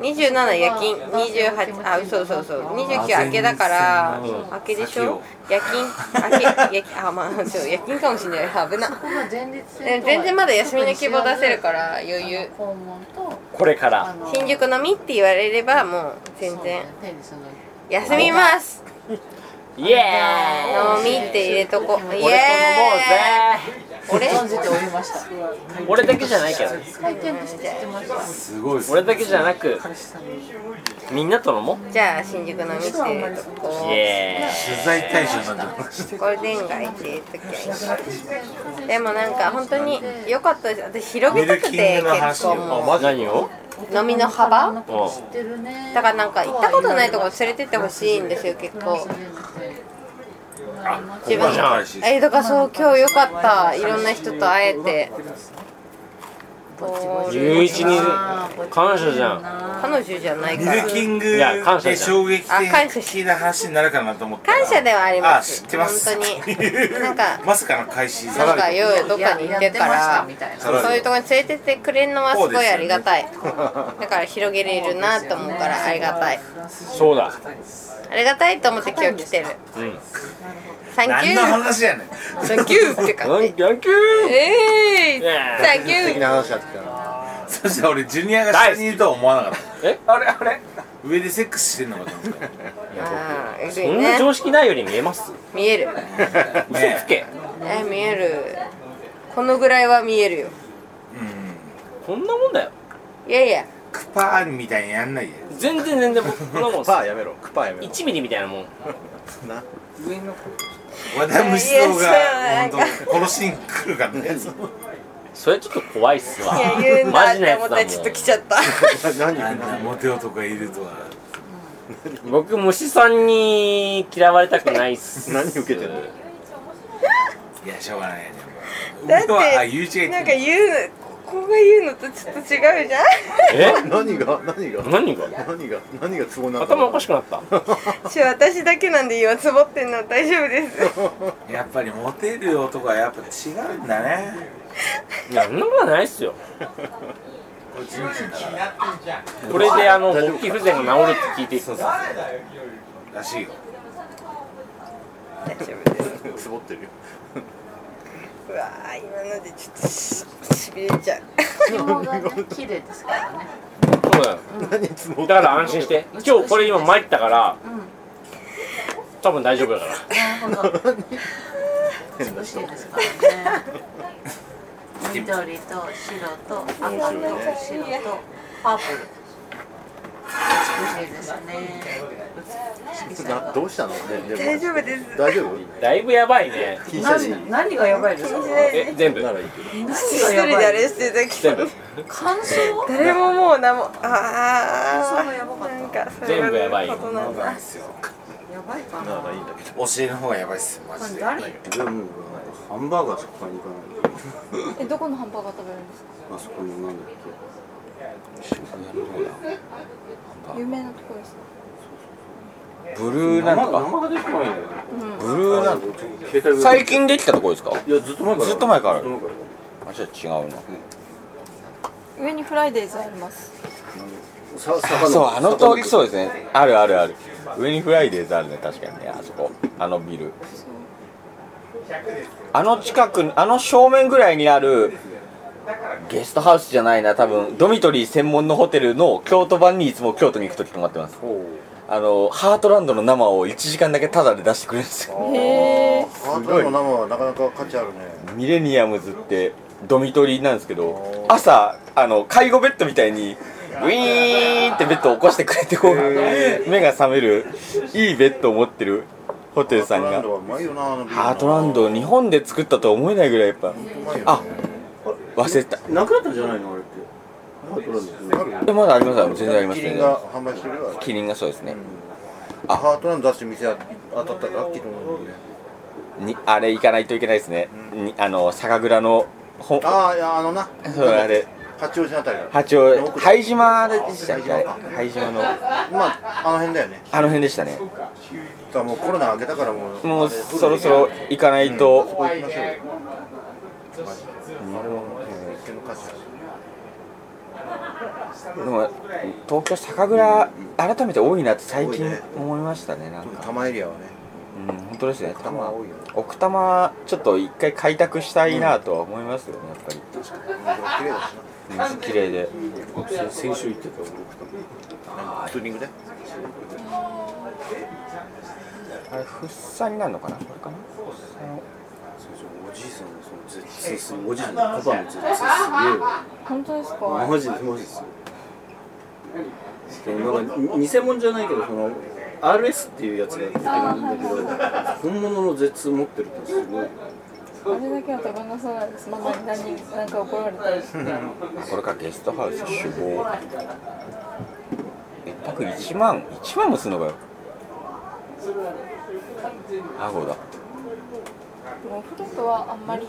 [SPEAKER 11] 27夜勤28あ嘘嘘嘘29明けだから明けでしょ夜勤明け夜勤あまあそう夜勤かもしれない危なでも全然まだ休みの希望出せるから余裕
[SPEAKER 10] これから
[SPEAKER 11] 新宿飲みって言われればもう全然休みます
[SPEAKER 10] イエ
[SPEAKER 11] 飲みって入れとこイ
[SPEAKER 10] ーイ俺
[SPEAKER 11] エ
[SPEAKER 10] と飲もうぜ
[SPEAKER 11] ーイ俺
[SPEAKER 10] 俺だけじゃないけど
[SPEAKER 3] すごいです
[SPEAKER 10] 俺だけじゃなくみんなと飲も
[SPEAKER 11] じゃあ新宿飲みって入れとこ
[SPEAKER 10] うイエーイ
[SPEAKER 3] 取材対象になってます
[SPEAKER 11] ゴールデン街って言う時でもなんか本当に良かったです私広げたくて結構も
[SPEAKER 10] 何を
[SPEAKER 11] う飲みの幅
[SPEAKER 10] うん
[SPEAKER 11] だからなんか行ったことないとこ連れてってほしいんですよ結構自分のえだからそう今日良かったいろんな人と会えてこう
[SPEAKER 10] 11に感謝じゃん
[SPEAKER 11] 彼女じゃない
[SPEAKER 3] ミ
[SPEAKER 11] から
[SPEAKER 3] ルキング
[SPEAKER 10] いや感謝
[SPEAKER 3] で
[SPEAKER 10] じゃん
[SPEAKER 3] 衝撃
[SPEAKER 11] あ感謝
[SPEAKER 3] 的な話になるかなと思って
[SPEAKER 11] 感謝ではありま
[SPEAKER 3] あ
[SPEAKER 11] す
[SPEAKER 3] 知ってます
[SPEAKER 11] 本当になんか
[SPEAKER 3] まさかの開始
[SPEAKER 11] なんかようどっかに行ってからそういうところに連れてってくれるのはすごいありがたいだから広げれるなと思うからありがたい
[SPEAKER 10] そうだ
[SPEAKER 11] ありがたいと思って今日来てる
[SPEAKER 10] うん
[SPEAKER 11] サンキュー
[SPEAKER 3] 何の話やねん
[SPEAKER 11] サンキューってか
[SPEAKER 3] サンキュー
[SPEAKER 11] えいサンキュー
[SPEAKER 3] 話だった なそして俺ジュニアが下にいるとは思わなかったえあれあれ上でセックスしてんのかと思った
[SPEAKER 11] あーうずい
[SPEAKER 10] そん
[SPEAKER 11] ね
[SPEAKER 10] な常識ないように見えます
[SPEAKER 11] 見える
[SPEAKER 10] 嘘つけ
[SPEAKER 11] え見えるこのぐらいは見えるよ
[SPEAKER 10] こんなもんだよ
[SPEAKER 11] いやいや
[SPEAKER 3] クパーみたいにやんないで
[SPEAKER 10] 全然全然僕の もんク
[SPEAKER 3] パーやめろクパーやめろ
[SPEAKER 10] 1ミリみたいなもん
[SPEAKER 3] な上の和田虫蔵が本当このシーン来るからね
[SPEAKER 10] それちょっと怖いっすわ
[SPEAKER 11] いや言うんだ
[SPEAKER 10] マ
[SPEAKER 11] っ
[SPEAKER 10] ジ
[SPEAKER 11] て
[SPEAKER 10] なや
[SPEAKER 11] 思った
[SPEAKER 10] つだも
[SPEAKER 11] ら
[SPEAKER 10] ん
[SPEAKER 11] ちょっと来ちゃった
[SPEAKER 3] 何モテ男がいるとは
[SPEAKER 10] 僕虫さんに嫌われたくないっ す
[SPEAKER 3] 何受けてるいやしょうがないね
[SPEAKER 11] だって
[SPEAKER 3] 俺はあ友一が言って
[SPEAKER 11] なんか言うここが言うのとちょっと違うじゃん
[SPEAKER 10] え
[SPEAKER 2] 何が何が
[SPEAKER 10] 何が
[SPEAKER 2] 何が何が都合なの
[SPEAKER 10] 頭おかしくな った
[SPEAKER 11] ちょ私だけなんで今つぼってんの大丈夫です
[SPEAKER 3] やっぱりモテる男はやっぱ違うんだね
[SPEAKER 10] いやそんなことないっすよ
[SPEAKER 3] これチンチンだから
[SPEAKER 10] これであの勃起不全が治るって聞いてそう
[SPEAKER 3] らしいよ
[SPEAKER 11] 大丈夫です
[SPEAKER 2] つぼってるよ
[SPEAKER 11] うわー今のでちょっとししびれちゃう
[SPEAKER 7] 紐がね綺麗ですからね
[SPEAKER 10] だよだから安心して今日これ今参ったから多分大丈夫だから
[SPEAKER 7] なるほど美しいですからね緑と白と赤と白とパープル美しいですね
[SPEAKER 2] などうしたのねでも
[SPEAKER 11] 大丈夫です
[SPEAKER 2] 大丈夫
[SPEAKER 10] だいぶやばいね
[SPEAKER 2] 禁止し
[SPEAKER 7] 何何がやばいですか
[SPEAKER 10] え全部
[SPEAKER 11] 一人であれしてたけ
[SPEAKER 10] 全部
[SPEAKER 11] ど感想 誰ももう何もああなんかそれ
[SPEAKER 10] 全部やばい
[SPEAKER 11] ことなんだ
[SPEAKER 7] やばいか
[SPEAKER 2] な
[SPEAKER 7] な
[SPEAKER 2] らいいんだけ
[SPEAKER 3] 教
[SPEAKER 2] ど
[SPEAKER 3] えの方がやばいっすマジで
[SPEAKER 7] これ誰
[SPEAKER 3] でも
[SPEAKER 8] ハンバーガーしか買いに行かない
[SPEAKER 7] えどこのハンバーガー食べるんですか
[SPEAKER 8] あそこのなんだっ
[SPEAKER 7] 有名なとこですか
[SPEAKER 8] けブルーなんとかブルーなんとか最近できたとこですかいやずっと前からずっと前からあるあじゃあ違うな
[SPEAKER 7] 上にフライデーズあります
[SPEAKER 8] あそうあの通りそうですねあるあるある上にフライデーズあるね確かにねあそこあのビルあの近くあの正面ぐらいにあるゲストハウスじゃないな多分ドミトリー専門のホテルの京都版にいつも京都に行く時泊まってますあのハートランドの生を1時間だけタダで出してくれるんですよ
[SPEAKER 7] へえ
[SPEAKER 2] ハートの生はなかなか価値あるね
[SPEAKER 8] ミレニアムズってドミトリーなんですけど朝あの介護ベッドみたいにウィーンってベッドを起こしてくれてこう目が覚めるいいベッドを持ってるホテルさんが
[SPEAKER 2] うまいよなあのビール
[SPEAKER 8] ハートランド日本で作ったとは思えないぐらいやっぱあ忘れてた
[SPEAKER 2] なくなったんじゃないのあれってハートランドって
[SPEAKER 8] でまだありますよ全然あります
[SPEAKER 2] キ
[SPEAKER 8] ね
[SPEAKER 2] リンが販売してるよあれ
[SPEAKER 8] キリンがそうですね
[SPEAKER 2] ハートランド出して店当たったらラッキーと思うんだよね
[SPEAKER 8] にあれ行かないといけないですね、にあの酒蔵のほ
[SPEAKER 2] ああいやあのな
[SPEAKER 8] そうあれ
[SPEAKER 2] 八王子のあたりだ
[SPEAKER 8] 八王子拝島でしたっけあれ拝島の
[SPEAKER 2] まああの辺だよね
[SPEAKER 8] あの辺でしたね
[SPEAKER 2] だからもうコロナ明けたからもう
[SPEAKER 8] もうそろそろ行かないと、
[SPEAKER 2] そこ行きましょうよマジであれはもう一見の価値だ
[SPEAKER 8] でも東京酒蔵改めて多いなって最近思いましたねなんか多摩エリアはねうん本当ですね多摩奥多摩ちょっと一回開拓したいなとは思いますよねやっぱり
[SPEAKER 2] 綺麗だし
[SPEAKER 8] 水綺麗で
[SPEAKER 2] な先週行ってた俺何ツーリングで
[SPEAKER 8] あれ福生になるのかなこれかな
[SPEAKER 3] おじいさんのその絶世すおじいさんのパパの絶世す
[SPEAKER 7] 本当ですか
[SPEAKER 3] げえマジでマジです
[SPEAKER 4] なんか偽物じゃないけどその RS っていうやつが出てるんだけど本物の絶持ってるってすごい
[SPEAKER 7] あれだけは食べなさいですママに何なんか怒られたりして
[SPEAKER 8] これかゲストハウス主謀一泊1万1万もするのかよアゴだ
[SPEAKER 7] もうお風呂とはあんまり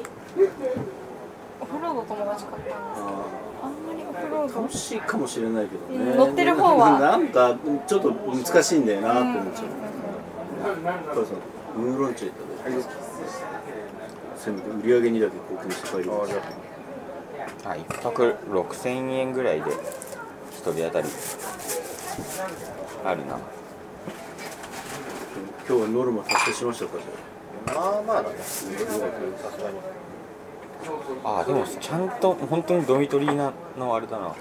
[SPEAKER 7] オフロードとも同じかったんですけどあんまりオフロード
[SPEAKER 4] 楽しいかもしれないけどね、
[SPEAKER 7] うん乗ってる方は
[SPEAKER 4] なんかちょっと難しいんだよなって思っちゃう、お母さんウーロン茶いただいてせめて売り上げにだけ貢献して帰りました
[SPEAKER 8] あ一泊6000円ぐらいで一人当たりあるな
[SPEAKER 4] 今日はノルマ達成しましたかじゃ
[SPEAKER 2] まあまあだねさすがに
[SPEAKER 8] あでもちゃんと本当にドミトリーなのあれだな